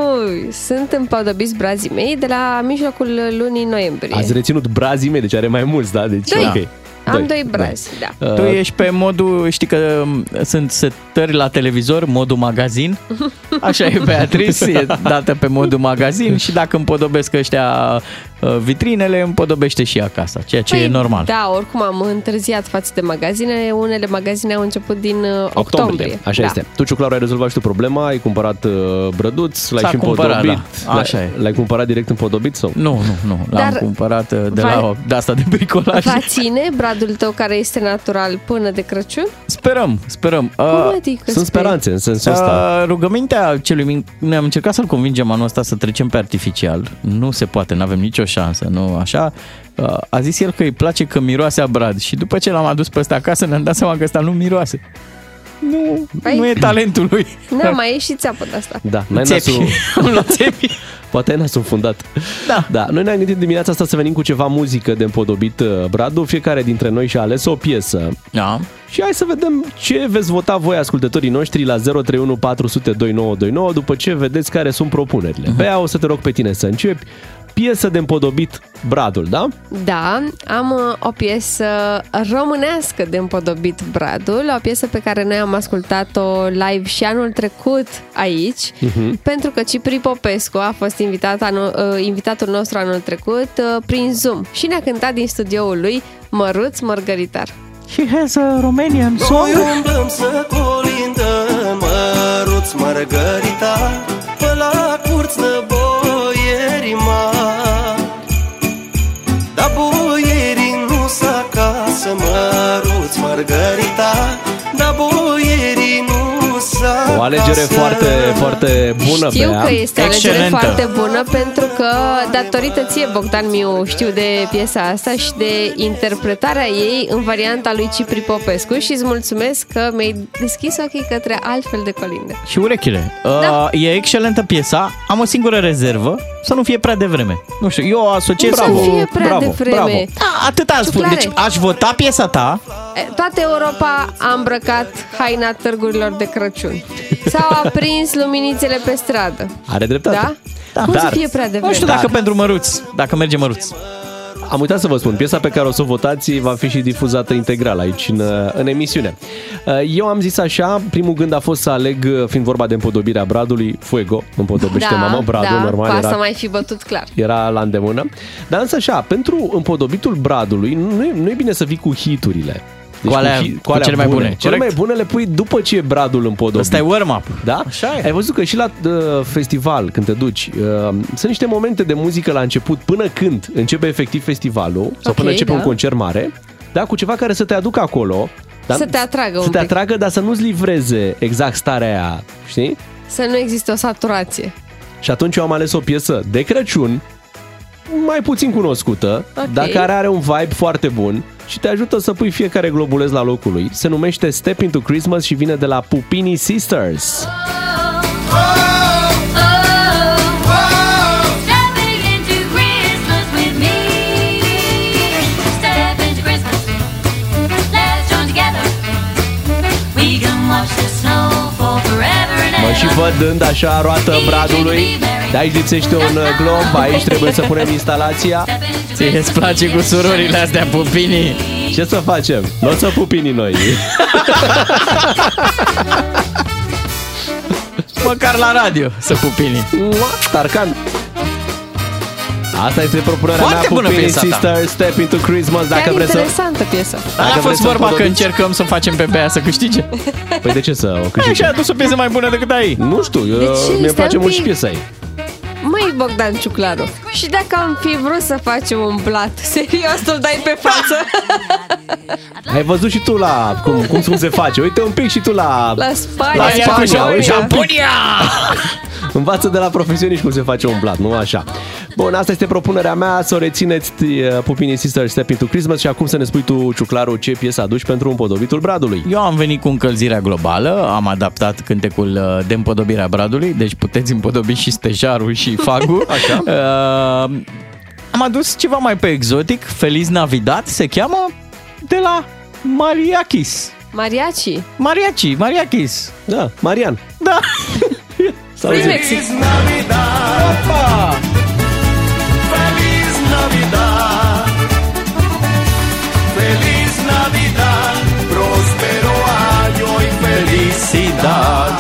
[SPEAKER 4] sunt împodobiți brazii mei de la mijlocul lunii noiembrie.
[SPEAKER 3] Ați reținut brazii mei, deci are mai mulți, da? Deci,
[SPEAKER 4] Doi.
[SPEAKER 3] ok.
[SPEAKER 4] Am doi brazi, da.
[SPEAKER 3] Uh,
[SPEAKER 5] Tu ești pe modul, știi că um, sunt setări la televizor, modul magazin. Așa e Beatrice, e dată pe modul magazin și dacă împodobesc ăștia uh, vitrinele, împodobește și acasă, ceea ce e normal.
[SPEAKER 4] Da, oricum am întârziat față de magazine. Unele magazine au început din uh, octombrie.
[SPEAKER 3] Așa
[SPEAKER 4] da.
[SPEAKER 3] este. Tu, Ciuclaru, ai rezolvat și tu problema, ai cumpărat uh, brăduț, l-ai
[SPEAKER 5] S-a
[SPEAKER 3] și
[SPEAKER 5] cumpărat,
[SPEAKER 3] împodobit.
[SPEAKER 5] da.
[SPEAKER 3] L-ai-
[SPEAKER 5] Așa e.
[SPEAKER 3] L-ai cumpărat direct împodobit sau?
[SPEAKER 5] Nu, nu, nu.
[SPEAKER 4] L-am Dar-
[SPEAKER 5] cumpărat uh, de
[SPEAKER 4] va-
[SPEAKER 5] la o- de asta de bricolaj.
[SPEAKER 4] Va ține bradul tău care este natural până de Crăciun?
[SPEAKER 5] Sperăm, sperăm. Uh, Cum
[SPEAKER 4] adică Sunt sper- speranțe
[SPEAKER 3] în sensul ăsta.
[SPEAKER 5] Da, Rugămintea celui mic, ne-am încercat să-l convingem anul ăsta să trecem pe artificial. Nu se poate, nu avem nicio șansă, nu așa. Uh, A zis el că îi place că miroase a brad și după ce l-am adus pe ăsta acasă ne-am dat seama că ăsta nu miroase. Nu,
[SPEAKER 4] Păi-
[SPEAKER 5] nu e talentul lui.
[SPEAKER 4] Nu, mai e și țeapă de asta.
[SPEAKER 3] Da, n-ai
[SPEAKER 5] Țepi.
[SPEAKER 3] nasul...
[SPEAKER 5] Am luat țepi.
[SPEAKER 3] Poate ai nasul fundat.
[SPEAKER 5] Da.
[SPEAKER 3] da. Noi ne-am gândit dimineața asta să venim cu ceva muzică de împodobit uh, Bradu. Fiecare dintre noi și-a ales o piesă.
[SPEAKER 5] Da.
[SPEAKER 3] Și hai să vedem ce veți vota voi ascultătorii noștri la 031 400 2929 după ce vedeți care sunt propunerile. Bea, o să te rog pe tine să începi. Piesă de împodobit Bradul, da?
[SPEAKER 4] Da, am uh, o piesă românească de împodobit Bradul, o piesă pe care noi am ascultat-o live și anul trecut aici,
[SPEAKER 6] Mhm.
[SPEAKER 4] pentru că Cipri Popescu a fost invitat anul, uh, invitatul nostru anul trecut uh, prin Zoom și ne-a cântat din studioul lui Măruț Mărgăritar.
[SPEAKER 5] She has a Romanian
[SPEAKER 4] song.
[SPEAKER 18] Noi umblăm să colindăm Măruț Margarita Pe la curț de boieri mari Dar boierii nu s acasă Măruț Margarita Dar boierii nu s
[SPEAKER 3] O alegere foarte, foarte bună,
[SPEAKER 4] Știu
[SPEAKER 3] Bea.
[SPEAKER 4] că este o alegere foarte bună pentru că datorită ție, Bogdan Miu, știu de piesa asta și de interpretarea ei în varianta lui Cipri Popescu și îți mulțumesc că mi-ai deschis ochii către altfel de colinde.
[SPEAKER 5] Și urechile. Da. Uh, e excelentă piesa, am o singură rezervă, să nu fie prea devreme. Nu știu, eu o asociez
[SPEAKER 4] Nu să
[SPEAKER 5] cu...
[SPEAKER 4] fie prea
[SPEAKER 5] bravo,
[SPEAKER 4] devreme.
[SPEAKER 5] Bravo. Da, atâta spun.
[SPEAKER 4] Ciuclare.
[SPEAKER 5] Deci aș vota piesa ta,
[SPEAKER 4] E, Toată Europa a îmbrăcat haina târgurilor de Crăciun. S-au aprins luminițele pe stradă.
[SPEAKER 3] Are dreptate.
[SPEAKER 4] Da? Cum să fie prea devreme?
[SPEAKER 5] Nu știu
[SPEAKER 4] Dar-
[SPEAKER 5] dacă pentru măruț, dacă merge măruț.
[SPEAKER 3] Am uitat să vă spun, piesa pe care o să o votați va fi și difuzată integral aici în, în emisiune. Uh, Eu am zis așa, primul gând a fost să aleg, uh, fiind vorba de împodobirea bradului, Fuego, împodobește
[SPEAKER 4] da,
[SPEAKER 3] mama bradul,
[SPEAKER 4] da, cu
[SPEAKER 3] normal,
[SPEAKER 4] asta
[SPEAKER 3] era
[SPEAKER 4] mai fi bătut clar.
[SPEAKER 3] era la îndemână. Dar însă așa, pentru împodobitul bradului, nu e, nu e bine să vii cu hiturile. Deci
[SPEAKER 5] Cu alea-
[SPEAKER 3] hit-
[SPEAKER 5] cu cele mai bune,
[SPEAKER 3] Cele
[SPEAKER 5] corect.
[SPEAKER 3] mai bune le pui după ce e bradul împodobit.
[SPEAKER 5] Ăsta e warm-up.
[SPEAKER 3] Da? Așa e. Ai văzut că și la uh, festival, când te duci, uh, sunt niște momente de muzică la început, până când începe efectiv festivalul, sau
[SPEAKER 4] Ok,
[SPEAKER 3] până începe
[SPEAKER 4] da.
[SPEAKER 3] un concert mare, da, cu ceva care să te aducă acolo, da?
[SPEAKER 4] Să te atragă
[SPEAKER 3] să
[SPEAKER 4] un
[SPEAKER 3] te
[SPEAKER 4] pic.
[SPEAKER 3] atragă, dar să nu-ți livreze exact starea aia, știi?
[SPEAKER 4] Să nu existe o saturație.
[SPEAKER 3] Și atunci eu am ales o piesă de Crăciun, mai puțin cunoscută,
[SPEAKER 4] Ok.
[SPEAKER 3] dar care are un vibe foarte bun și te ajută să pui fiecare globuleț la locul lui. Se numește Step Into Christmas și vine de la Pupini Sisters.
[SPEAKER 8] Stepping into Christmas with me. Step into Christmas. Let's join together. We can watch the snow fall forever and
[SPEAKER 3] Mă și
[SPEAKER 8] ever.
[SPEAKER 3] văd dând așa roată bradului De aici lipsește un uh, glob Aici trebuie să punem instalația
[SPEAKER 5] Ție îți place cu surorile astea pupinii
[SPEAKER 3] Ce să facem? Nu o să pupinii noi
[SPEAKER 5] Măcar la radio să pupini
[SPEAKER 3] Tarcan Asta este propunerea
[SPEAKER 5] Foarte
[SPEAKER 3] mea
[SPEAKER 5] bună
[SPEAKER 3] Pupinii
[SPEAKER 5] piesa ta.
[SPEAKER 3] Sisters Step into Christmas Dacă
[SPEAKER 4] Chiar
[SPEAKER 3] vreți să...
[SPEAKER 4] interesantă piesă.
[SPEAKER 5] Dar a
[SPEAKER 3] Dacă
[SPEAKER 5] fost
[SPEAKER 3] vreți să
[SPEAKER 5] vorba că
[SPEAKER 3] împodobiți-
[SPEAKER 5] încercăm să facem pe Bea să câștige
[SPEAKER 3] Păi de ce să o
[SPEAKER 5] Așa a
[SPEAKER 3] câștigi?
[SPEAKER 5] adus o piesă mai bună decât ai
[SPEAKER 3] Nu știu, eu,
[SPEAKER 4] Deci,
[SPEAKER 3] mi-e
[SPEAKER 4] stai
[SPEAKER 3] place
[SPEAKER 4] un
[SPEAKER 3] mult și
[SPEAKER 4] pic.
[SPEAKER 3] piesa ei
[SPEAKER 4] Mai Bogdan Ciuclaru. Și dacă am fi vrut să facem un blat, serios, tu dai pe față.
[SPEAKER 3] Ai văzut și tu la cum, cum, cum se face Uite un pic și tu la...
[SPEAKER 4] La Spania,
[SPEAKER 3] la Spania,
[SPEAKER 4] Japonia.
[SPEAKER 3] uite un pic. Învață de la profesioniști cum se face un blat, nu așa. Bun, asta este propunerea mea, să o rețineți uh, Pupinii Sisters Step Into Christmas și acum să ne spui tu, Ciuclaru, ce piesă aduci pentru împodobitul bradului.
[SPEAKER 5] Eu am venit cu încălzirea globală, am adaptat cântecul uh, de împodobire a bradului, deci puteți împodobi și stejarul și fagul. Așa. Uh, am adus ceva mai pe exotic, Feliz Navidad se cheamă, de la Mariachis.
[SPEAKER 4] Mariachi.
[SPEAKER 5] Mariachi, Mariachis.
[SPEAKER 3] Da, Marian.
[SPEAKER 5] Da.
[SPEAKER 3] S-a auzit.
[SPEAKER 6] Feliz Navidad Feliz Navidad Feliz Navidad Prospero año y felicidad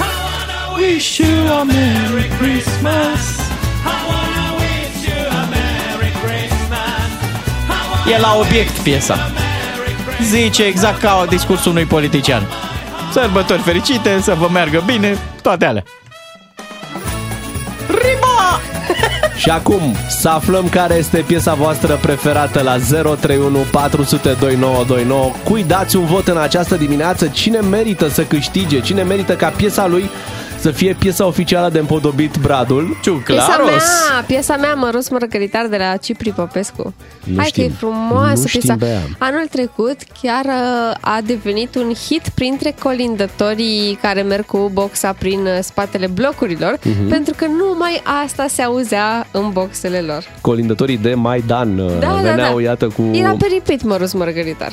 [SPEAKER 6] I wish you a Merry Christmas I wanna wish you a Merry Christmas
[SPEAKER 5] E la obiect piesa. Zice exact ca discursul unui politician. Sărbători fericite, să vă meargă bine, toate alea. Riba!
[SPEAKER 3] Și acum să aflăm care este piesa voastră preferată la 031 400 2929. Cui dați un vot în această dimineață? Cine merită să câștige? Cine merită ca piesa lui să fie piesa oficială de împodobit bradul?
[SPEAKER 4] Piesa mea, piesa mea Măruț Mărăcăritar de la Cipri Popescu.
[SPEAKER 3] Nu
[SPEAKER 4] Hai
[SPEAKER 3] știm.
[SPEAKER 4] că e frumoasă
[SPEAKER 3] Nu știm,
[SPEAKER 4] piesa.
[SPEAKER 3] Bea.
[SPEAKER 4] Anul trecut chiar uh, a devenit un hit printre colindătorii care merg cu boxa prin uh, spatele blocurilor,
[SPEAKER 3] Mhm.
[SPEAKER 4] pentru că numai asta se auzea în boxele lor.
[SPEAKER 3] Colindătorii de Maidan uh,
[SPEAKER 4] Da, da,
[SPEAKER 3] veneau,
[SPEAKER 4] da.
[SPEAKER 3] iată, cu...
[SPEAKER 4] Era peripit Măruț Mărgăritar.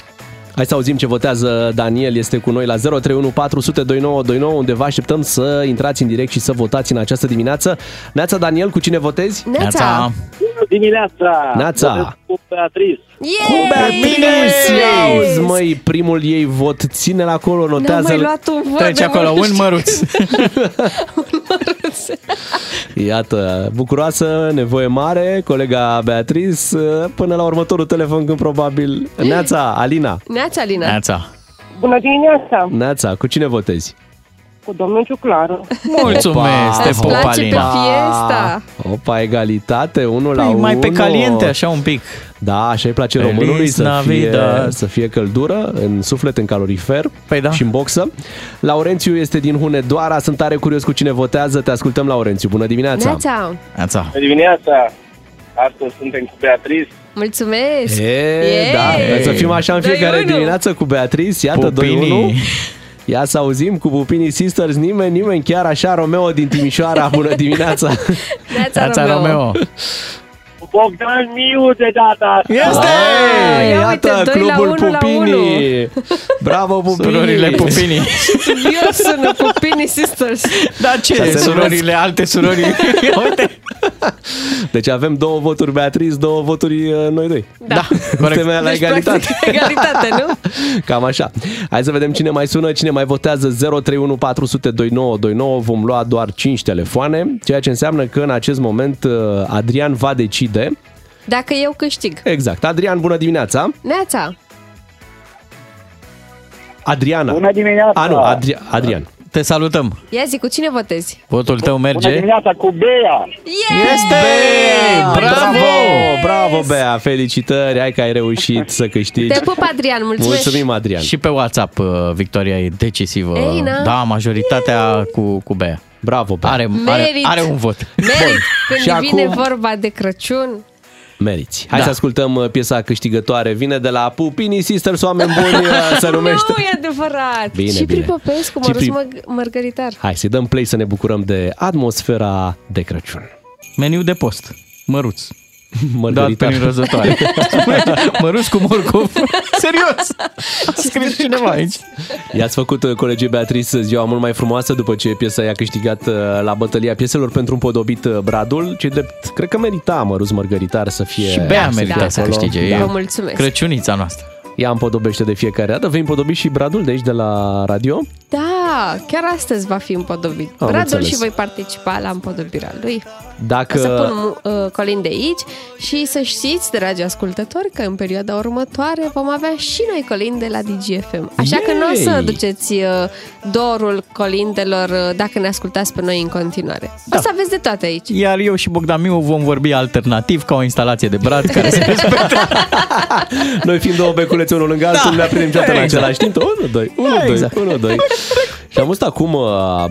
[SPEAKER 3] Hai să auzim ce votează Daniel, este cu noi la 031 400 2929, unde vă așteptăm să intrați în direct și să votați în această dimineață. Neața Daniel, cu cine votezi?
[SPEAKER 5] Neața.
[SPEAKER 15] Bună dimineața!
[SPEAKER 3] Neața.
[SPEAKER 15] Vorbesc Cu Beatriz!
[SPEAKER 3] Bine, auzi, măi, primul ei vot, ține-l acolo, notează-l.
[SPEAKER 4] mai luat un vot Trece de acolo, mult. un
[SPEAKER 5] măruț.
[SPEAKER 3] Iată, bucuroasă, nevoie mare, colega Beatriz, până la următorul telefon când probabil... Neața, Alina.
[SPEAKER 4] Neața, Alina.
[SPEAKER 3] Neața.
[SPEAKER 19] Bună dimineața!
[SPEAKER 3] Neața, cu cine votezi?
[SPEAKER 19] Cu domnul Ciuclaru.
[SPEAKER 3] Opa,
[SPEAKER 5] te pup, Îți place pe
[SPEAKER 3] Opa.
[SPEAKER 19] fiesta.
[SPEAKER 3] Opa, egalitate, unul la
[SPEAKER 5] Păi,
[SPEAKER 3] unul.
[SPEAKER 5] mai pe caliente, așa un pic.
[SPEAKER 3] Da, așa îi place
[SPEAKER 5] Feliz
[SPEAKER 3] românului să fie,
[SPEAKER 5] Navidad.
[SPEAKER 3] să fie căldură în suflet, în calorifer păi da. și în boxă. Laurențiu este din Hunedoara, sunt tare curios cu cine votează. Te ascultăm, Laurențiu. Bună dimineața!
[SPEAKER 4] Neața.
[SPEAKER 5] Neața.
[SPEAKER 9] Bună dimineața! Astăzi suntem cu Beatriz.
[SPEAKER 4] Mulțumesc!
[SPEAKER 3] E, da, să fim așa în fiecare
[SPEAKER 4] 2-1.
[SPEAKER 3] dimineață cu Beatriz, iată
[SPEAKER 5] Pupinii.
[SPEAKER 3] 2-1. Ia să auzim cu Pupinii Sisters, nimeni, nimeni, chiar așa Romeo din Timișoara, bună dimineața!
[SPEAKER 4] Neața, Neața Romeo. Romeo.
[SPEAKER 15] Bogdan Miu de data asta.
[SPEAKER 5] Este! Ah, iată,
[SPEAKER 15] uite, doi la
[SPEAKER 5] clubul
[SPEAKER 15] unu la
[SPEAKER 5] Pupinii. Bravo, Pupinii. Surorile Pupinii.
[SPEAKER 4] Eu sună Pupini Sisters. Deci,
[SPEAKER 5] Da,
[SPEAKER 3] Așa
[SPEAKER 5] ce?
[SPEAKER 3] se
[SPEAKER 5] Surorile,
[SPEAKER 3] numesc.
[SPEAKER 5] alte surori. Uite.
[SPEAKER 3] Deci avem două voturi Beatriz, două voturi uh, noi doi.
[SPEAKER 4] Da.
[SPEAKER 3] Corect. Temea la
[SPEAKER 4] Deci,
[SPEAKER 3] egalitate.
[SPEAKER 4] practic, egalitate, nu?
[SPEAKER 3] Cam așa. Hai să vedem cine mai sună, cine mai votează 031 400 2929. Vom lua doar 5 telefoane, ceea ce înseamnă că în acest moment uh, Adrian va decide.
[SPEAKER 4] Dacă eu câștig.
[SPEAKER 3] Exact. Adrian, bună dimineața.
[SPEAKER 4] Neața.
[SPEAKER 3] Adriana.
[SPEAKER 4] Bună dimineața.
[SPEAKER 3] A, nu, Adri- Adrian.
[SPEAKER 5] Te salutăm.
[SPEAKER 4] Ia zi, cu cine votezi?
[SPEAKER 5] Votul tău merge.
[SPEAKER 4] Bună
[SPEAKER 15] dimineața, cu Bea.
[SPEAKER 5] Este!
[SPEAKER 3] Bravo! Bravo, Bea! Felicitări! Hai că ai reușit să câștigi.
[SPEAKER 4] Te pup, Adrian, mulțumesc.
[SPEAKER 3] Adrian.
[SPEAKER 5] Și pe WhatsApp, uh, victoria e decisivă.
[SPEAKER 4] Ei, na.
[SPEAKER 5] da, majoritatea cu, cu Bea.
[SPEAKER 3] Bravo, Bea.
[SPEAKER 5] Are, are,
[SPEAKER 4] Merit.
[SPEAKER 5] are un vot.
[SPEAKER 4] Merit, când
[SPEAKER 3] Și
[SPEAKER 4] vine
[SPEAKER 3] acum-
[SPEAKER 4] vorba de Crăciun.
[SPEAKER 3] Meriți. Hai
[SPEAKER 5] Da.
[SPEAKER 3] da. să ascultăm uh, piesa câștigătoare. Vine de la Pupini Sisters, oameni buni, uh, se numește.
[SPEAKER 4] Nu, e adevărat.
[SPEAKER 3] Bine,
[SPEAKER 4] și
[SPEAKER 3] bine.
[SPEAKER 4] Popescu,
[SPEAKER 3] Și
[SPEAKER 4] Mărus
[SPEAKER 3] Pri-
[SPEAKER 4] Măg- Mărgăritar.
[SPEAKER 3] Hai să-i dăm play să ne bucurăm de atmosfera de Crăciun.
[SPEAKER 5] Meniu de post. Măruț. Dat
[SPEAKER 3] Mărgăritar.
[SPEAKER 5] prin rozătoare. Măruț cu morcov. Serios! A scris cineva aici.
[SPEAKER 3] I-ați făcut, uh, colegii Beatrice, ziua mult mai frumoasă după ce piesa i-a câștigat uh, la bătălia pieselor pentru un podobit uh, Bradul. Ce drept, cred că merita Măruz Mărgăritar să fie
[SPEAKER 5] Și Bea
[SPEAKER 3] să fie
[SPEAKER 4] Da.
[SPEAKER 5] merita să
[SPEAKER 3] acolo.
[SPEAKER 5] câștige.
[SPEAKER 4] Vă
[SPEAKER 5] E
[SPEAKER 4] mulțumesc.
[SPEAKER 5] Crăciunița noastră.
[SPEAKER 3] Ea împodobește de fiecare dată. Vei împodobi și Bradul de aici, de la radio?
[SPEAKER 4] Da, chiar astăzi va fi împodobit.
[SPEAKER 3] Am
[SPEAKER 4] Radul
[SPEAKER 3] înțeles.
[SPEAKER 4] și voi participa la împodobirea lui.
[SPEAKER 3] Dacă...
[SPEAKER 4] Că... Să pun uh, colin de aici și să știți, dragi ascultători, că în perioada următoare vom avea și noi colin de la DGFM. Așa că nu o să
[SPEAKER 3] Yay!
[SPEAKER 4] duceți uh, dorul colindelor uh, dacă ne ascultați pe noi în continuare. Da. O să aveți de toate aici.
[SPEAKER 5] Iar eu și Bogdan Miu vom vorbi alternativ ca o instalație de brad care se
[SPEAKER 3] Noi fiind două beculețe unul lângă altul, da. le aprindem ceata în
[SPEAKER 5] Exact.
[SPEAKER 3] același timp. 1, 2, 1,
[SPEAKER 5] Da,
[SPEAKER 3] 2,
[SPEAKER 5] exact.
[SPEAKER 3] 1, 2. Și am văzut acum, uh,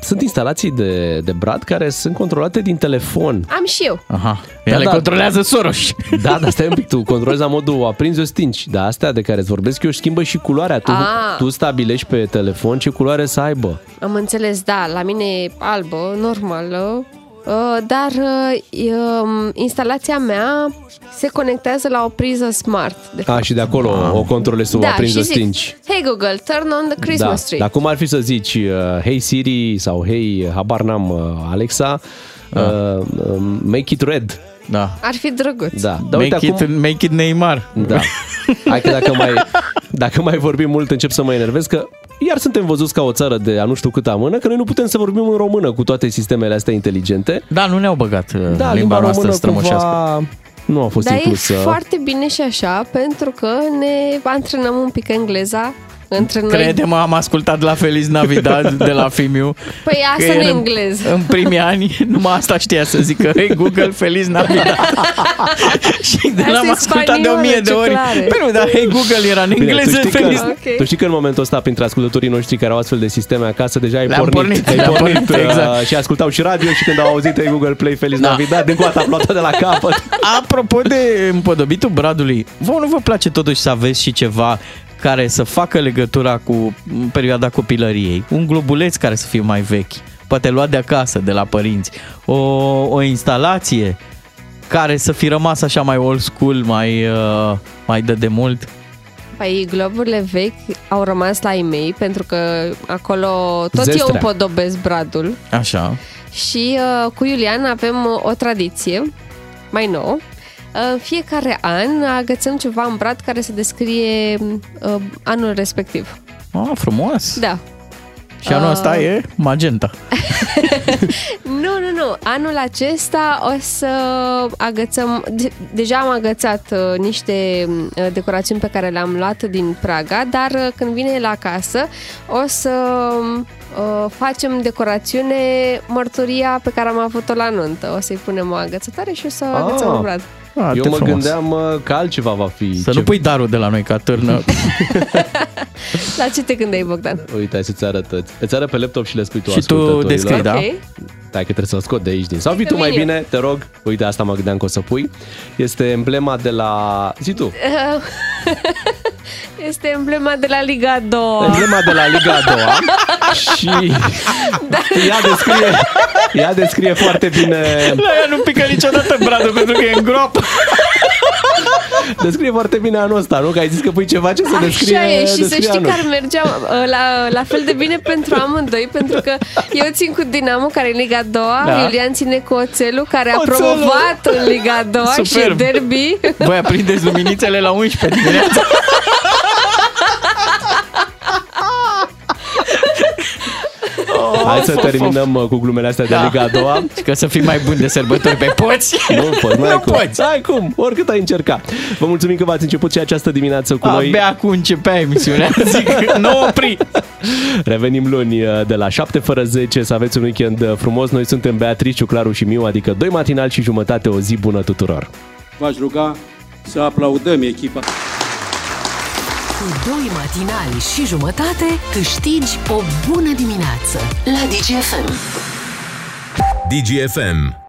[SPEAKER 3] sunt instalații de, de brad care sunt controlate din telefon.
[SPEAKER 4] Am și eu.
[SPEAKER 5] Aha. Ea le controlează Soros.
[SPEAKER 3] Da, dar stai un pic, tu controlezi la modul aprinzi o stingi, dar astea de care îți vorbesc eu își schimbă și culoarea. Tu,
[SPEAKER 4] Ah.
[SPEAKER 3] tu stabilești pe telefon ce culoare să aibă.
[SPEAKER 4] Am înțeles, da, la mine e albă, normală, uh, dar uh, e, um, instalația mea se conectează la o priză smart. De
[SPEAKER 3] A, și de acolo o controlezi tu, aprinzi o
[SPEAKER 4] Da, zic,
[SPEAKER 3] stingi. Da.
[SPEAKER 4] Hey Google, turn on the Christmas tree.
[SPEAKER 3] Dar cum ar fi să zici uh, Hey Siri sau Hey, habar n-am, uh, Alexa, uh, uh, make it red.
[SPEAKER 5] Da.
[SPEAKER 4] Ar fi drăguț.
[SPEAKER 3] Da,
[SPEAKER 5] Da,
[SPEAKER 3] dar
[SPEAKER 5] make,
[SPEAKER 3] uite
[SPEAKER 5] it,
[SPEAKER 3] acum...
[SPEAKER 5] make it Neymar.
[SPEAKER 3] Da. Hai că dacă mai, dacă mai vorbim mult încep să mă enervez că iar suntem văzuți ca o țară de a nu știu câta mână, că noi nu putem să vorbim în română cu toate sistemele astea inteligente.
[SPEAKER 5] Da, nu ne-au băgat da,
[SPEAKER 3] limba,
[SPEAKER 5] limba noastră
[SPEAKER 3] română
[SPEAKER 5] strămoșească.
[SPEAKER 3] cumva nu a fost
[SPEAKER 4] Dar
[SPEAKER 3] inclusă.
[SPEAKER 4] e foarte bine și așa, pentru că ne antrenăm un pic engleza între noi.
[SPEAKER 5] Crede-mă, am ascultat la Feliz Navidad de la Fimiu.
[SPEAKER 4] Păi
[SPEAKER 5] că
[SPEAKER 4] asta nu
[SPEAKER 5] el
[SPEAKER 4] e
[SPEAKER 5] în-
[SPEAKER 4] engleză.
[SPEAKER 5] În primii ani, numai asta știa să zică, hei Google, Feliz Navidad. și de
[SPEAKER 4] Asta
[SPEAKER 5] l-am
[SPEAKER 4] e
[SPEAKER 5] ascultat de o
[SPEAKER 4] spaniolă,
[SPEAKER 5] mie de
[SPEAKER 4] ce
[SPEAKER 5] ori.
[SPEAKER 4] clare.
[SPEAKER 5] Păi nu, dar hei Google era în
[SPEAKER 3] Bine,
[SPEAKER 5] engleză,
[SPEAKER 3] tu, știi
[SPEAKER 5] Feliz
[SPEAKER 3] că, tu știi că în momentul ăsta printre ascultătorii noștri care au astfel de sisteme acasă deja ai
[SPEAKER 5] Le-am
[SPEAKER 3] pornit,
[SPEAKER 5] pornit,
[SPEAKER 3] ai
[SPEAKER 5] le-am
[SPEAKER 3] pornit,
[SPEAKER 5] pornit,
[SPEAKER 3] uh,
[SPEAKER 5] exact.
[SPEAKER 3] și ascultau și radio și când au auzit hey, Google Play Feliz
[SPEAKER 5] Da.
[SPEAKER 3] Navidad, din coata am luat de la capăt.
[SPEAKER 5] Apropo de împodobitul bradului, vouă nu vă place totuși să aveți și ceva care să facă legătura cu perioada copilăriei? Un globuleț care să fie mai vechi, poate luat de acasă, de la părinți, o, o instalație care să fi rămas așa mai old school, mai, uh, mai de demult.
[SPEAKER 4] Păi globurile vechi au rămas la ei mei, pentru că acolo tot
[SPEAKER 5] Zestrea.
[SPEAKER 4] eu împodobesc bradul.
[SPEAKER 5] Așa.
[SPEAKER 4] Și uh, cu Iulian avem uh, o tradiție mai nouă. Uh, În fiecare an agățăm ceva în brad care să descrie uh, anul respectiv.
[SPEAKER 5] Ah, frumos.
[SPEAKER 4] Da.
[SPEAKER 5] Și anul ăsta
[SPEAKER 4] Ah.
[SPEAKER 5] e magenta.
[SPEAKER 4] Nu, nu, nu. Anul acesta o să agățăm... de- Deja am agățat uh, niște uh, decorațiuni pe care le-am luat din Praga, dar uh, când vine la casă o să uh, facem decorațiune mărturia pe care am avut-o la nuntă. O să-i punem o agățătoare și o să
[SPEAKER 3] Ah.
[SPEAKER 4] agățăm un brad.
[SPEAKER 3] Eu
[SPEAKER 5] te
[SPEAKER 3] mă
[SPEAKER 5] frumos.
[SPEAKER 3] gândeam uh, că altceva va fi.
[SPEAKER 5] Să nu pui darul de la noi ca târnă.
[SPEAKER 4] La ce te gândeai, Bogdan?
[SPEAKER 3] Uite, hai să-ți arăt. Îți arăt pe laptop și le spui tu
[SPEAKER 5] Și tu
[SPEAKER 3] ascultătorilor.
[SPEAKER 5] descrii, da?
[SPEAKER 4] Ok.
[SPEAKER 3] Stai că trebuie să-l scot de aici din. Sau vii
[SPEAKER 4] Că
[SPEAKER 3] tu mai
[SPEAKER 4] vin eu.
[SPEAKER 3] bine, te rog. Uite, asta mă gândeam că o să pui. Este emblema de la... Zi tu.
[SPEAKER 4] Uh, Este emblema de la Liga 2. Oh.
[SPEAKER 3] Emblema de la Liga a doua. Și ea descrie, ea descrie foarte bine
[SPEAKER 5] La ea nu pică niciodată bradul pentru că e în groapă.
[SPEAKER 3] Descrie foarte bine anul ăsta, nu? Că ai zis că pui ceva ce să descrie
[SPEAKER 4] Așa e și să
[SPEAKER 3] descrie
[SPEAKER 4] știi
[SPEAKER 3] anul.
[SPEAKER 4] că ar mergea uh, la, la fel de bine pentru amândoi, pentru că eu țin cu Dinamo, care e în Liga 2,
[SPEAKER 5] Da.
[SPEAKER 4] da. Iulian ține cu Oțelul, care a
[SPEAKER 5] Oțelul!
[SPEAKER 4] promovat în Liga 2 și e
[SPEAKER 5] Superb.
[SPEAKER 4] derby.
[SPEAKER 5] Voi aprindeți luminițele la 11 dimineața.
[SPEAKER 3] Hai să terminăm uh, cu glumele astea de Liga a doua.
[SPEAKER 5] Că să fii mai bun de sărbători pe poți.
[SPEAKER 3] Nu poți, nu,
[SPEAKER 5] Nu
[SPEAKER 3] ai cum.
[SPEAKER 5] poți.
[SPEAKER 3] Ai cum, oricât ai încerca. Vă mulțumim că v-ați început și această dimineață cu noi.
[SPEAKER 5] Abia acum începea emisiunea. Zic, nu opri.
[SPEAKER 3] Revenim luni uh, de la 7 fără 10 să aveți un weekend uh, frumos. Noi suntem Beatrice, Claru și Miu, adică doi matinal și jumătate o zi bună tuturor.
[SPEAKER 20] V-aș ruga să aplaudăm echipa.
[SPEAKER 1] Cu doi matinali și jumătate câștigi o bună dimineață la DGFM.
[SPEAKER 2] DGFM.